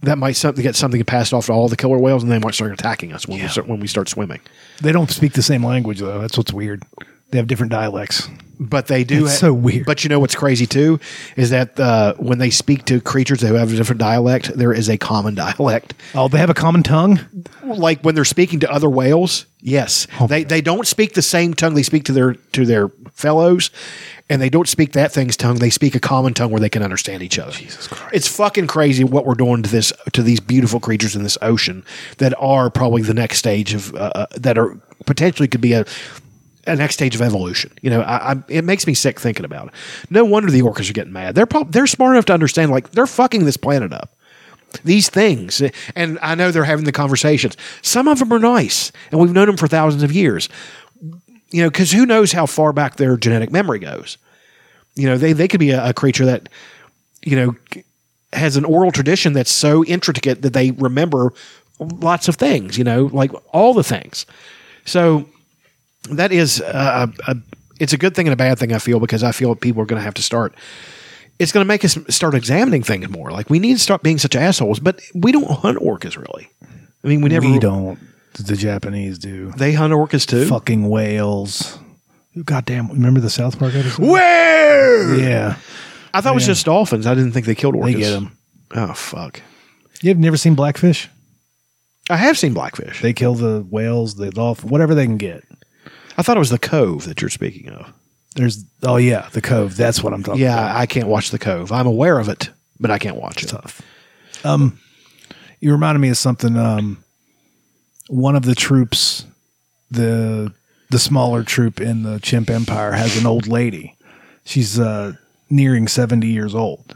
[SPEAKER 1] that might something get something passed off to all the killer whales and they might start attacking us when we start, when we start swimming.
[SPEAKER 2] They don't speak the same language though. That's what's weird. They have different dialects.
[SPEAKER 1] But they do.
[SPEAKER 2] It's so weird.
[SPEAKER 1] But you know what's crazy too is that uh, when they speak to creatures who have a different dialect, there is a common dialect.
[SPEAKER 2] Oh, they have a common tongue.
[SPEAKER 1] Like when they're speaking to other whales, yes, they they don't speak the same tongue. They speak to their to their fellows, and they don't speak that thing's tongue. They speak a common tongue where they can understand each other. Jesus Christ, it's fucking crazy what we're doing to this to these beautiful creatures in this ocean that are probably the next stage of uh, uh, that are potentially could be a. A next stage of evolution, you know, I, I, it makes me sick thinking about it. No wonder the orcas are getting mad. They're prob- they're smart enough to understand, like they're fucking this planet up these things. And I know they're having the conversations. Some of them are nice, and we've known them for thousands of years. You know, because who knows how far back their genetic memory goes? You know, they they could be a, a creature that, you know, c- has an oral tradition that's so intricate that they remember lots of things. You know, like all the things. So that is uh, a, a it's a good thing and a bad thing. I feel because I feel people are going to have to start it's going to make us start examining things more. Like we need to stop being such assholes, but we don't hunt orcas really. I mean, we never
[SPEAKER 2] We don't. The Japanese do.
[SPEAKER 1] They hunt orcas too.
[SPEAKER 2] Fucking whales. Goddamn! Remember the South Park episode?
[SPEAKER 1] Where?
[SPEAKER 2] Yeah.
[SPEAKER 1] I thought it was
[SPEAKER 2] Yeah.
[SPEAKER 1] just dolphins. I didn't think they killed orcas.
[SPEAKER 2] They get 'em.
[SPEAKER 1] Oh fuck.
[SPEAKER 2] You've never seen Blackfish?
[SPEAKER 1] I have seen Blackfish.
[SPEAKER 2] They kill the whales, the dolphin, whatever they can get.
[SPEAKER 1] I thought it was the cove that you're speaking of.
[SPEAKER 2] There's oh yeah, the cove. That's what I'm talking
[SPEAKER 1] yeah, I can't watch the cove. I'm aware of it, but I can't watch it.
[SPEAKER 2] about. Um you reminded me of something. Um one of the troops, the the smaller troop in the chimp empire has an old lady. She's uh nearing seventy years old.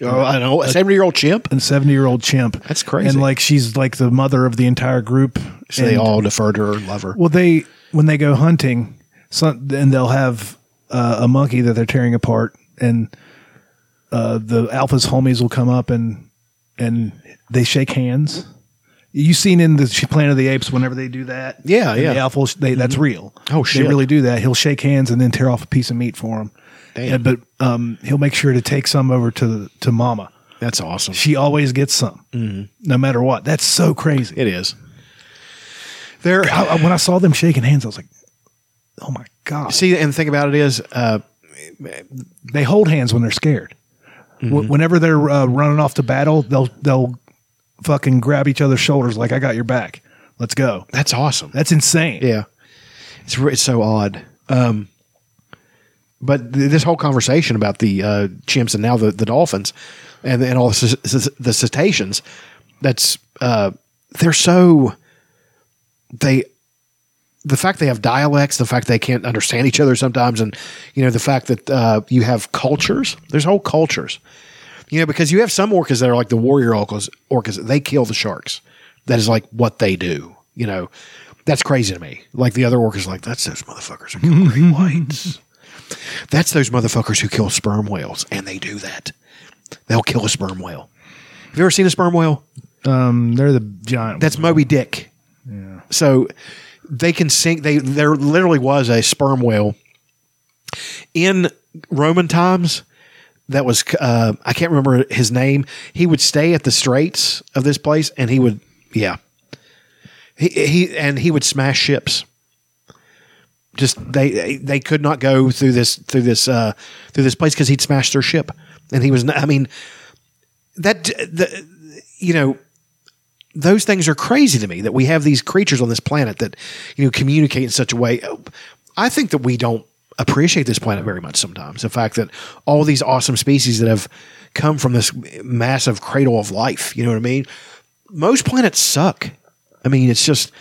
[SPEAKER 1] Oh, I know. A 70 year old chimp?
[SPEAKER 2] And 70 year old chimp.
[SPEAKER 1] That's crazy.
[SPEAKER 2] And like she's like the mother of the entire group.
[SPEAKER 1] So they
[SPEAKER 2] And-
[SPEAKER 1] all defer to her and love her.
[SPEAKER 2] Well, they when they go hunting, some, and they'll have uh, a monkey that they're tearing apart, and uh, the alpha's homies will come up and and they shake hands. You seen in the Planet of the Apes whenever they do that?
[SPEAKER 1] Yeah,
[SPEAKER 2] And
[SPEAKER 1] yeah.
[SPEAKER 2] The alpha, will sh- they, that's real.
[SPEAKER 1] Oh, shit.
[SPEAKER 2] They really do that. He'll shake hands and then tear off a piece of meat for him.
[SPEAKER 1] Damn.
[SPEAKER 2] And- but um, he'll make sure to take some over to to Mama.
[SPEAKER 1] That's awesome.
[SPEAKER 2] She always gets some,
[SPEAKER 1] Mm-hmm.
[SPEAKER 2] no matter what. That's so crazy.
[SPEAKER 1] It is. There,
[SPEAKER 2] I, I- when I saw them shaking hands, I was like, "Oh my god!"
[SPEAKER 1] See, and the thing about it is, uh,
[SPEAKER 2] they hold hands when they're scared. Wh-
[SPEAKER 1] Mm-hmm.
[SPEAKER 2] whenever they're uh, running off to battle, they'll they'll fucking grab each other's shoulders like I got your back. Let's go.
[SPEAKER 1] That's awesome.
[SPEAKER 2] That's insane.
[SPEAKER 1] Yeah, it's re- it's so odd. Um, but th- this whole conversation about the uh, chimps and now the, the dolphins and and all the, c- c- the cetaceans, that's uh, they're so they the fact they have dialects, the fact they can't understand each other sometimes, and you know the fact that uh, you have cultures. There's whole cultures, you know, because you have some orcas that are like the warrior orcas. Orcas they kill the sharks. That is like what they do. You know, that's crazy to me. Like the other orcas, like that's those motherfuckers. Who kill great whites. That's those motherfuckers who kill sperm whales, and they do that. They'll kill a sperm whale. Have you ever seen a sperm whale?
[SPEAKER 2] Um, they're the giant.
[SPEAKER 1] That's Moby Dick. Yeah. So they can sink. They there literally was a sperm whale in Roman times. That was uh, I can't remember his name. He would stay at the straits of this place, and he would yeah. He, he and he would smash ships. Just they they could not go through this through this uh, through this place because he'd smash their ship, and he was not- I mean that the, you know those things are crazy to me that we have these creatures on this planet that you know communicate in such a way i think that we don't appreciate this planet very much sometimes the fact that all these awesome species that have come from this massive cradle of life you know what i mean most planets suck i mean it's just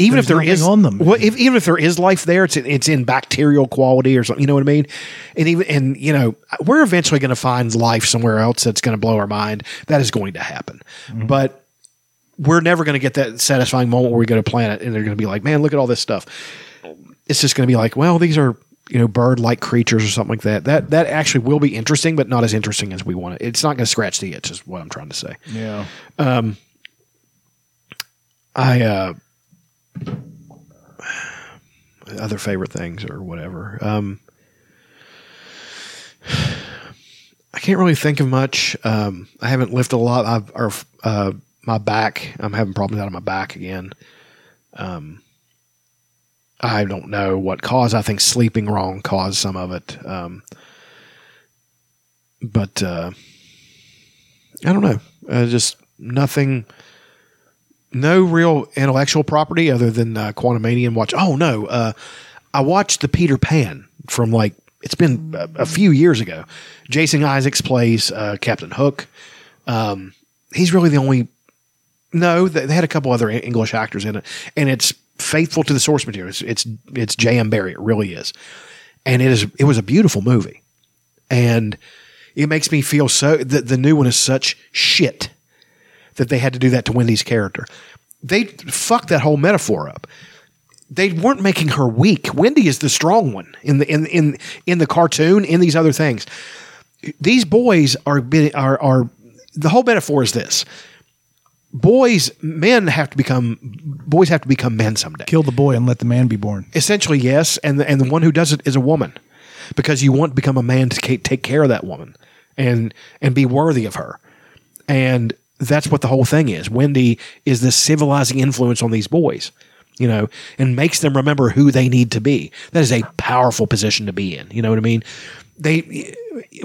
[SPEAKER 1] even
[SPEAKER 2] There's
[SPEAKER 1] if there
[SPEAKER 2] nothing
[SPEAKER 1] is
[SPEAKER 2] on them.
[SPEAKER 1] well, if, even if there is life there, it's in, it's in bacterial quality or something. You know what I mean? And even and you know we're eventually going to find life somewhere else that's going to blow our mind. That is going to happen,
[SPEAKER 2] Mm-hmm.
[SPEAKER 1] but we're never going to get that satisfying moment where we go to planet and they're going to be like, man, look at all this stuff. It's just going to be like, well, these are you know bird like creatures or something like that. That that actually will be interesting, but not as interesting as we want it. It's not going to scratch the itch, is what I'm trying to say.
[SPEAKER 2] Yeah.
[SPEAKER 1] Um, I uh, other favorite things or whatever. Um, I can't really think of much. Um, I haven't lifted a lot. I've or, uh, my back. I'm having problems out of my back again. Um, I don't know what caused. I think sleeping wrong caused some of it. Um, but uh, I don't know. Uh, just nothing. No real intellectual property other than uh, Quantumania and watch. Oh no, uh, I watched the Peter Pan from like it's been a, a few years ago. Jason Isaacs plays uh, Captain Hook. Um, he's really the only. No, they, they had a couple other En- English actors in it, and it's faithful to the source material. It's it's, it's J.M. Barry. It really is, and it is. It was a beautiful movie, and it makes me feel so the, the new one is such shit that they had to do that to Wendy's character. They fucked that whole metaphor up. They weren't making her weak. Wendy is the strong one in the in in in the cartoon in these other things. These boys are be- are are the whole metaphor is this. Boys, men have to become boys have to become men someday.
[SPEAKER 2] Kill the boy and let the man be born.
[SPEAKER 1] Essentially, yes, and the, and the one who does it is a woman, because you want to become a man to ca- take care of that woman and and be worthy of her, and that's what the whole thing is. Wendy is this civilizing influence on these boys, you know, and makes them remember who they need to be. That is a powerful position to be in. You know what I mean? They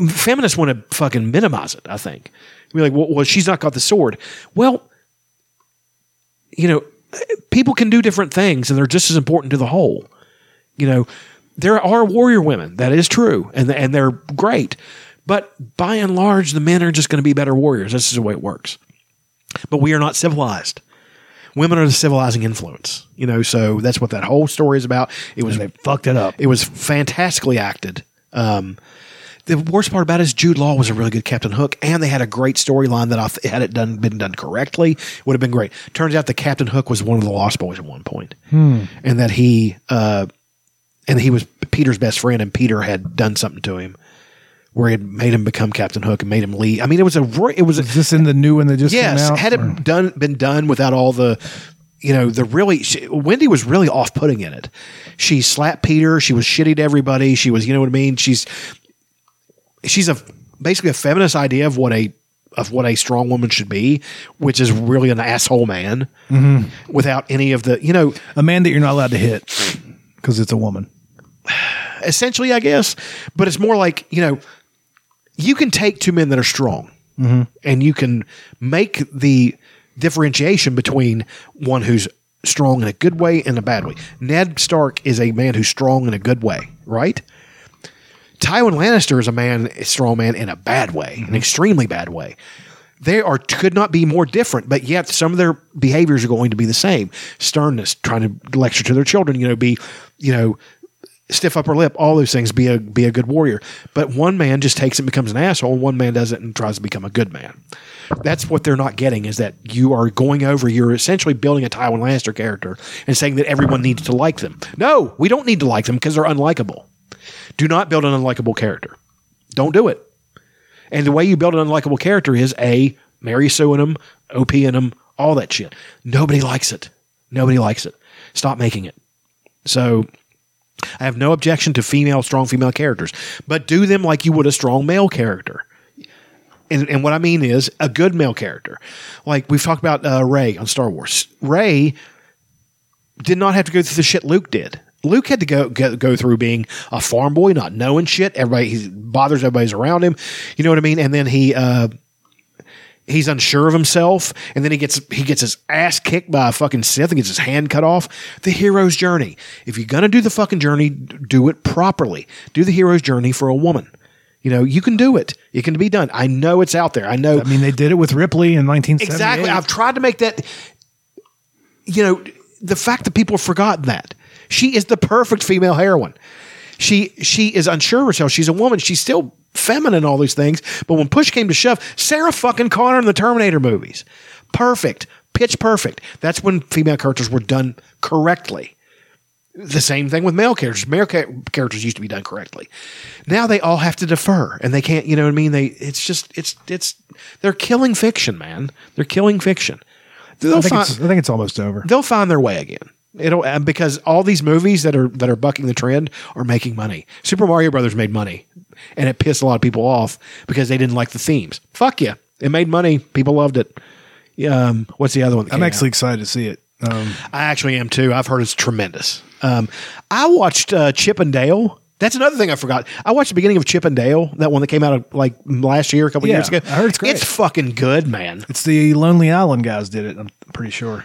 [SPEAKER 1] feminists want to fucking minimize it. I think. I mean, like, well, well, she's not got the sword. Well, you know, people can do different things and they're just as important to the whole. You know, there are warrior women, that is true, and and they're great. But by and large, the men are just going to be better warriors. This is the way it works. But we are not civilized. Women are the civilizing influence, you know. So that's what that whole story is about. It was they
[SPEAKER 2] fucked it up.
[SPEAKER 1] It was fantastically acted. Um, the worst part about it is Jude Law was a really good Captain Hook, and they had a great storyline that I th- had it done been done correctly would have been great. Turns out the Captain Hook was one of the Lost Boys at one point,
[SPEAKER 2] Hmm.
[SPEAKER 1] and that he uh, and he was Peter's best friend, and Peter had done something to him where it made him become Captain Hook and made him leave. I mean, it was a re- it was a,
[SPEAKER 2] Is this in the new one that just
[SPEAKER 1] yes.
[SPEAKER 2] came out?
[SPEAKER 1] had it done been done without all the, you know, the really she, Wendy was really off putting in it. She slapped Peter. She was shitty to everybody. She was, you know what I mean. She's she's a basically a feminist idea of what a of what a strong woman should be, which is really an asshole man
[SPEAKER 2] Mhm.
[SPEAKER 1] without any of the you know
[SPEAKER 2] a man that you're not allowed to hit because it's a woman.
[SPEAKER 1] essentially, I guess. But it's more like you know, you can take two men that are strong
[SPEAKER 2] Mhm.
[SPEAKER 1] and you can make the differentiation between one who's strong in a good way and a bad way. Ned Stark is a man who's strong in a good way, right? Tywin Lannister is a man, a strong man in a bad way, an extremely bad way. They are could not be more different, but yet some of their behaviors are going to be the same. Sternness, trying to lecture to their children, you know, be, you know, stiff upper lip, all those things. Be a be a good warrior. But one man just takes it and becomes an asshole. One man does it and tries to become a good man. That's what they're not getting is that you are going over. You're essentially building a Tywin Lannister character and saying that everyone needs to like them. No, we don't need to like them because they're unlikable. Do not build an unlikable character. Don't do it. And the way you build an unlikable character is a Mary Sueing them, OP in them, all that shit. Nobody likes it. Nobody likes it. Stop making it. So I have no objection to female, strong female characters, but do them like you would a strong male character. And, and what I mean is a good male character. Like we've talked about uh, Ray on Star Wars. Ray did not have to go through the shit Luke did. Luke had to go, go go through being a farm boy, not knowing shit. Everybody he bothers everybody's around him. You know what I mean? And then he uh, he's unsure of himself, and then he gets he gets his ass kicked by a fucking Sith and gets his hand cut off. The hero's journey. If you're gonna do the fucking journey, d- do it properly. Do the hero's journey for a woman. You know, you can do it. It can be done. I know it's out there. I know. I mean,
[SPEAKER 2] they did it with Ripley in 1978.
[SPEAKER 1] Exactly. I've tried to make that. You know, the fact that people have forgotten that she is the perfect female heroine. She she is unsure of herself. She's a woman. She's still feminine. All these things, but when push came to shove, Sarah fucking Connor in the Terminator movies, perfect, pitch perfect. That's when female characters were done correctly. The same thing with male characters. Male ca- characters used to be done correctly. Now they all have to defer, and they can't. You know what I mean? They. It's just. It's. It's. They're killing fiction, man. They're killing fiction. They'll
[SPEAKER 2] I think,
[SPEAKER 1] fi-
[SPEAKER 2] it's, I think it's almost over.
[SPEAKER 1] They'll find their way again. It'll uh, because all these movies that are that are bucking the trend are making money. Super Mario Brothers made money, and it pissed a lot of people off because they didn't like the themes. Fuck yeah, it made money. People loved it. Um, what's the other one? that
[SPEAKER 2] I'm
[SPEAKER 1] came
[SPEAKER 2] actually
[SPEAKER 1] out?
[SPEAKER 2] excited to see it. Um,
[SPEAKER 1] I actually am too. I've heard it's tremendous. Um, I watched uh, Chip and Dale. That's another thing I forgot. I watched the beginning of Chip and Dale, that one that came out of, like last year, a couple
[SPEAKER 2] Yeah,
[SPEAKER 1] years ago.
[SPEAKER 2] I heard it's great.
[SPEAKER 1] fucking good, man.
[SPEAKER 2] It's the Lonely Island guys did it. I'm pretty sure.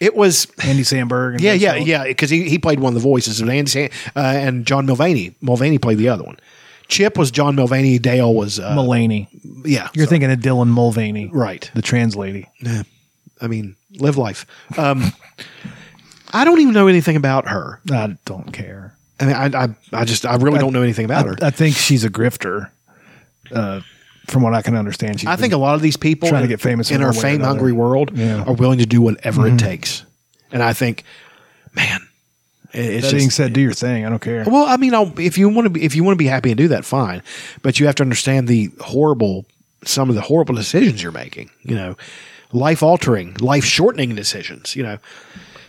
[SPEAKER 1] It was
[SPEAKER 2] Andy Samberg. And
[SPEAKER 1] yeah,
[SPEAKER 2] Vince
[SPEAKER 1] yeah,
[SPEAKER 2] Vaughn.
[SPEAKER 1] yeah. Because he, he played one of the voices, and Andy San, uh, and John Mulvaney. Mulvaney played the other one. Chip was John Mulvaney. Dale was uh,
[SPEAKER 2] Mulaney.
[SPEAKER 1] Yeah,
[SPEAKER 2] You're thinking of Dylan Mulvaney,
[SPEAKER 1] right?
[SPEAKER 2] The trans lady.
[SPEAKER 1] Yeah. I mean, live life. Um, I don't even know anything about her.
[SPEAKER 2] I don't care.
[SPEAKER 1] I mean, I I, I just I really don't know anything about her.
[SPEAKER 2] I, I think she's a grifter. Uh, from what I can understand, she's
[SPEAKER 1] I think a
[SPEAKER 2] been-
[SPEAKER 1] lot of these people
[SPEAKER 2] trying to
[SPEAKER 1] in-
[SPEAKER 2] get famous
[SPEAKER 1] in
[SPEAKER 2] in
[SPEAKER 1] our
[SPEAKER 2] one way or
[SPEAKER 1] fame hungry
[SPEAKER 2] another.
[SPEAKER 1] world
[SPEAKER 2] Yeah.
[SPEAKER 1] are willing to do whatever
[SPEAKER 2] Mhm.
[SPEAKER 1] it takes. And I think, man, it- it's
[SPEAKER 2] that
[SPEAKER 1] just,
[SPEAKER 2] being said, do your thing. I don't care.
[SPEAKER 1] Well, I mean, I'll, if you want to, be, if you want to be happy and do that, fine. But you have to understand the horrible, some of the horrible decisions you're making. You know, life altering, life shortening decisions. You know,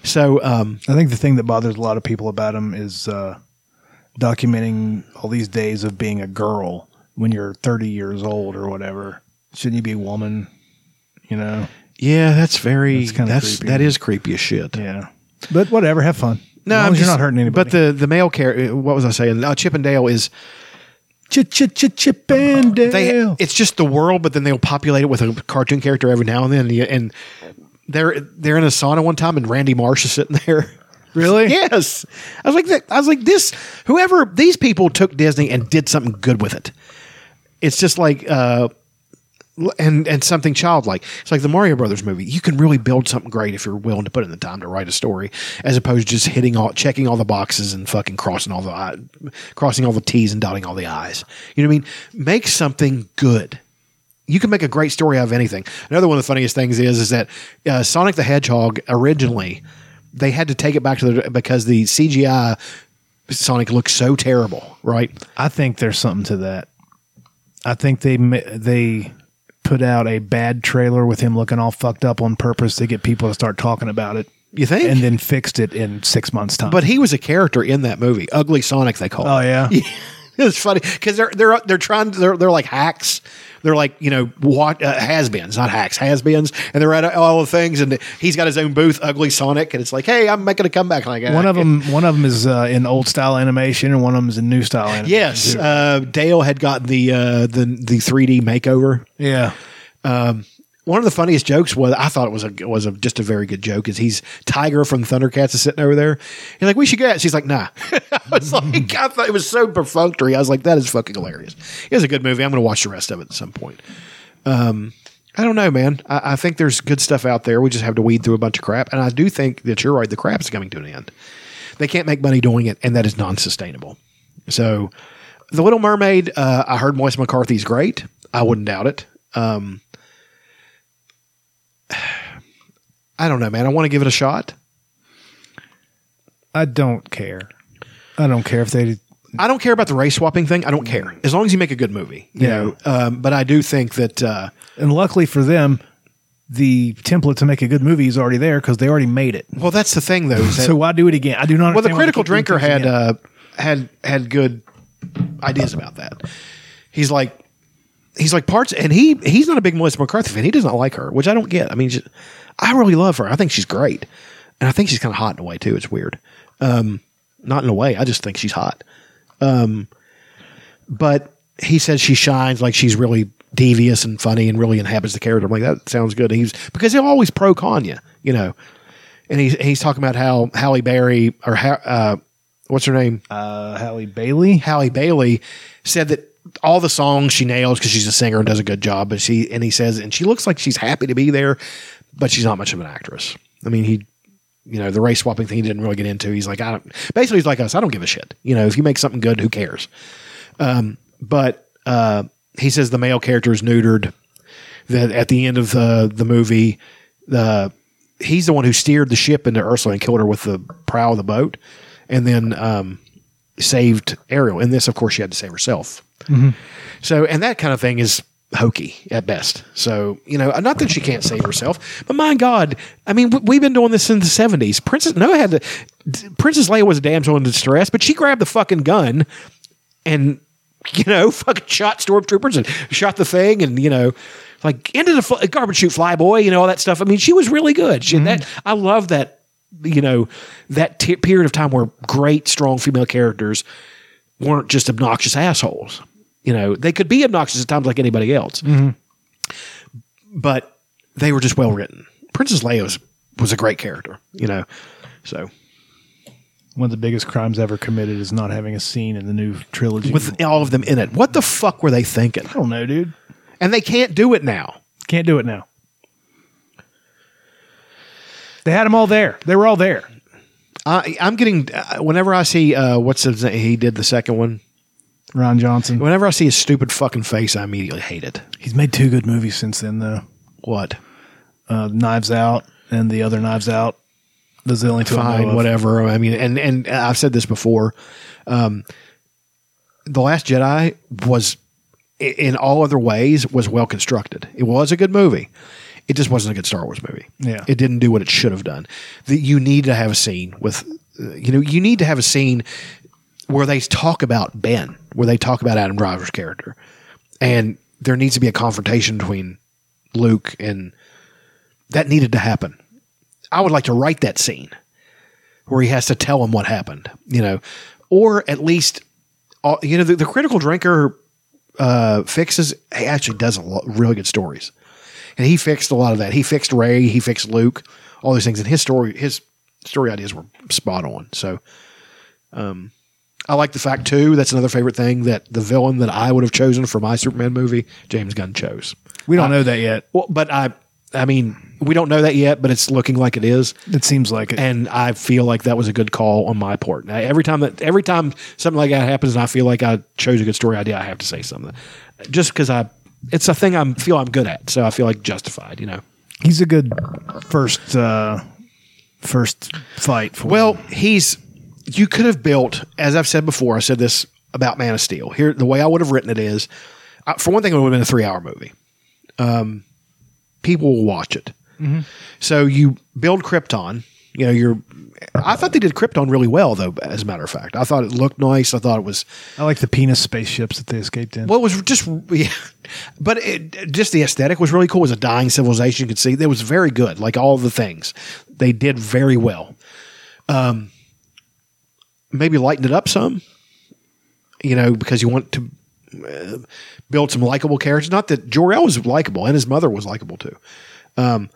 [SPEAKER 1] so um,
[SPEAKER 2] I think the thing that bothers a lot of people about him is uh, documenting all these days of being a girl when you're 30 years old or whatever. Shouldn't you be a woman? You know.
[SPEAKER 1] yeah, that's very
[SPEAKER 2] kinda
[SPEAKER 1] that's
[SPEAKER 2] creepy.
[SPEAKER 1] that is creepy as shit.
[SPEAKER 2] Yeah, but whatever. Have fun.
[SPEAKER 1] No,
[SPEAKER 2] as long
[SPEAKER 1] I'm
[SPEAKER 2] as you're
[SPEAKER 1] just-
[SPEAKER 2] not hurting anybody.
[SPEAKER 1] But the the male character, what was I saying? Uh, Chip and Dale is
[SPEAKER 2] Chip, chip, chip, chip and Dale.
[SPEAKER 1] they it's just the world, but then they'll populate it with a cartoon character every now and then. And you- And they're they're in a sauna one time, and Randy Marsh is sitting there.
[SPEAKER 2] Really?
[SPEAKER 1] yes. I was like that. I was like this. Whoever these people took Disney and did something good with it. It's just like. uh l- and and something childlike. It's like the Mario Brothers movie. You can really build something great if you're willing to put in the time to write a story, as opposed to just hitting all, checking all the boxes and fucking crossing all the I, crossing all the T's and dotting all the I's. You know what I mean? Make something good. You can make a great story out of anything. Another one of the funniest things is is that uh, Sonic the Hedgehog originally they had to take it back to the because the CGI Sonic looked so terrible, right?
[SPEAKER 2] I think there's something to that. I think they ma- they put out a bad trailer with him looking all fucked up on purpose to get people to start talking about it.
[SPEAKER 1] You think?
[SPEAKER 2] And then fixed it in six months' time.
[SPEAKER 1] But he was a character in that movie, Ugly Sonic they call.
[SPEAKER 2] oh yeah,
[SPEAKER 1] it's funny because they're they're they're trying they're they're like hacks. They're like you know what uh, has beens, not hacks, has beens, and they're at all the things. And he's got his own booth, Ugly Sonic, and it's like, hey, I'm making a comeback. Like
[SPEAKER 2] One of them, one of them is uh, in old style animation, and one of them is in new style animation.
[SPEAKER 1] Yes, uh, Dale had gotten the uh, the the 3D makeover.
[SPEAKER 2] Yeah.
[SPEAKER 1] Um, one of the funniest jokes was I thought it was a was a, just a very good joke. Is he's Tiger from Thundercats is sitting over there. He's like, we should go. out." She's like, nah. I was like, I thought it was so perfunctory. I was like, that is fucking hilarious. It was a good movie. I'm going to watch the rest of it at some point. Um, I don't know, man. I, I think there's good stuff out there. We just have to weed through a bunch of crap. And I do think that you're right. The crap's coming to an end. They can't make money doing it, and that is non sustainable. So, The Little Mermaid, uh, I heard Moise McCarthy's great. I wouldn't doubt it. Um, I don't know, man. I want to give it a shot.
[SPEAKER 2] I don't care. I don't care if they.
[SPEAKER 1] I don't care about the race swapping thing. I don't care as long as you make a good movie, you know. Um, but I do think that, uh,
[SPEAKER 2] and luckily for them, the template to make a good movie is already there because they already made it.
[SPEAKER 1] Well, that's the thing, though. is that-
[SPEAKER 2] so why do it again? I do not.
[SPEAKER 1] well, the
[SPEAKER 2] understand why they
[SPEAKER 1] critical
[SPEAKER 2] keep doing
[SPEAKER 1] drinker
[SPEAKER 2] things
[SPEAKER 1] had
[SPEAKER 2] again.
[SPEAKER 1] uh, had had good ideas about that. He's like, he's like parts, and he he's not a big Melissa McCarthy fan. He does not like her, which I don't get. I mean, she- I really love her. I think she's great, and I think she's kind of hot in a way too. It's weird, um, not in a way. I just think she's hot. Um, but he says she shines like she's really devious and funny and really inhabits the character. I'm like, that sounds good. He's because he'll always pro con you, you know. And he's he's talking about how Halle Berry or how uh, what's her name?
[SPEAKER 2] Uh, Halle Bailey.
[SPEAKER 1] Halle Bailey said that all the songs she nails because she's a singer and does a good job. But she and he says and she looks like she's happy to be there, but she's not much of an actress. I mean, he you know, the race swapping thing he didn't really get into. He's like, I don't, basically, he's like us. I don't give a shit. You know, if you make something good, who cares? Um, but uh, he says the male character is neutered. That at the end of the the movie, the he's the one who steered the ship into Ursula and killed her with the prow of the boat, and then um, saved Ariel. And this, of course, she had to save herself. So, and that kind of thing is hokey at best. So, you know, not that she can't save herself, but my God, I mean, w- we've been doing this since the 70s. Princess Noah had to, d- Princess Leia was a damsel in distress, but she grabbed the fucking gun and, you know, fucking shot stormtroopers and shot the thing and, you know, like into the fl- garbage chute flyboy, you know, all that stuff. I mean, she was really good. She, that, I love that, you know, that t- period of time where great, strong female characters weren't just obnoxious assholes. You know, they could be obnoxious at times like anybody else, but they were just well written. Princess Leia was, was a great character, you know. So
[SPEAKER 2] One of the biggest crimes ever committed is not having a scene in the new trilogy.
[SPEAKER 1] with all of them in it, what the fuck were they thinking? I
[SPEAKER 2] don't know, dude.
[SPEAKER 1] And they can't do it now.
[SPEAKER 2] Can't do it now. They had them all there. They were all there.
[SPEAKER 1] I, I'm getting uh, whenever I see uh, what's his name, he did the second one.
[SPEAKER 2] Ron Johnson.
[SPEAKER 1] Whenever I see his stupid fucking face, I immediately hate it.
[SPEAKER 2] He's made two good movies since then, though.
[SPEAKER 1] What?
[SPEAKER 2] Uh, Knives Out and the other Knives Out. Those are the only two. I know
[SPEAKER 1] fine,
[SPEAKER 2] of.
[SPEAKER 1] whatever. I mean, and and I've said this before. Um, the Last Jedi was, i- in all other ways, was well constructed. It was a good movie. It just wasn't a good Star Wars movie.
[SPEAKER 2] Yeah.
[SPEAKER 1] it didn't do what it should have done. That you need to have a scene with, uh, you know, you need to have a scene where they talk about Ben, where they talk about Adam Driver's character, and there needs to be a confrontation between Luke and that needed to happen. I would like to write that scene where he has to tell him what happened, you know, or at least, all, you know, the, the critical drinker uh, fixes. He actually does a lot really good stories, and he fixed a lot of that. He fixed Ray, he fixed Luke, all these things, and his story, his story ideas were spot on. So, um, I like the fact too. That's another favorite thing that the villain that I would have chosen for my Superman movie, James Gunn chose.
[SPEAKER 2] We don't
[SPEAKER 1] I-
[SPEAKER 2] know that yet.
[SPEAKER 1] Well, but I, I mean, we don't know that yet, but it's looking like it is.
[SPEAKER 2] It seems like it.
[SPEAKER 1] And I feel like that was a good call on my part. Now, every time that every time something like that happens, and I feel like I chose a good story idea, I have to say something, just because I, it's a thing I feel I'm good at, so I feel like justified, you know.
[SPEAKER 2] He's a good first uh, first fight for.
[SPEAKER 1] Well, he's you could have built, as I've said before, I said this about Man of Steel. Here, the way I would have written it is, uh, for one thing, it would have been a three-hour movie. Um, people will watch it, so you build Krypton, You know, you're. I thought they did Krypton really well, though. As a matter of fact, I thought it looked nice. I thought it was.
[SPEAKER 2] I like the penis spaceships that they escaped in.
[SPEAKER 1] Well, it was just yeah, but it, just the aesthetic was really cool. It was a dying civilization. You could see it was very good. Like all the things they did very well. Um, maybe lighten it up some. You know, because you want to uh, build some likable characters. Not that Jor El was likable, and his mother was likable too. Um,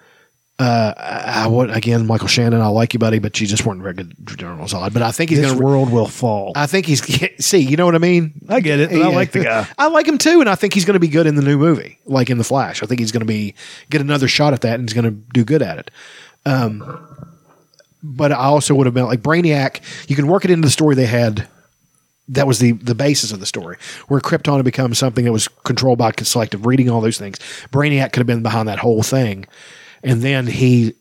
[SPEAKER 1] uh, I, I would again, Michael Shannon. I like you, buddy, but you just weren't very good. General Zod, but I think he's
[SPEAKER 2] This
[SPEAKER 1] going to
[SPEAKER 2] world will fall.
[SPEAKER 1] I think he's see, you know what I mean.
[SPEAKER 2] I get it. and I like the guy.
[SPEAKER 1] I like him too, and I think he's going to be good in the new movie, like in the Flash. I think he's going to be get another shot at that, and he's going to do good at it. Um, but I also would have been like Brainiac. You can work it into the story they had. That was the the basis of the story, where Krypton had become something that was controlled by selective reading. All those things. Brainiac could have been behind that whole thing, and then he,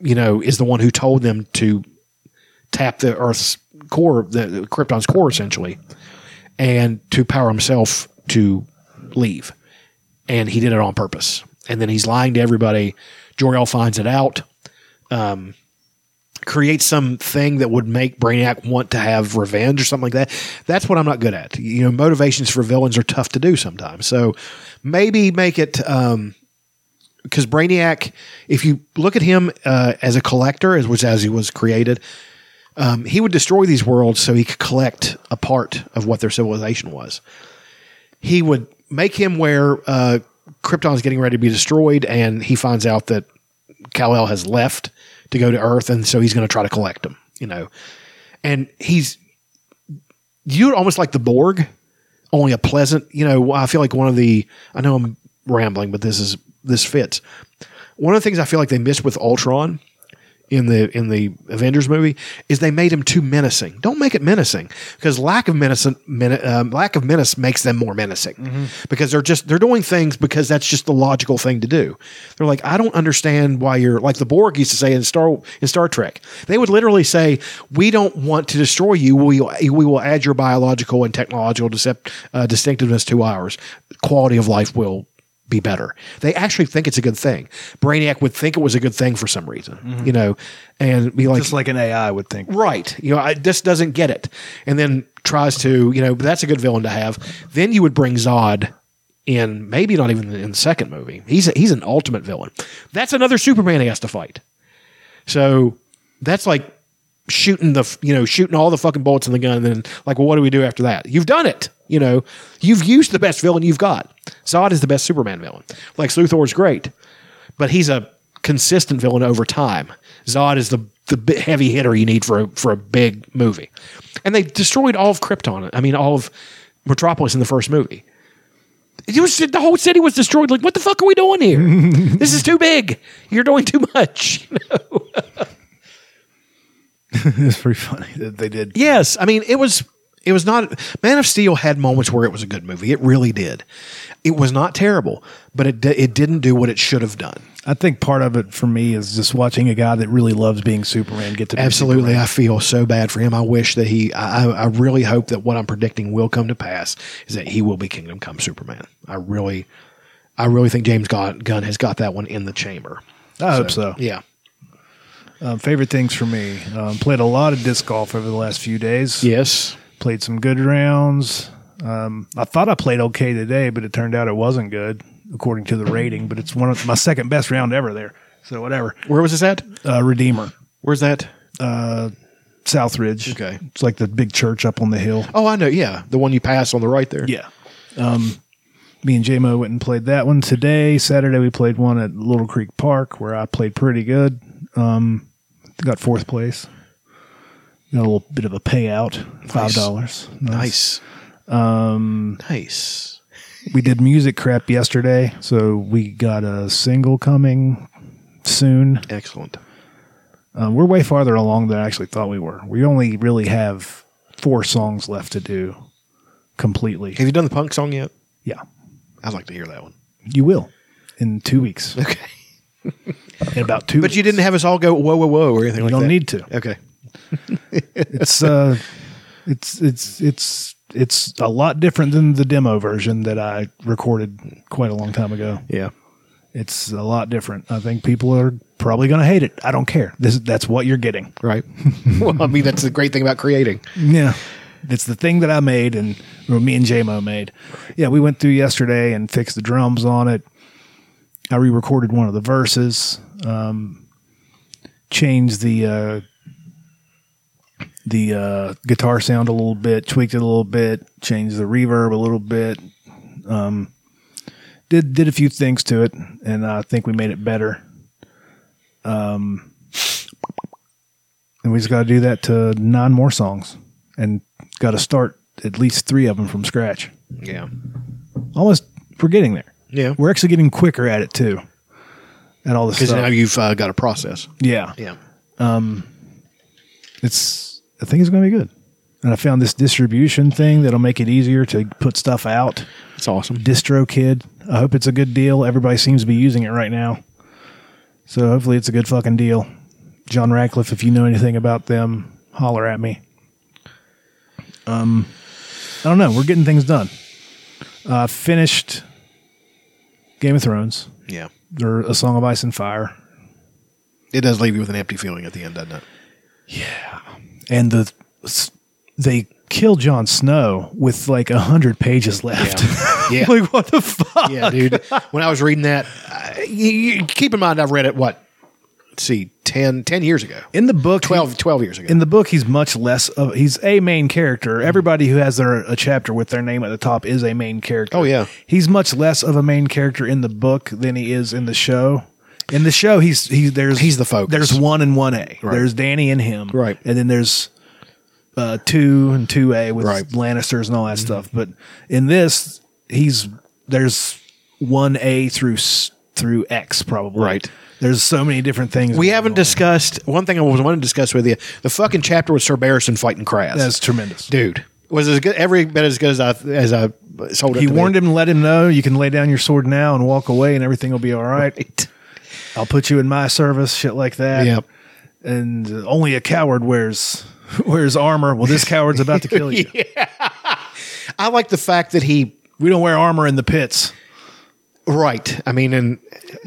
[SPEAKER 1] you know, is the one who told them to tap the Earth's core, the, the Krypton's core, essentially, and to power himself to leave. And he did it on purpose. And then he's lying to everybody. Jor El finds it out. Um, creates some thing that would make Brainiac want to have revenge or something like that. That's what I'm not good at. You know, motivations for villains are tough to do sometimes. So maybe make it. Um, because Brainiac, if you look at him uh, as a collector, as which as he was created, um, he would destroy these worlds so he could collect a part of what their civilization was. He would make him where uh, Krypton's getting ready to be destroyed, and he finds out that Kal El has left to go to Earth, and so he's going to try to collect them. You know, and he's you almost like the Borg, only a pleasant. You know, I feel like one of the I know I'm rambling, but this is this fits. One of the things I feel like they missed with Ultron in the in the Avengers movie is they made him too menacing. Don't make it menacing because lack of menace men, um, lack of menace makes them more menacing because they're just they're doing things because that's just the logical thing to do. They're like, I don't understand why you're like the Borg used to say in Star in Star Trek. They would literally say, "We don't want to destroy you. We we will add your biological and technological decept, uh, distinctiveness to ours. Quality of life will." Be better. They actually think it's a good thing. Brainiac would think it was a good thing for some reason,
[SPEAKER 2] Mhm.
[SPEAKER 1] you know, and be like,
[SPEAKER 2] Just like an AI would think.
[SPEAKER 1] Right. You know, I, this doesn't get it. And then tries to, you know, but that's a good villain to have. Then you would bring Zod in, maybe not even in the second movie. He's a, he's an ultimate villain. That's another Superman he has to fight. So that's like shooting the, you know, shooting all the fucking bullets in the gun. And then like, well, what do we do after that? You've done it. You know, you've used the best villain you've got. Zod is the best Superman villain. Lex Luthor's great but he's a consistent villain over time. Zod is the the bi- heavy hitter you need for a, for a big movie, and they destroyed all of Krypton. I mean, all of Metropolis in the first movie. It was the whole city was destroyed. Like, what the fuck are we doing here? this is too big. You're doing too much. You know?
[SPEAKER 2] it's pretty funny that they did.
[SPEAKER 1] Yes, I mean it was it was not Man of Steel had moments where it was a good movie. It really did. It was not terrible, but it di- it didn't do what it should have done.
[SPEAKER 2] I think part of it for me is just watching a guy that really loves being Superman get to be
[SPEAKER 1] Absolutely, I feel so bad for him. I wish that he. I, I I really hope that what I'm predicting will come to pass is that he will be Kingdom Come Superman. I really, I really think James Gunn Gunn has got that one in the chamber.
[SPEAKER 2] I hope so.
[SPEAKER 1] Yeah.
[SPEAKER 2] Um, favorite things for me. Um, played a lot of disc golf over the last few days.
[SPEAKER 1] Yes.
[SPEAKER 2] Played some good rounds. Um, I thought I played okay today, but it turned out it wasn't good according to the rating. But it's one of my second best round ever there. So whatever.
[SPEAKER 1] Where was this at?
[SPEAKER 2] Uh, Redeemer.
[SPEAKER 1] Where's that?
[SPEAKER 2] Uh, Southridge.
[SPEAKER 1] Okay.
[SPEAKER 2] It's like the big church up on the hill.
[SPEAKER 1] Oh, I know. Yeah, the one you pass on the right there.
[SPEAKER 2] Yeah. Um, me and JMO went and played that one today. Saturday we played one at Little Creek Park where I played pretty good. Um, got fourth place. Got a little bit of a payout, five dollars.
[SPEAKER 1] Nice.
[SPEAKER 2] Um,
[SPEAKER 1] nice.
[SPEAKER 2] we did music crap yesterday, so we got a single coming soon.
[SPEAKER 1] Excellent.
[SPEAKER 2] Um, we're way farther along than I actually thought we were. We only really have four songs left to do completely.
[SPEAKER 1] Have you done the punk song yet?
[SPEAKER 2] Yeah.
[SPEAKER 1] I'd like to hear that one.
[SPEAKER 2] You will in two weeks.
[SPEAKER 1] Okay.
[SPEAKER 2] in about two.
[SPEAKER 1] But you didn't have us all go whoa whoa whoa or anything like
[SPEAKER 2] don't
[SPEAKER 1] that.
[SPEAKER 2] need to.
[SPEAKER 1] Okay.
[SPEAKER 2] it's uh, it's it's it's it's a lot different than the demo version that I recorded quite a long time ago.
[SPEAKER 1] Yeah.
[SPEAKER 2] It's a lot different. I think people are probably going to hate it. I don't care. This that's what you're getting.
[SPEAKER 1] Right. well, I mean that's the great thing about creating.
[SPEAKER 2] Yeah. It's the thing that I made and or me and JMO made. Yeah, we went through yesterday and fixed the drums on it. I re recorded one of the verses, um, changed the uh, the uh, guitar sound a little bit, tweaked it a little bit, changed the reverb a little bit, um, did did a few things to it, and I think we made it better. Um, and we just got to do that to nine more songs, and got to start at least three of them from scratch.
[SPEAKER 1] Yeah.
[SPEAKER 2] Almost, we're getting there.
[SPEAKER 1] Yeah.
[SPEAKER 2] we're actually getting quicker at it too, at all this
[SPEAKER 1] Because
[SPEAKER 2] stuff.
[SPEAKER 1] now you've uh, got a process.
[SPEAKER 2] Yeah.
[SPEAKER 1] Yeah.
[SPEAKER 2] Um, it's I think it's going to be good. And I found this distribution thing that'll make it easier to put stuff out.
[SPEAKER 1] It's awesome.
[SPEAKER 2] DistroKid. I hope it's a good deal. Everybody seems to be using it right now. So hopefully it's a good fucking deal. John Ratcliffe, if you know anything about them, holler at me. Um, I don't know. We're getting things done. Uh, finished Game of Thrones.
[SPEAKER 1] Yeah.
[SPEAKER 2] Or A Song of Ice and Fire.
[SPEAKER 1] It does leave you with an empty feeling at the end, doesn't it?
[SPEAKER 2] and the they kill Jon Snow with like a hundred pages left.
[SPEAKER 1] Yeah.
[SPEAKER 2] like what the fuck?
[SPEAKER 1] Yeah, dude. When I was reading that, I, you, you- keep in mind I've read it what? Let's see, 10, 10 years ago.
[SPEAKER 2] In the book,
[SPEAKER 1] 12, 12 years ago.
[SPEAKER 2] In the book, he's much less of he's a main character. Everybody who has their a chapter with their name at the top is a main character.
[SPEAKER 1] Oh, yeah.
[SPEAKER 2] he's much less of a main character in the book than he is in the show. In the show, he's he there's he's the focus. There's one and one A. There's Danny and him. Right, and then there's uh, two and two A with Lannisters and all that stuff. But in this, he's there's one A through s- through X probably. Right. There's so many different things.
[SPEAKER 1] We haven't discussed one thing I was wanting to discuss with you. The fucking chapter with Sir Barrison fighting Kras.
[SPEAKER 2] That's tremendous,
[SPEAKER 1] dude. Was as good every bit as good as I as I sold it.
[SPEAKER 2] He
[SPEAKER 1] to
[SPEAKER 2] warned him, let him know you can lay down your sword now and walk away, and everything will be all right. I'll put you in my service, shit like that. Yep. And uh, only a coward wears wears armor. Well, this coward's about to kill you.
[SPEAKER 1] me. I like the fact that he.
[SPEAKER 2] We don't wear armor in the pits.
[SPEAKER 1] Right. I mean, and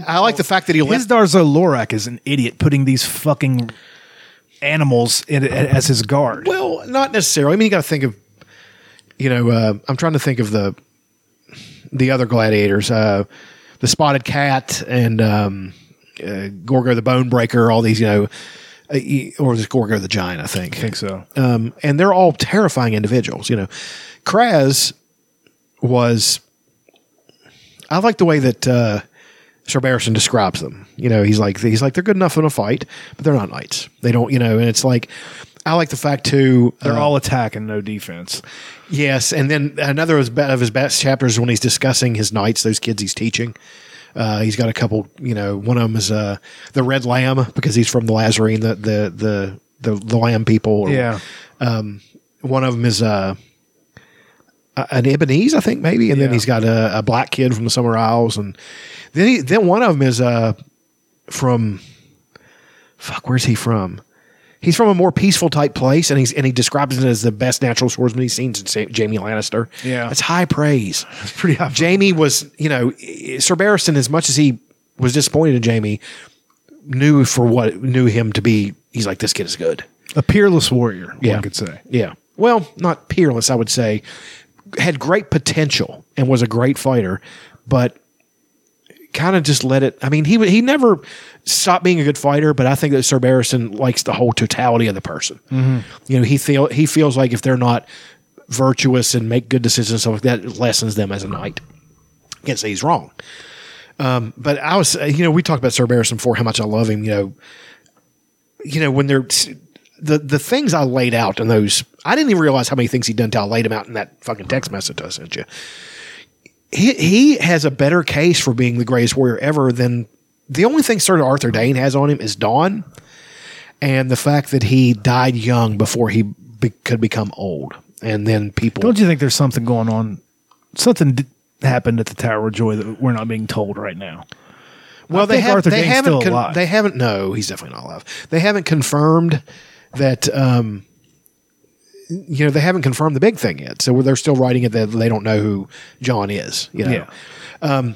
[SPEAKER 1] I like the fact that he.
[SPEAKER 2] His Darzo Lorak is an idiot putting these fucking animals in, as his guard.
[SPEAKER 1] Well, not necessarily. I mean, you got to think of, you know, uh, I'm trying to think of the the other gladiators, uh, the spotted cat and um, uh, Gorgo the Bone Breaker. All these, you know, uh, e- or is it Gorgo the Giant? I think. I think
[SPEAKER 2] so.
[SPEAKER 1] Um, and they're all terrifying individuals. You know, Kraz was. I like the way that. Uh, Sir Barrison describes them. You know, he's like he's like they're good enough in a fight, but they're not knights. They don't, you know. And it's like I like the fact too. uh,
[SPEAKER 2] They're all attack and no defense.
[SPEAKER 1] Yes, and then another of his, be- of his best chapters is when he's discussing his knights, those kids he's teaching. Uh, he's got a couple, you know. One of them is uh, the Red Lamb because he's from the Lazarene, the the the the, the Lamb people. Or,
[SPEAKER 2] Yeah.
[SPEAKER 1] Um, one of them is uh, a- an Ibanese, I think maybe, and then he's got a, a black kid from the Summer Isles, and then he, then one of them is uh, from fuck, where's he from? He's from a more peaceful type place, and he's and he describes it as the best natural swordsman he's seen since Jamie Lannister.
[SPEAKER 2] Yeah.
[SPEAKER 1] that's high praise. It's pretty high. Jamie was, you know, Sir Barristan, as much as he was disappointed in Jamie, knew for what knew him to be. He's like, this kid is good.
[SPEAKER 2] A peerless warrior,
[SPEAKER 1] Yeah.
[SPEAKER 2] one could say.
[SPEAKER 1] Yeah. Well, not peerless, I would say. Had great potential and was a great fighter, but kind of just let it. I mean, he wa- he never stopped being a good fighter, but I think that Sir Barrison likes the whole totality of the person. You know, he feel he feels like if they're not virtuous and make good decisions, and stuff like that, it lessens them as a knight. Can't say he's wrong. Um, but I was, you know, we talked about Sir Barrison before, how much I love him. You know, you know when they're the the things I laid out in those, I didn't even realize how many things he'd done until I laid them out in that fucking text message I sent you. He he has a better case for being the greatest warrior ever than the only thing Sir Arthur Dane has on him is Dawn, and the fact that he died young before he be, could become old, and then people
[SPEAKER 2] Don't you think there's something going on? Something d- happened at the Tower of Joy that we're not being told right now.
[SPEAKER 1] Well,
[SPEAKER 2] I
[SPEAKER 1] they
[SPEAKER 2] think
[SPEAKER 1] have.
[SPEAKER 2] Arthur
[SPEAKER 1] they
[SPEAKER 2] Dane's
[SPEAKER 1] haven't.
[SPEAKER 2] still
[SPEAKER 1] con-
[SPEAKER 2] alive.
[SPEAKER 1] They haven't. No, he's definitely not alive. They haven't confirmed that. Um, you know, they haven't confirmed the big thing yet. So they're still writing it that they don't know who John is. You know.
[SPEAKER 2] Yeah.
[SPEAKER 1] Um,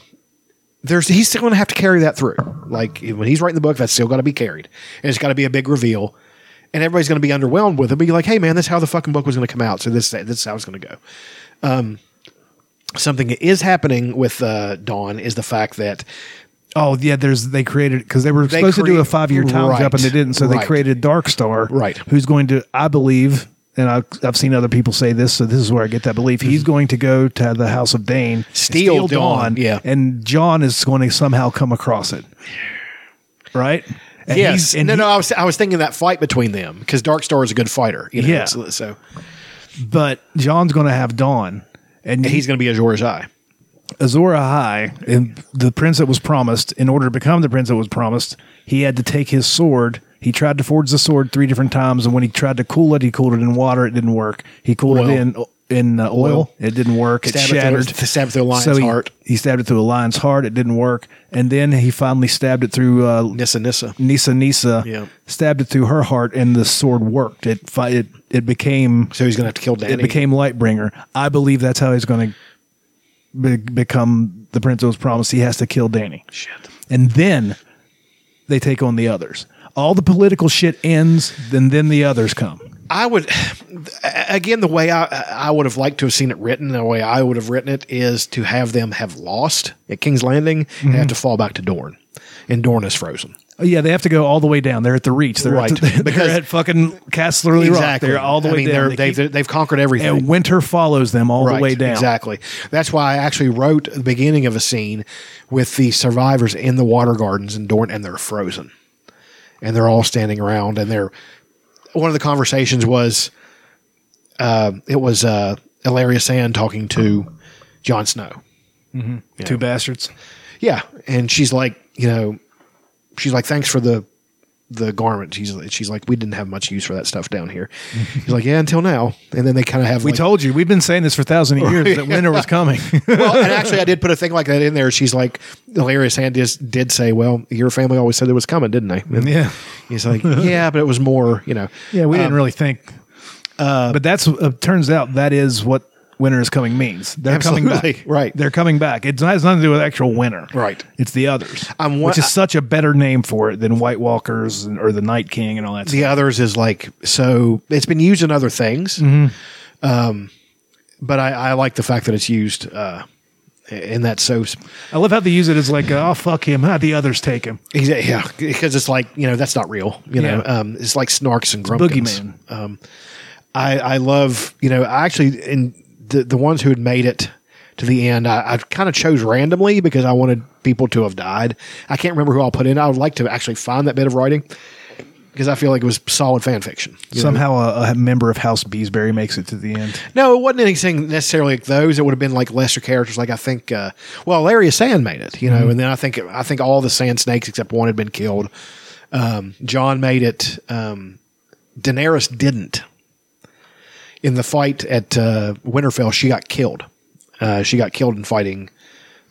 [SPEAKER 1] there's he's still going to have to carry that through. Like when he's writing the book, that's still got to be carried, and it's got to be a big reveal, and everybody's going to be underwhelmed with it. But you're like, hey man, this is how the fucking book was going to come out, so this this is how it's going to go. Um, something that is happening with uh, Dawn is the fact that
[SPEAKER 2] Oh yeah, there's they created because they were
[SPEAKER 1] They
[SPEAKER 2] supposed to do a
[SPEAKER 1] create-
[SPEAKER 2] five year time
[SPEAKER 1] right,
[SPEAKER 2] jump and they didn't, so they
[SPEAKER 1] right.
[SPEAKER 2] created Dark Star, right? Who's going to, I believe, and I've, I've seen other people say this, so this is where I get that belief. He's going to go to the House of Dane, and
[SPEAKER 1] Mm-hmm. Steal Dawn, yeah.
[SPEAKER 2] and John is going to somehow come across it, right? And
[SPEAKER 1] yes,
[SPEAKER 2] he's- and
[SPEAKER 1] no,
[SPEAKER 2] he-
[SPEAKER 1] no, I was I was thinking that fight between them because Darkstar is a good fighter, you know,
[SPEAKER 2] Yeah.
[SPEAKER 1] so, so-
[SPEAKER 2] but John's going to have Dawn, and,
[SPEAKER 1] he's going to be Azor Ahai.
[SPEAKER 2] Azor Ahai, and the prince that was promised, in order to become the prince that was promised, he had to take his sword. He tried to forge the sword three different times, and when he tried to cool it, he cooled it in water. It didn't work. He cooled
[SPEAKER 1] Oil.
[SPEAKER 2] it in in uh, oil.
[SPEAKER 1] Oil.
[SPEAKER 2] It didn't work. It
[SPEAKER 1] Stab it through-
[SPEAKER 2] shattered.
[SPEAKER 1] stab it through a lion's
[SPEAKER 2] he,
[SPEAKER 1] heart.
[SPEAKER 2] He stabbed it through a lion's heart. It didn't work. And then he finally stabbed it through uh,
[SPEAKER 1] Nissa Nissa.
[SPEAKER 2] Nisa Nisa.
[SPEAKER 1] Yeah.
[SPEAKER 2] Stabbed it through her heart, and the sword worked. It fi- it it became.
[SPEAKER 1] So he's going to have to kill Danny.
[SPEAKER 2] It became Lightbringer. I believe that's how he's going to be- become the Prince that was promised. He has to kill Danny. Shit. And then they take on the others. All the political shit ends, then then the others come.
[SPEAKER 1] I would again the way I I would have liked to have seen it written, the way I would have written it is to have them have lost at King's Landing
[SPEAKER 2] Mm-hmm.
[SPEAKER 1] and have to fall back to Dorne, and Dorne is frozen.
[SPEAKER 2] Oh, Yeah, they have to go all the way down. They're at the reach. They're
[SPEAKER 1] Right.
[SPEAKER 2] at the,
[SPEAKER 1] Because-
[SPEAKER 2] they're at fucking Castlerly Rock. They're all the
[SPEAKER 1] I
[SPEAKER 2] way
[SPEAKER 1] mean,
[SPEAKER 2] down.
[SPEAKER 1] They're,
[SPEAKER 2] They
[SPEAKER 1] they
[SPEAKER 2] keep-
[SPEAKER 1] have they've conquered everything.
[SPEAKER 2] and winter follows them all the
[SPEAKER 1] Right,
[SPEAKER 2] way down.
[SPEAKER 1] Exactly. That's why I actually wrote the beginning of a scene with the survivors in the water gardens in Dorne, and they're frozen, and they're all standing around, and they're. One of the conversations was, uh, it was uh, Ilaria Sand talking to Jon Snow.
[SPEAKER 2] Mhm.
[SPEAKER 1] Yeah.
[SPEAKER 2] Two bastards.
[SPEAKER 1] Yeah, and she's like, you know, she's like, thanks for the the garment. She's she's like, we didn't have much use for that stuff down here. He's like, yeah, until now. And then they kind of have
[SPEAKER 2] We
[SPEAKER 1] like,
[SPEAKER 2] told you. We've been saying this for thousands of years that winter was coming.
[SPEAKER 1] well, and actually, I did put a thing like that in there. She's like, hilarious. Hand just did say, "Well, your family always said it was coming, didn't they?" And
[SPEAKER 2] Yeah.
[SPEAKER 1] He's like, "Yeah, but it was more, you know."
[SPEAKER 2] Yeah, we didn't
[SPEAKER 1] Um,
[SPEAKER 2] really think. but that's uh, turns out that is what winter is coming means. They're coming
[SPEAKER 1] Absolutely,
[SPEAKER 2] back, right? They're coming back. It's not has nothing to do with actual winter,
[SPEAKER 1] right?
[SPEAKER 2] It's the others,
[SPEAKER 1] I'm wa-
[SPEAKER 2] which is such a better name for it than White Walkers and, or the Night King and all that.
[SPEAKER 1] The others is like so. It's been used in other things,
[SPEAKER 2] Mm-hmm.
[SPEAKER 1] um, but I, I like the fact that it's used uh, in that so.
[SPEAKER 2] I love how they use it as like, uh, "Oh fuck him," how the others take him.
[SPEAKER 1] Exa- Yeah, because it's like you know that's not real. You know,
[SPEAKER 2] Yeah.
[SPEAKER 1] um, it's like snarks and
[SPEAKER 2] a
[SPEAKER 1] grumpkins.
[SPEAKER 2] boogeyman.
[SPEAKER 1] Um, I I love you know I actually in the the ones who had made it to the end I, I kind of chose randomly because I wanted people to have died. I can't remember who I'll put in. I would like to actually find that bit of writing because I feel like it was solid fan fiction. you know?
[SPEAKER 2] Somehow, a, a member of House Beesbury makes it to the end.
[SPEAKER 1] No, it wasn't anything necessarily like those. It would have been like lesser characters. Like I think, uh, well, Larry Sand made it, you know, and then I think I think all the Sand Snakes except one had been killed. Um, John made it. Um, Daenerys didn't. In the fight at uh, Winterfell, she got killed. Uh, she got killed in fighting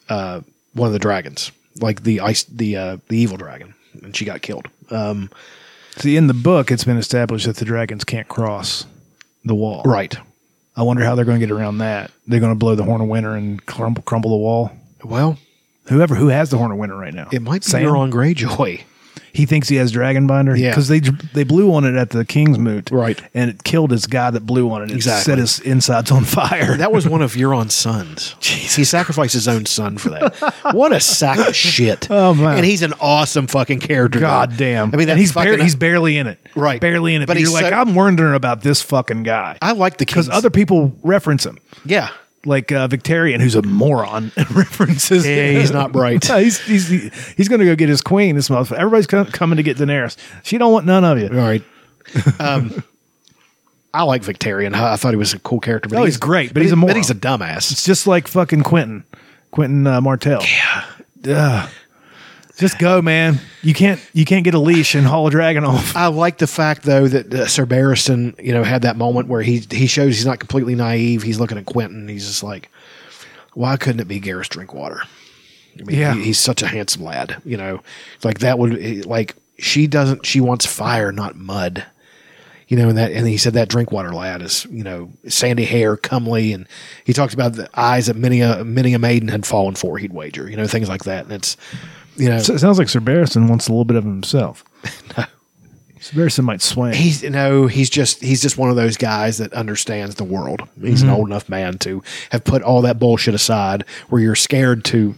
[SPEAKER 1] uh, one of the dragons, like the ice, the uh, the evil dragon, and she got killed. Um,
[SPEAKER 2] See, in the book, it's been established that the dragons can't cross the wall.
[SPEAKER 1] Right.
[SPEAKER 2] I wonder how they're going to get around that. They're going to blow the horn of winter and crumble, crumble the wall.
[SPEAKER 1] Well,
[SPEAKER 2] whoever who has the horn of winter right now, it might
[SPEAKER 1] be Euron Greyjoy.
[SPEAKER 2] He thinks he has dragon binder.
[SPEAKER 1] Yeah.
[SPEAKER 2] because they they blew on it at the King's Moot, right? And it killed his guy that blew on it. and
[SPEAKER 1] Exactly.
[SPEAKER 2] set his insides on fire.
[SPEAKER 1] That was one of Euron's sons. He sacrificed his own son for that. what a sack of shit!
[SPEAKER 2] Oh, man.
[SPEAKER 1] And he's an awesome fucking character.
[SPEAKER 2] God
[SPEAKER 1] though.
[SPEAKER 2] damn!
[SPEAKER 1] I mean,
[SPEAKER 2] and
[SPEAKER 1] that
[SPEAKER 2] he's
[SPEAKER 1] fucking,
[SPEAKER 2] barely, he's barely in it,
[SPEAKER 1] Right.
[SPEAKER 2] Barely in it.
[SPEAKER 1] But
[SPEAKER 2] But, you're
[SPEAKER 1] he's
[SPEAKER 2] like,
[SPEAKER 1] so-
[SPEAKER 2] I'm wondering about this fucking guy.
[SPEAKER 1] I like the
[SPEAKER 2] because
[SPEAKER 1] King's-
[SPEAKER 2] other people reference him.
[SPEAKER 1] yeah.
[SPEAKER 2] Like uh, Victorian, who's a moron, references.
[SPEAKER 1] Yeah, he's not bright.
[SPEAKER 2] he's he's he's going to go get his queen this month. Everybody's co- coming to get Daenerys. She don't want none of you. All
[SPEAKER 1] right. Um, I like Victorian. I I thought he was a cool character. But
[SPEAKER 2] No, he's great, but he's a
[SPEAKER 1] he-
[SPEAKER 2] moron.
[SPEAKER 1] But he's a dumbass.
[SPEAKER 2] It's just like fucking Quentin, Quentin uh, Martell. Yeah. Just go, man. You can't you can't get a leash and haul a dragon off.
[SPEAKER 1] I like the fact though that uh, Sir Barristan, you know, had that moment where he he shows he's not completely naive. He's looking at Quentin. He's just like, why couldn't it be Garrus Drinkwater? I mean,
[SPEAKER 2] Yeah.
[SPEAKER 1] he- he's such a handsome lad. eh, You know, like that would like she doesn't. She wants fire, not mud. you know, and that, and he said that Drinkwater lad is, you know, sandy hair, comely, and he talked about the eyes that many a many a maiden had fallen for. He'd wager, you know, things like that. And it's, you know,
[SPEAKER 2] S- it sounds like Sir Barrison wants a little bit of himself. Sir Barrison might swing.
[SPEAKER 1] he's no, he's just he's just one of those guys that understands the world. He's
[SPEAKER 2] Mhm.
[SPEAKER 1] an old enough man to have put all that bullshit aside, where you're scared to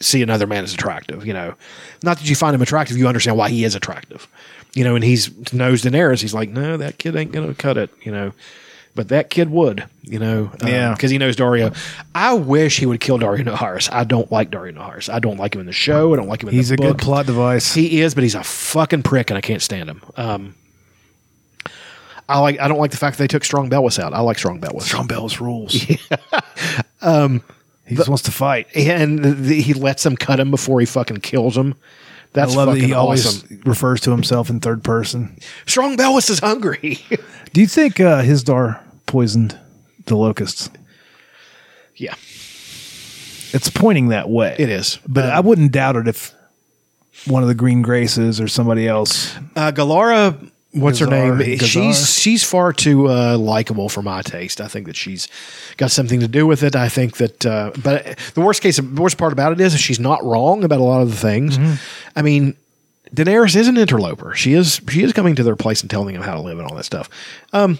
[SPEAKER 1] see another man as attractive. You know, not that you find him attractive, you understand why he is attractive. You know, and he's knows Daenerys. He's like, no, that kid ain't gonna cut it. You know, but that kid would. You know,
[SPEAKER 2] Yeah.
[SPEAKER 1] because he knows Dario. I wish he would kill Dario Naharis. I don't like Dario Naharis. I don't like him in the show. I don't like him. in
[SPEAKER 2] He's
[SPEAKER 1] the
[SPEAKER 2] a good
[SPEAKER 1] book.
[SPEAKER 2] plot device.
[SPEAKER 1] He is, but he's a fucking prick, and I can't stand him. Um, I like. I don't like the fact that they took Strong Bellis out. I like Strong Bellis. Strong Bellis rules. um,
[SPEAKER 2] he just wants to fight,
[SPEAKER 1] and the, he lets them cut him before he fucking kills him. That's
[SPEAKER 2] I love that
[SPEAKER 1] fucking
[SPEAKER 2] he always
[SPEAKER 1] awesome.
[SPEAKER 2] refers to himself in third person.
[SPEAKER 1] Strong Bellis is hungry.
[SPEAKER 2] Do you think uh, Hisdar poisoned the locusts?
[SPEAKER 1] yeah,
[SPEAKER 2] It's pointing that way.
[SPEAKER 1] It is,
[SPEAKER 2] but I wouldn't doubt it if one of the Green Graces or somebody else.
[SPEAKER 1] uh, Galara. What's her
[SPEAKER 2] Gazar-
[SPEAKER 1] name?
[SPEAKER 2] Gazar?
[SPEAKER 1] She's she's far too uh, likable for my taste. I think that she's got something to do with it. I think that, uh, but the worst case, the worst part about it is she's not wrong about a lot of the things. I mean, Daenerys is an interloper. She is she is coming to their place and telling them how to live and all that stuff. Um,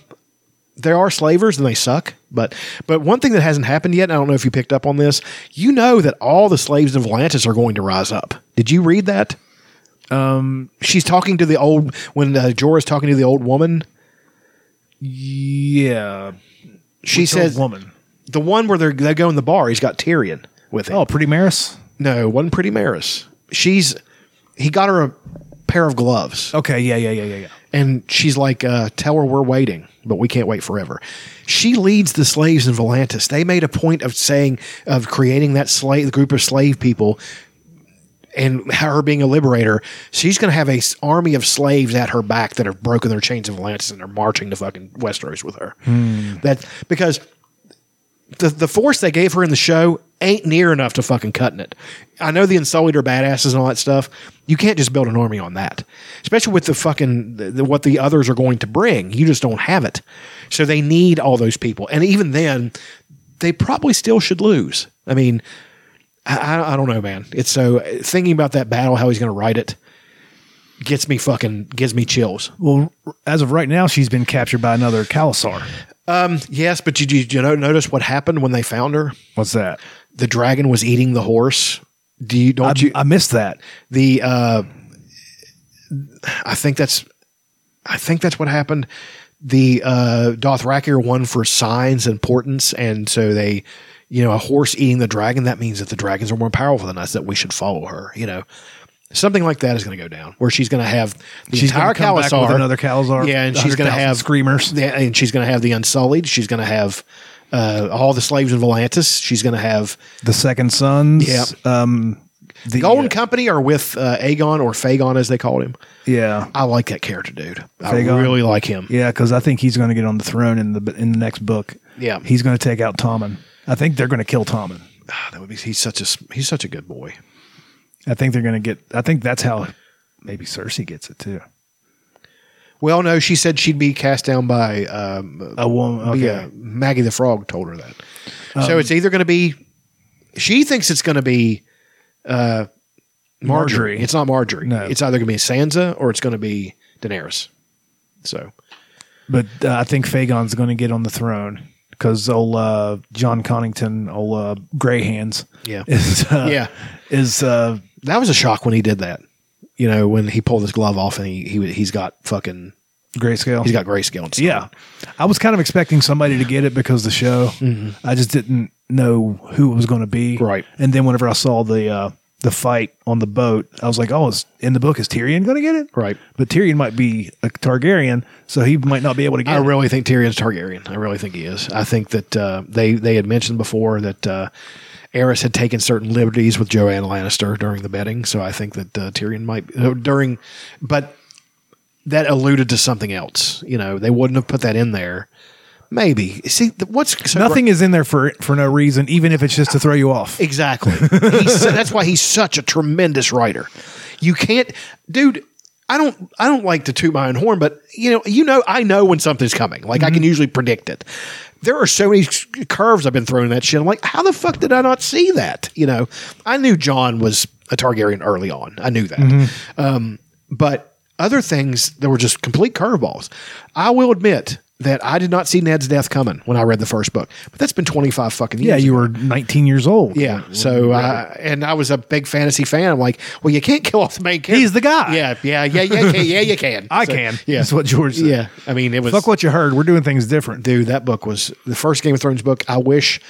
[SPEAKER 1] there are slavers and they suck, but but one thing that hasn't happened yet, and I don't know if you picked up on this. You know that all the slaves of Atlantis are going to rise up. Did you read that? Um, she's talking to the old when uh, Jorah's talking to the old woman.
[SPEAKER 2] Yeah,
[SPEAKER 1] She
[SPEAKER 2] Which old
[SPEAKER 1] says
[SPEAKER 2] woman?
[SPEAKER 1] the one where they're, they go in the bar. He's got Tyrion with him.
[SPEAKER 2] Oh, Pretty Maris.
[SPEAKER 1] No, it wasn't Pretty Maris. She's he got her a pair of gloves.
[SPEAKER 2] Okay, yeah, yeah, yeah, yeah, yeah.
[SPEAKER 1] And she's like, uh, tell her we're waiting, but we can't wait forever. She leads the slaves in Volantis. They made a point of saying of creating that slave group of slave people and her being a liberator, she's going to have a s- army of slaves at her back that have broken their chains in Volantis and are marching to fucking Westeros with her. That because the the force they gave her in the show ain't near enough to fucking cutting it. I know the Unsullied are badasses and all that stuff. You can't just build an army on that, especially with the fucking the, the- what the others are going to bring. You just don't have it, so they need all those people. And even then, they probably still should lose. I mean, I, I, I don't know, man. It's so thinking about that battle, how he's going to write it, gets me fucking gives me chills.
[SPEAKER 2] Well, as of right now, she's been captured by another Kalasar.
[SPEAKER 1] Um, yes, but did you, did you know, notice what happened when they found her?
[SPEAKER 2] What's that?
[SPEAKER 1] The dragon was eating the horse. Do you don't you?
[SPEAKER 2] I missed that.
[SPEAKER 1] The uh, I think that's I think that's what happened. The uh, Dothraki are one for signs and importance, and so they, you know, a horse eating the dragon. That means that the dragons are more powerful than us. That we should follow her. You know, something like that is going to go down, where she's going to have the
[SPEAKER 2] She's
[SPEAKER 1] entire
[SPEAKER 2] gonna come back
[SPEAKER 1] Khalasar,
[SPEAKER 2] with another Khalasar,
[SPEAKER 1] yeah, and she's going to
[SPEAKER 2] 100,000
[SPEAKER 1] have
[SPEAKER 2] screamers,
[SPEAKER 1] yeah, and she's going to have the Unsullied. She's going to have uh, all the slaves in Volantis. She's going to have
[SPEAKER 2] The Second Sons.
[SPEAKER 1] Yeah.
[SPEAKER 2] Um,
[SPEAKER 1] the Golden Company are with uh, Aegon or Fagon as they called him.
[SPEAKER 2] yeah.
[SPEAKER 1] I like that character, dude. I
[SPEAKER 2] Fagon.
[SPEAKER 1] really like him.
[SPEAKER 2] Yeah, because I think he's going to get on the throne in the in the next book.
[SPEAKER 1] Yeah.
[SPEAKER 2] he's going to take out Tommen. I think they're going to kill Tommen.
[SPEAKER 1] Ah, that would be he's such a he's such a good boy.
[SPEAKER 2] I think they're going to get. I think that's how maybe Cersei gets it too.
[SPEAKER 1] Well, no, she said she'd be cast down by um,
[SPEAKER 2] a woman. okay.
[SPEAKER 1] Yeah, Maggie the Frog told her that. so
[SPEAKER 2] Um,
[SPEAKER 1] it's either going to be she thinks it's going to be uh, Marjorie.
[SPEAKER 2] Marjorie.
[SPEAKER 1] It's not Marjorie.
[SPEAKER 2] No.
[SPEAKER 1] It's either going to be Sansa or it's going to be Daenerys. So
[SPEAKER 2] But uh, I think Fagon's going to get on the throne because old uh, John Connington, old uh, Grey Hands,
[SPEAKER 1] Yeah.
[SPEAKER 2] is uh,
[SPEAKER 1] yeah,
[SPEAKER 2] is uh,
[SPEAKER 1] that was a shock when he did that. You know, when he pulled his glove off and he, he he's got fucking
[SPEAKER 2] grayscale.
[SPEAKER 1] he's got grayscale and stuff.
[SPEAKER 2] yeah. I was kind of expecting somebody to get it because the show. I just didn't know who it was going to be.
[SPEAKER 1] Mm-hmm. Right.
[SPEAKER 2] And then whenever I saw the uh, the fight on the boat, I was like, oh, it's in the book. Is Tyrion going to get it?
[SPEAKER 1] Right.
[SPEAKER 2] But Tyrion might be a Targaryen, so he might not be able to get
[SPEAKER 1] I
[SPEAKER 2] it.
[SPEAKER 1] really think Tyrion's Targaryen. I really think he is. I think that uh, they they had mentioned before that uh, Aerys had taken certain liberties with Joanne Lannister during the betting, so I think that uh, Tyrion might uh, during, but that alluded to something else. You know, they wouldn't have put that in there. Maybe see th- what's so
[SPEAKER 2] Nothing
[SPEAKER 1] great-
[SPEAKER 2] is in there for for no reason, even if it's just to throw you off.
[SPEAKER 1] exactly. He's, so- that's why he's such a tremendous writer. You can't, dude. I don't I don't like to toot my own horn, but you know you know I know when something's coming. Like I
[SPEAKER 2] Mm-hmm.
[SPEAKER 1] can usually predict it. There are so many s- curves I've been throwing at that shit. I'm like, how the fuck did I not see that? You know, I knew John was a Targaryen early on. I knew that.
[SPEAKER 2] Mm-hmm.
[SPEAKER 1] Um, but other things that were just complete curveballs. I will admit that I did not see Ned's death coming when I read the first book, but that's been 25 fucking years.
[SPEAKER 2] Yeah, you were 19 years old.
[SPEAKER 1] Yeah. So, uh, and I was a big fantasy fan. I'm like, well, you can't kill off the main character. He's the guy. Yeah. Yeah. Yeah. Yeah. Yeah. yeah you can.
[SPEAKER 2] I
[SPEAKER 1] So,
[SPEAKER 2] can.
[SPEAKER 1] Yeah.
[SPEAKER 2] That's what George said.
[SPEAKER 1] Yeah. I mean, it was.
[SPEAKER 2] Fuck what you heard. We're doing things different.
[SPEAKER 1] Dude, that book was the first Game of Thrones book. I wish.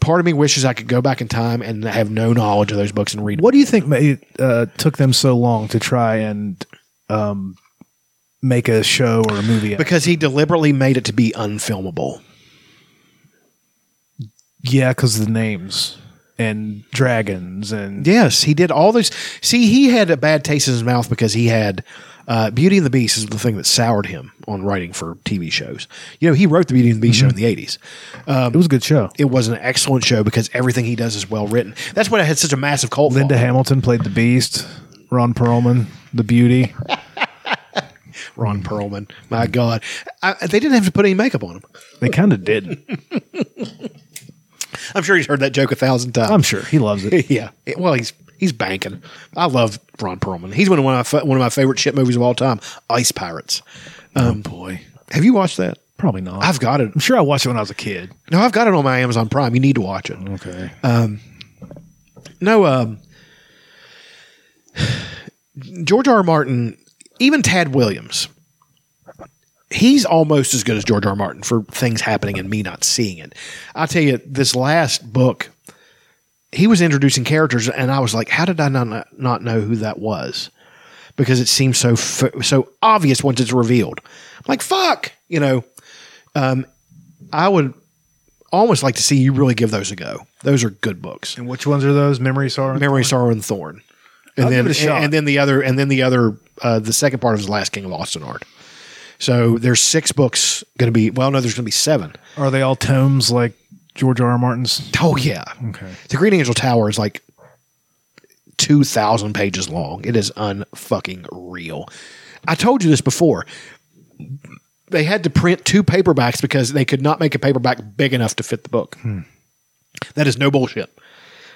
[SPEAKER 1] Part of me wishes I could go back in time and have no knowledge of those books and read.
[SPEAKER 2] What do you think ma- it uh, took them so long to try and um, make a show or a movie? out of it?
[SPEAKER 1] Because he deliberately made it to be unfilmable.
[SPEAKER 2] yeah, because the names and dragons and
[SPEAKER 1] Yes, he did all those. See, he had a bad taste in his mouth because he had uh, Beauty and the Beast is the thing that soured him on writing for TV shows. You know, he wrote the Beauty and the Beast show in the eighties. Um, it
[SPEAKER 2] was a good show.
[SPEAKER 1] It was an excellent show because everything he does is well written. That's when I had such a massive cult.
[SPEAKER 2] Linda
[SPEAKER 1] following.
[SPEAKER 2] Hamilton played the Beast. Ron Perlman, the beauty.
[SPEAKER 1] Ron Perlman, my God, I, they didn't have to put any makeup on him.
[SPEAKER 2] They kind of did.
[SPEAKER 1] I'm sure he's heard that joke a thousand times.
[SPEAKER 2] I'm sure he loves it.
[SPEAKER 1] yeah. It- well, he's he's banking. I love Ron Perlman. He's one of my fa- one of my favorite shit movies of all time, Ice Pirates. Um, boy, have you watched that?
[SPEAKER 2] Probably not.
[SPEAKER 1] I've got it.
[SPEAKER 2] I'm sure I watched it when I was a kid.
[SPEAKER 1] No, I've got it on my Amazon Prime. You need to watch it.
[SPEAKER 2] Okay.
[SPEAKER 1] Um, no, um, George R. R. Martin, even Tad Williams, he's almost as good as George R. R. Martin for things happening and me not seeing it. I'll tell you, this last book, he was introducing characters, and I was like, how did I not not know who that was? Because it seems so f- so obvious once it's revealed. I'm like, fuck, you know. Um, I would almost like to see you really give those a go. Those are good books.
[SPEAKER 2] And which ones are those? Memory Sorrow?
[SPEAKER 1] Memory, Sorrow, and Thorn. And
[SPEAKER 2] I'll
[SPEAKER 1] then
[SPEAKER 2] give it a shot.
[SPEAKER 1] And, then the other and then the other uh, the second part of his Last King of Ostenard. So there's six books going to be well no there's going to be seven.
[SPEAKER 2] Are they all tomes like George R. R. Martin's?
[SPEAKER 1] Oh yeah.
[SPEAKER 2] Okay.
[SPEAKER 1] The Green Angel Tower is like 2,000 pages long. It is unfucking real. I told you this before. They had to print two paperbacks because they could not make a paperback big enough to fit the book.
[SPEAKER 2] Hmm.
[SPEAKER 1] That is no bullshit.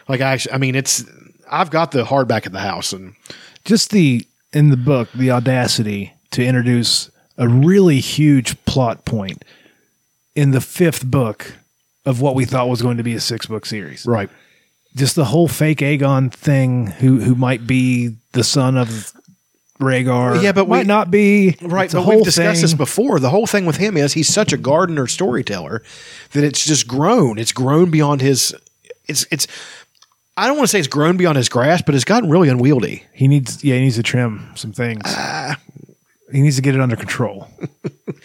[SPEAKER 1] Like, I actually, I mean, it's, I've got the hardback at the house and
[SPEAKER 2] Just the in the book, the audacity to introduce a really huge plot point in the fifth book of what we thought was going to be a six book series.
[SPEAKER 1] Right.
[SPEAKER 2] Just the whole fake Aegon thing who who might be the son of Rhaegar.
[SPEAKER 1] Yeah, but
[SPEAKER 2] might
[SPEAKER 1] we-
[SPEAKER 2] not be
[SPEAKER 1] Right,
[SPEAKER 2] It's a
[SPEAKER 1] but
[SPEAKER 2] whole
[SPEAKER 1] we've discussed this
[SPEAKER 2] thing.
[SPEAKER 1] before. The whole thing with him is he's such a gardener storyteller that it's just grown. It's grown beyond his. It's it's. I don't want to say it's grown beyond his grasp, but it's gotten really unwieldy.
[SPEAKER 2] He needs yeah, he needs to trim some things.
[SPEAKER 1] Ah.
[SPEAKER 2] he needs to get it under control.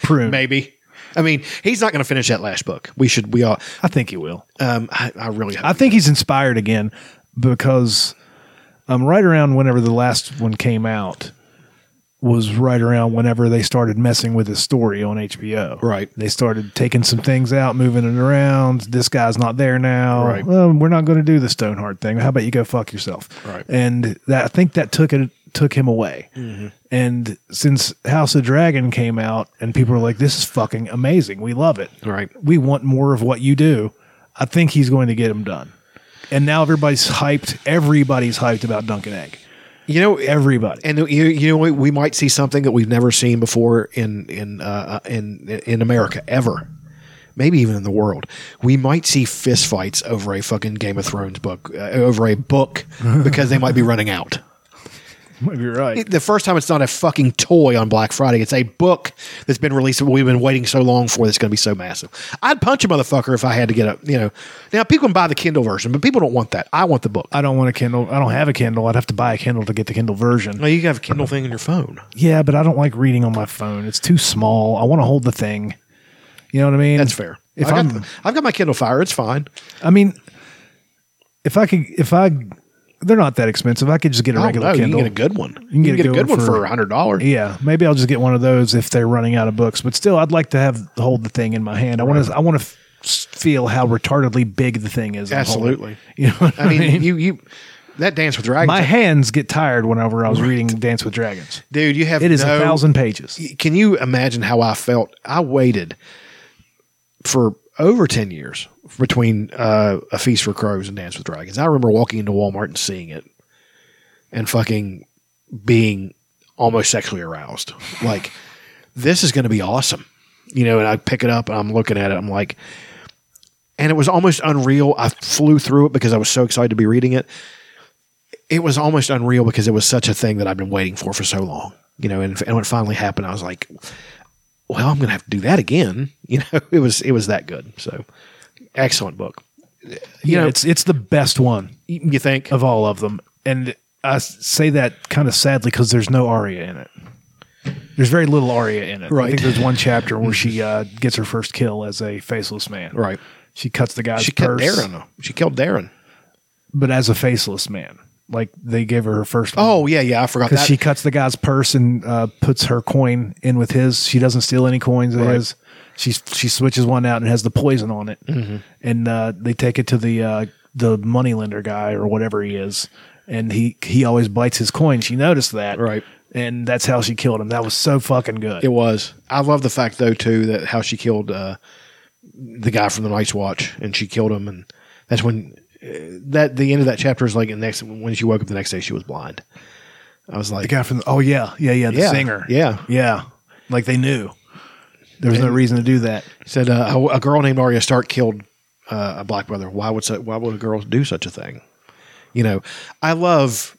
[SPEAKER 2] Prune.
[SPEAKER 1] Maybe. I mean, he's not going to finish that last book. We should. We all.
[SPEAKER 2] I think he will.
[SPEAKER 1] Um, I, I really hope.
[SPEAKER 2] I think he's inspired again because um, right around whenever the last one came out was right around whenever they started messing with his story on HBO.
[SPEAKER 1] Right.
[SPEAKER 2] They started taking some things out, moving it around. This guy's not there now.
[SPEAKER 1] Right.
[SPEAKER 2] Well, we're not going to do the Stoneheart thing. How about you go fuck yourself?
[SPEAKER 1] Right.
[SPEAKER 2] And that, I think that took it took him away.
[SPEAKER 1] Mm-hmm.
[SPEAKER 2] And since House of Dragon came out and people are like, this is fucking amazing. We love it.
[SPEAKER 1] Right.
[SPEAKER 2] We want more of what you do. I think he's going to get him done. And now everybody's hyped. Everybody's hyped about Dunkin' Egg.
[SPEAKER 1] You know,
[SPEAKER 2] everybody.
[SPEAKER 1] And you, you know, we, we might see something that we've never seen before in in uh, in in America ever, maybe even in the world. We might see fistfights over a fucking Game of Thrones book, uh, over a book, because they might be running out.
[SPEAKER 2] Might be right.
[SPEAKER 1] The first time it's not a fucking toy on Black Friday. It's a book that's been released that we've been waiting so long for that's going to be so massive. I'd punch a motherfucker if I had to get a, you know. Now, people can buy the Kindle version, but people don't want that. I want the book.
[SPEAKER 2] I don't want a Kindle. I don't have a Kindle. I'd have to buy a Kindle to get the Kindle version.
[SPEAKER 1] No, you can have a Kindle thing on your phone.
[SPEAKER 2] Yeah, but I don't like reading on my phone. It's too small. I want to hold the thing. You know what I mean?
[SPEAKER 1] That's fair.
[SPEAKER 2] If
[SPEAKER 1] I got
[SPEAKER 2] I'm-
[SPEAKER 1] the- I've got my Kindle Fire. It's fine.
[SPEAKER 2] I mean, if I could, if I, they're not that expensive. I could just get a
[SPEAKER 1] I don't
[SPEAKER 2] regular
[SPEAKER 1] know. Oh, You can
[SPEAKER 2] Kindle.
[SPEAKER 1] get a good one.
[SPEAKER 2] You can, get, a good one for
[SPEAKER 1] a hundred dollars.
[SPEAKER 2] Yeah, maybe I'll just get one of those if they're running out of books. But still, I'd like to have hold the thing in my hand. I want to. I want to feel how retardedly big the thing is. I'm holding.
[SPEAKER 1] Absolutely.
[SPEAKER 2] You know what
[SPEAKER 1] I mean, you you That Dance with Dragons.
[SPEAKER 2] My hands get tired whenever I was reading Dance with Dragons.
[SPEAKER 1] Dude, you have
[SPEAKER 2] It is a
[SPEAKER 1] no-
[SPEAKER 2] thousand pages.
[SPEAKER 1] Y- Can you imagine how I felt? I waited for over 10 years between uh, A Feast for Crows and Dance with Dragons. I remember walking into Walmart and seeing it and fucking being almost sexually aroused. Like, this is going to be awesome. You know, and I pick it up and I'm looking at it. I'm like, and it was almost unreal. I flew through it because I was so excited to be reading it. It was almost unreal because it was such a thing that I've been waiting for for so long, you know. And, and when it finally happened, I was like, "Well, I'm going to have to do that again." You know, it was it was that good. So, excellent book.
[SPEAKER 2] You
[SPEAKER 1] know-
[SPEAKER 2] know, it's it's the best one.
[SPEAKER 1] You think
[SPEAKER 2] of all of them, and I s- say that kind of sadly because there's no Arya in it. There's very little Arya in it. I
[SPEAKER 1] Right.
[SPEAKER 2] think there's one chapter where she uh, gets her first kill as a faceless man.
[SPEAKER 1] Right.
[SPEAKER 2] She cuts the guy's
[SPEAKER 1] She killed
[SPEAKER 2] purse.
[SPEAKER 1] Darren. She killed Darren.
[SPEAKER 2] But as a faceless man, like they gave her her first.
[SPEAKER 1] Oh yeah, yeah. I forgot
[SPEAKER 2] because
[SPEAKER 1] that.
[SPEAKER 2] she cuts the guy's purse and uh, puts her coin in with his. She doesn't steal any coins of
[SPEAKER 1] Right.
[SPEAKER 2] his. She she switches one out and has the poison on it,
[SPEAKER 1] Mhm.
[SPEAKER 2] and uh, they take it to the uh, the moneylender guy or whatever he is, and he he always bites his coin. She noticed that,
[SPEAKER 1] right?
[SPEAKER 2] And that's how she killed him. That was so fucking good.
[SPEAKER 1] It was. I love the fact though too that how she killed uh, the guy from the Night's Watch, and she killed him, and that's when uh, that the end of that chapter is like the next when she woke up the next day she was blind. I was like,
[SPEAKER 2] the guy from the, oh yeah yeah yeah the
[SPEAKER 1] Yeah,
[SPEAKER 2] singer
[SPEAKER 1] yeah.
[SPEAKER 2] yeah like they knew there was no reason to do that.
[SPEAKER 1] Said uh, a, a girl named Arya Stark killed uh, a black brother. Why would so, why would a girl do such a thing? You know, I love.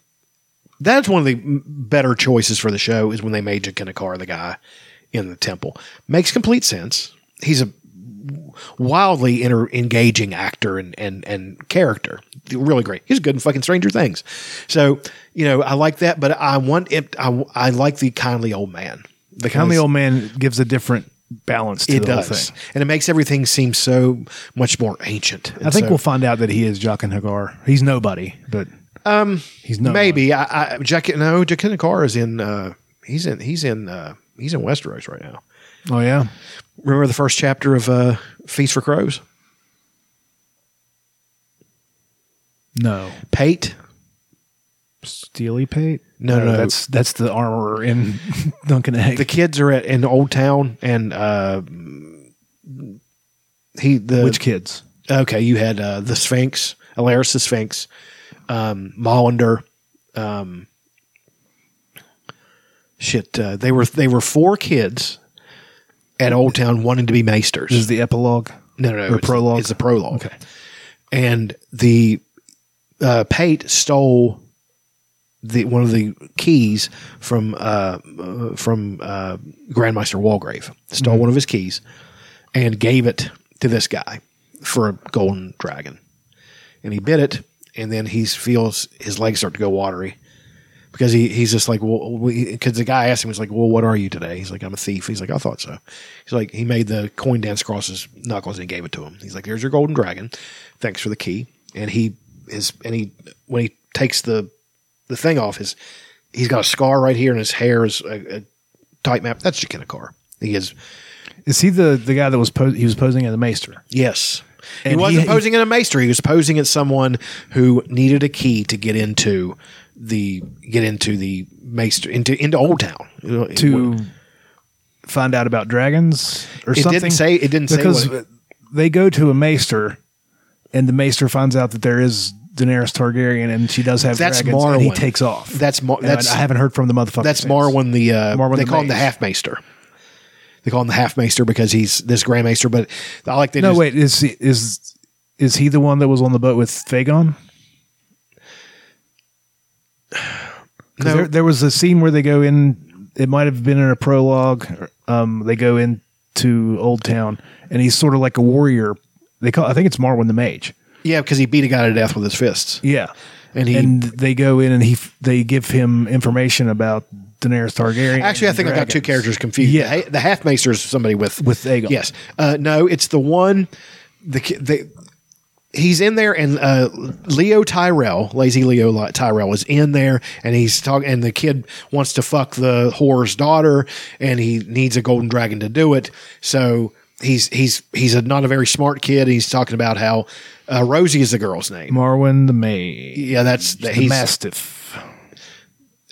[SPEAKER 1] That's one of the m- better choices for the show is when they made Jakinakar the guy in the temple. Makes complete sense. He's a wildly inter- engaging actor and and and character. Really great. He's good in fucking Stranger Things. So you know, I like that. But I want it. I I like the kindly old man.
[SPEAKER 2] the kindly old man gives a different balance to
[SPEAKER 1] it
[SPEAKER 2] the
[SPEAKER 1] does,
[SPEAKER 2] whole thing.
[SPEAKER 1] and it makes everything seem so much more ancient.
[SPEAKER 2] I think we'll find out that he is Jock and Hagar. He's nobody, but
[SPEAKER 1] we'll. Um,
[SPEAKER 2] he's no
[SPEAKER 1] maybe I, I Jack. No, Jack Car is in. Uh, he's in. He's in. Uh, he's in Westeros right now.
[SPEAKER 2] oh yeah,
[SPEAKER 1] Remember the first chapter of uh, Feast for Crows?
[SPEAKER 2] no.
[SPEAKER 1] Pate.
[SPEAKER 2] Steely Pate?
[SPEAKER 1] No, no, no.
[SPEAKER 2] that's that's the armorer in Duncan Egg.
[SPEAKER 1] The kids are at in Old Town, and uh, he the
[SPEAKER 2] Which kids?
[SPEAKER 1] Okay, you had uh, the Sphinx, Alaris the Sphinx, um, Molander. Um, shit, uh, they were they were four kids at Old Town wanting to be maesters.
[SPEAKER 2] This is the epilogue.
[SPEAKER 1] No, no, no.
[SPEAKER 2] Or
[SPEAKER 1] it's-
[SPEAKER 2] prologue?
[SPEAKER 1] It's a prologue. Okay. And the uh, Pate stole the one of the keys from uh, uh, from uh, Grandmaster Walgrave. Stole one of his keys and gave it to this guy for a golden dragon. And he bit it, and then he feels his legs start to go watery because he, he's just like, well, because the guy asked him, he's like, well, what are you today? He's like, I'm a thief. He's like, I thought so. He's like, he made the coin dance across his knuckles and he gave it to him. He's like, there's your golden dragon. Thanks for the key. And he is, and he, when he takes the, the thing off his, he's got a scar right here and his hair is a, a tight map. That's Jakinakar. He is,
[SPEAKER 2] Is he the the guy that was pos- he was posing as the maester?
[SPEAKER 1] yes.
[SPEAKER 2] And
[SPEAKER 1] he wasn't
[SPEAKER 2] he-
[SPEAKER 1] posing at a maester. He was posing at someone who needed a key to get into the, get into the maester, into, into Old Town.
[SPEAKER 2] To find out about dragons or
[SPEAKER 1] It didn't
[SPEAKER 2] something.
[SPEAKER 1] say- it didn't say
[SPEAKER 2] because
[SPEAKER 1] what it-
[SPEAKER 2] they go to a maester, and the maester finds out that there is Daenerys Targaryen, and she does have
[SPEAKER 1] That's
[SPEAKER 2] dragons, and he
[SPEAKER 1] Morrowind.
[SPEAKER 2] takes off.
[SPEAKER 1] That's Mar-
[SPEAKER 2] And
[SPEAKER 1] that's
[SPEAKER 2] I haven't heard from the motherfucker.
[SPEAKER 1] That's
[SPEAKER 2] since.
[SPEAKER 1] Marwin the uh,
[SPEAKER 2] Marwyn
[SPEAKER 1] they
[SPEAKER 2] the
[SPEAKER 1] call him the
[SPEAKER 2] Mage.
[SPEAKER 1] half maester. They call him the half maester because he's this grand maester. But I like that.
[SPEAKER 2] No,
[SPEAKER 1] his-
[SPEAKER 2] wait is he, is is he the one that was on the boat with Fagon? 'Cause
[SPEAKER 1] No.
[SPEAKER 2] There, there was a scene where they go in. It might have been in a prologue. Um, they go into Old Town, and he's sort of like a warrior. They call. I think it's Marwin the Mage.
[SPEAKER 1] yeah, because he beat a guy to death with his fists.
[SPEAKER 2] Yeah,
[SPEAKER 1] And he-
[SPEAKER 2] and they go in and he f- they give him information about Daenerys Targaryen.
[SPEAKER 1] Actually, I
[SPEAKER 2] and
[SPEAKER 1] think I got
[SPEAKER 2] dragons.
[SPEAKER 1] two characters confused. Yeah, the, half maester is somebody with
[SPEAKER 2] With Aegon.
[SPEAKER 1] Yes, uh, no, it's the one the ki- the. He's in there, and uh, Leo Tyrell, lazy Leo Li- Tyrell, is in there, and he's talking. And the kid wants to fuck the whore's daughter, and he needs a golden dragon to do it. So he's he's he's a, not a very smart kid. He's talking about how uh, Rosie is the girl's name.
[SPEAKER 2] Marwin the May.
[SPEAKER 1] Yeah, that's
[SPEAKER 2] The
[SPEAKER 1] he's-
[SPEAKER 2] Mastiff.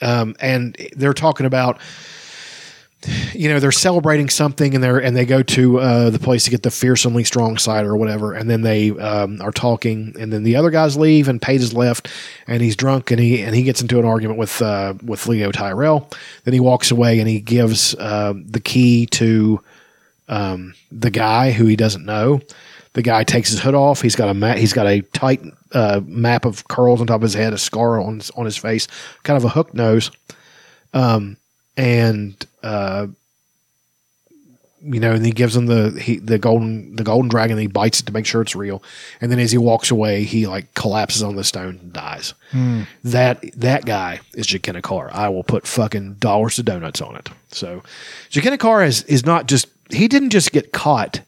[SPEAKER 1] Um, and they're talking about you know they're celebrating something and they're and they go to uh, the place to get the fearsomely strong cider or whatever and then they um, are talking and then the other guys leave and Pate is left and he's drunk and he and he gets into an argument with uh, with Leo Tyrell then he walks away and he gives um the key to um, the guy who he doesn't know the guy takes his hood off he's got a ma- he's got a tight uh, map of curls on top of his head a scar on his, on his face kind of a hook nose um, and uh, you know, and he gives him the he, the golden the golden dragon. And he bites it to make sure it's real, and then as he walks away, he like collapses on the stone and dies.
[SPEAKER 2] Hmm.
[SPEAKER 1] That that guy is Jakina Carr. I will put fucking dollars to donuts on it. So Jakina Carr is is not just he didn't just get caught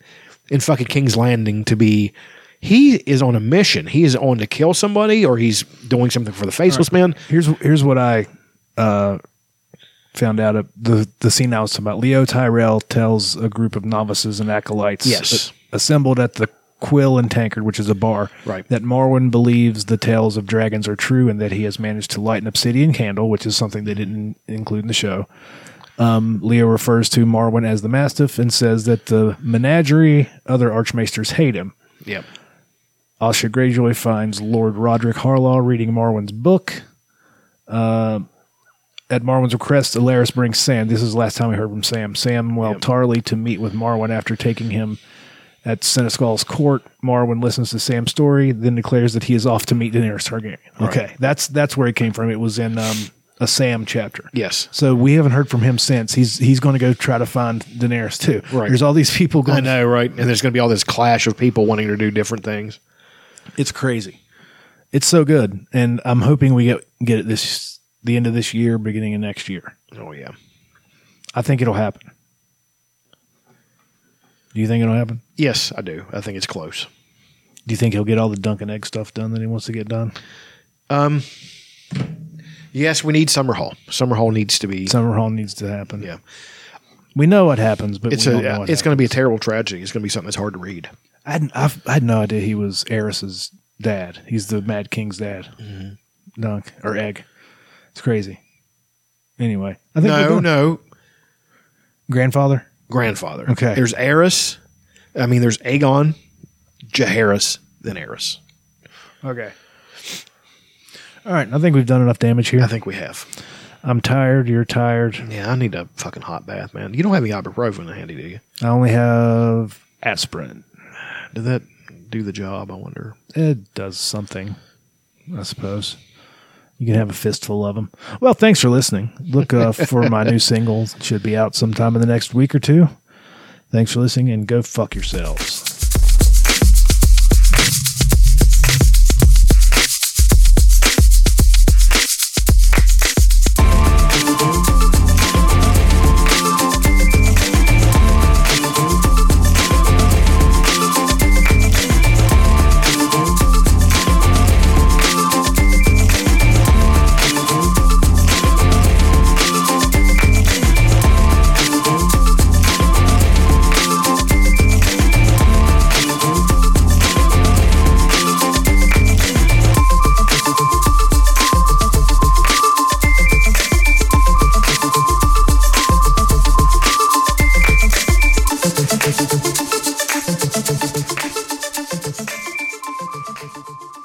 [SPEAKER 1] in fucking King's Landing to be. He is on a mission. He is on to kill somebody, or he's doing something for the faceless man.
[SPEAKER 2] Here's here's what I uh, found out of the the scene I was talking about. Leo Tyrell tells a group of novices and acolytes
[SPEAKER 1] Yes.
[SPEAKER 2] a- assembled at the Quill and Tankard, which is a bar,
[SPEAKER 1] Right.
[SPEAKER 2] that Marwin believes the tales of dragons are true and that he has managed to light an obsidian candle, which is something they didn't include in the show. Um, Leo refers to Marwin as the Mastiff and says that the menagerie, other archmaesters hate him.
[SPEAKER 1] Yep.
[SPEAKER 2] Asha Greyjoy finds Lord Roderick Harlaw reading Marwin's book. Uh, at Marwin's request, Alaris brings Sam. This is the last time we heard from Sam. Samwell Tarly to meet with Marwin after taking him at Seneschal's court. Marwin listens to Sam's story, then declares that he is off to meet Daenerys Targaryen. Okay, that's that's where he came from. It was in um, a Sam chapter.
[SPEAKER 1] Yes.
[SPEAKER 2] So we haven't heard from him since. He's he's going to go try to find Daenerys too.
[SPEAKER 1] Right.
[SPEAKER 2] There's all these people going.
[SPEAKER 1] I know, right? And there's going to be all this clash of people wanting to do different things.
[SPEAKER 2] It's crazy. It's so good, and I'm hoping we get get it this the end of this year, beginning of next year.
[SPEAKER 1] Oh yeah,
[SPEAKER 2] I think it'll happen. Do you think it'll happen?
[SPEAKER 1] Yes, I do. I think it's close.
[SPEAKER 2] Do you think he'll get all the Dunkin' Egg stuff done that he wants to get done?
[SPEAKER 1] Um, yes, we need Summer Hall. Summer Hall needs to be.
[SPEAKER 2] Summer Hall needs to happen.
[SPEAKER 1] Yeah,
[SPEAKER 2] we know what happens, but
[SPEAKER 1] it's
[SPEAKER 2] we don't know
[SPEAKER 1] a.
[SPEAKER 2] what
[SPEAKER 1] It's going to be a terrible tragedy. It's going to be something that's hard to read.
[SPEAKER 2] I had, I've, I had no idea he was Eris's dad. He's the Mad King's dad.
[SPEAKER 1] Mm-hmm.
[SPEAKER 2] Dunk or egg. It's crazy. Anyway, I think we're
[SPEAKER 1] no,
[SPEAKER 2] done.
[SPEAKER 1] no,
[SPEAKER 2] grandfather.
[SPEAKER 1] grandfather.
[SPEAKER 2] Okay.
[SPEAKER 1] there's Eris. I mean, there's Aegon, Jaharis, then Eris.
[SPEAKER 2] Okay. All right, I think we've done enough damage here.
[SPEAKER 1] I think we have.
[SPEAKER 2] I'm tired. You're tired.
[SPEAKER 1] Yeah, I need a fucking hot bath, man. You don't have any ibuprofen handy, do you?
[SPEAKER 2] I only have aspirin.
[SPEAKER 1] Did that do the job? I wonder.
[SPEAKER 2] It does something, I suppose. You can have a fistful of them. Well, thanks for listening. Look uh, for my new single. It should be out sometime in the next week or two. Thanks for listening, and go fuck yourselves.
[SPEAKER 13] Thank you.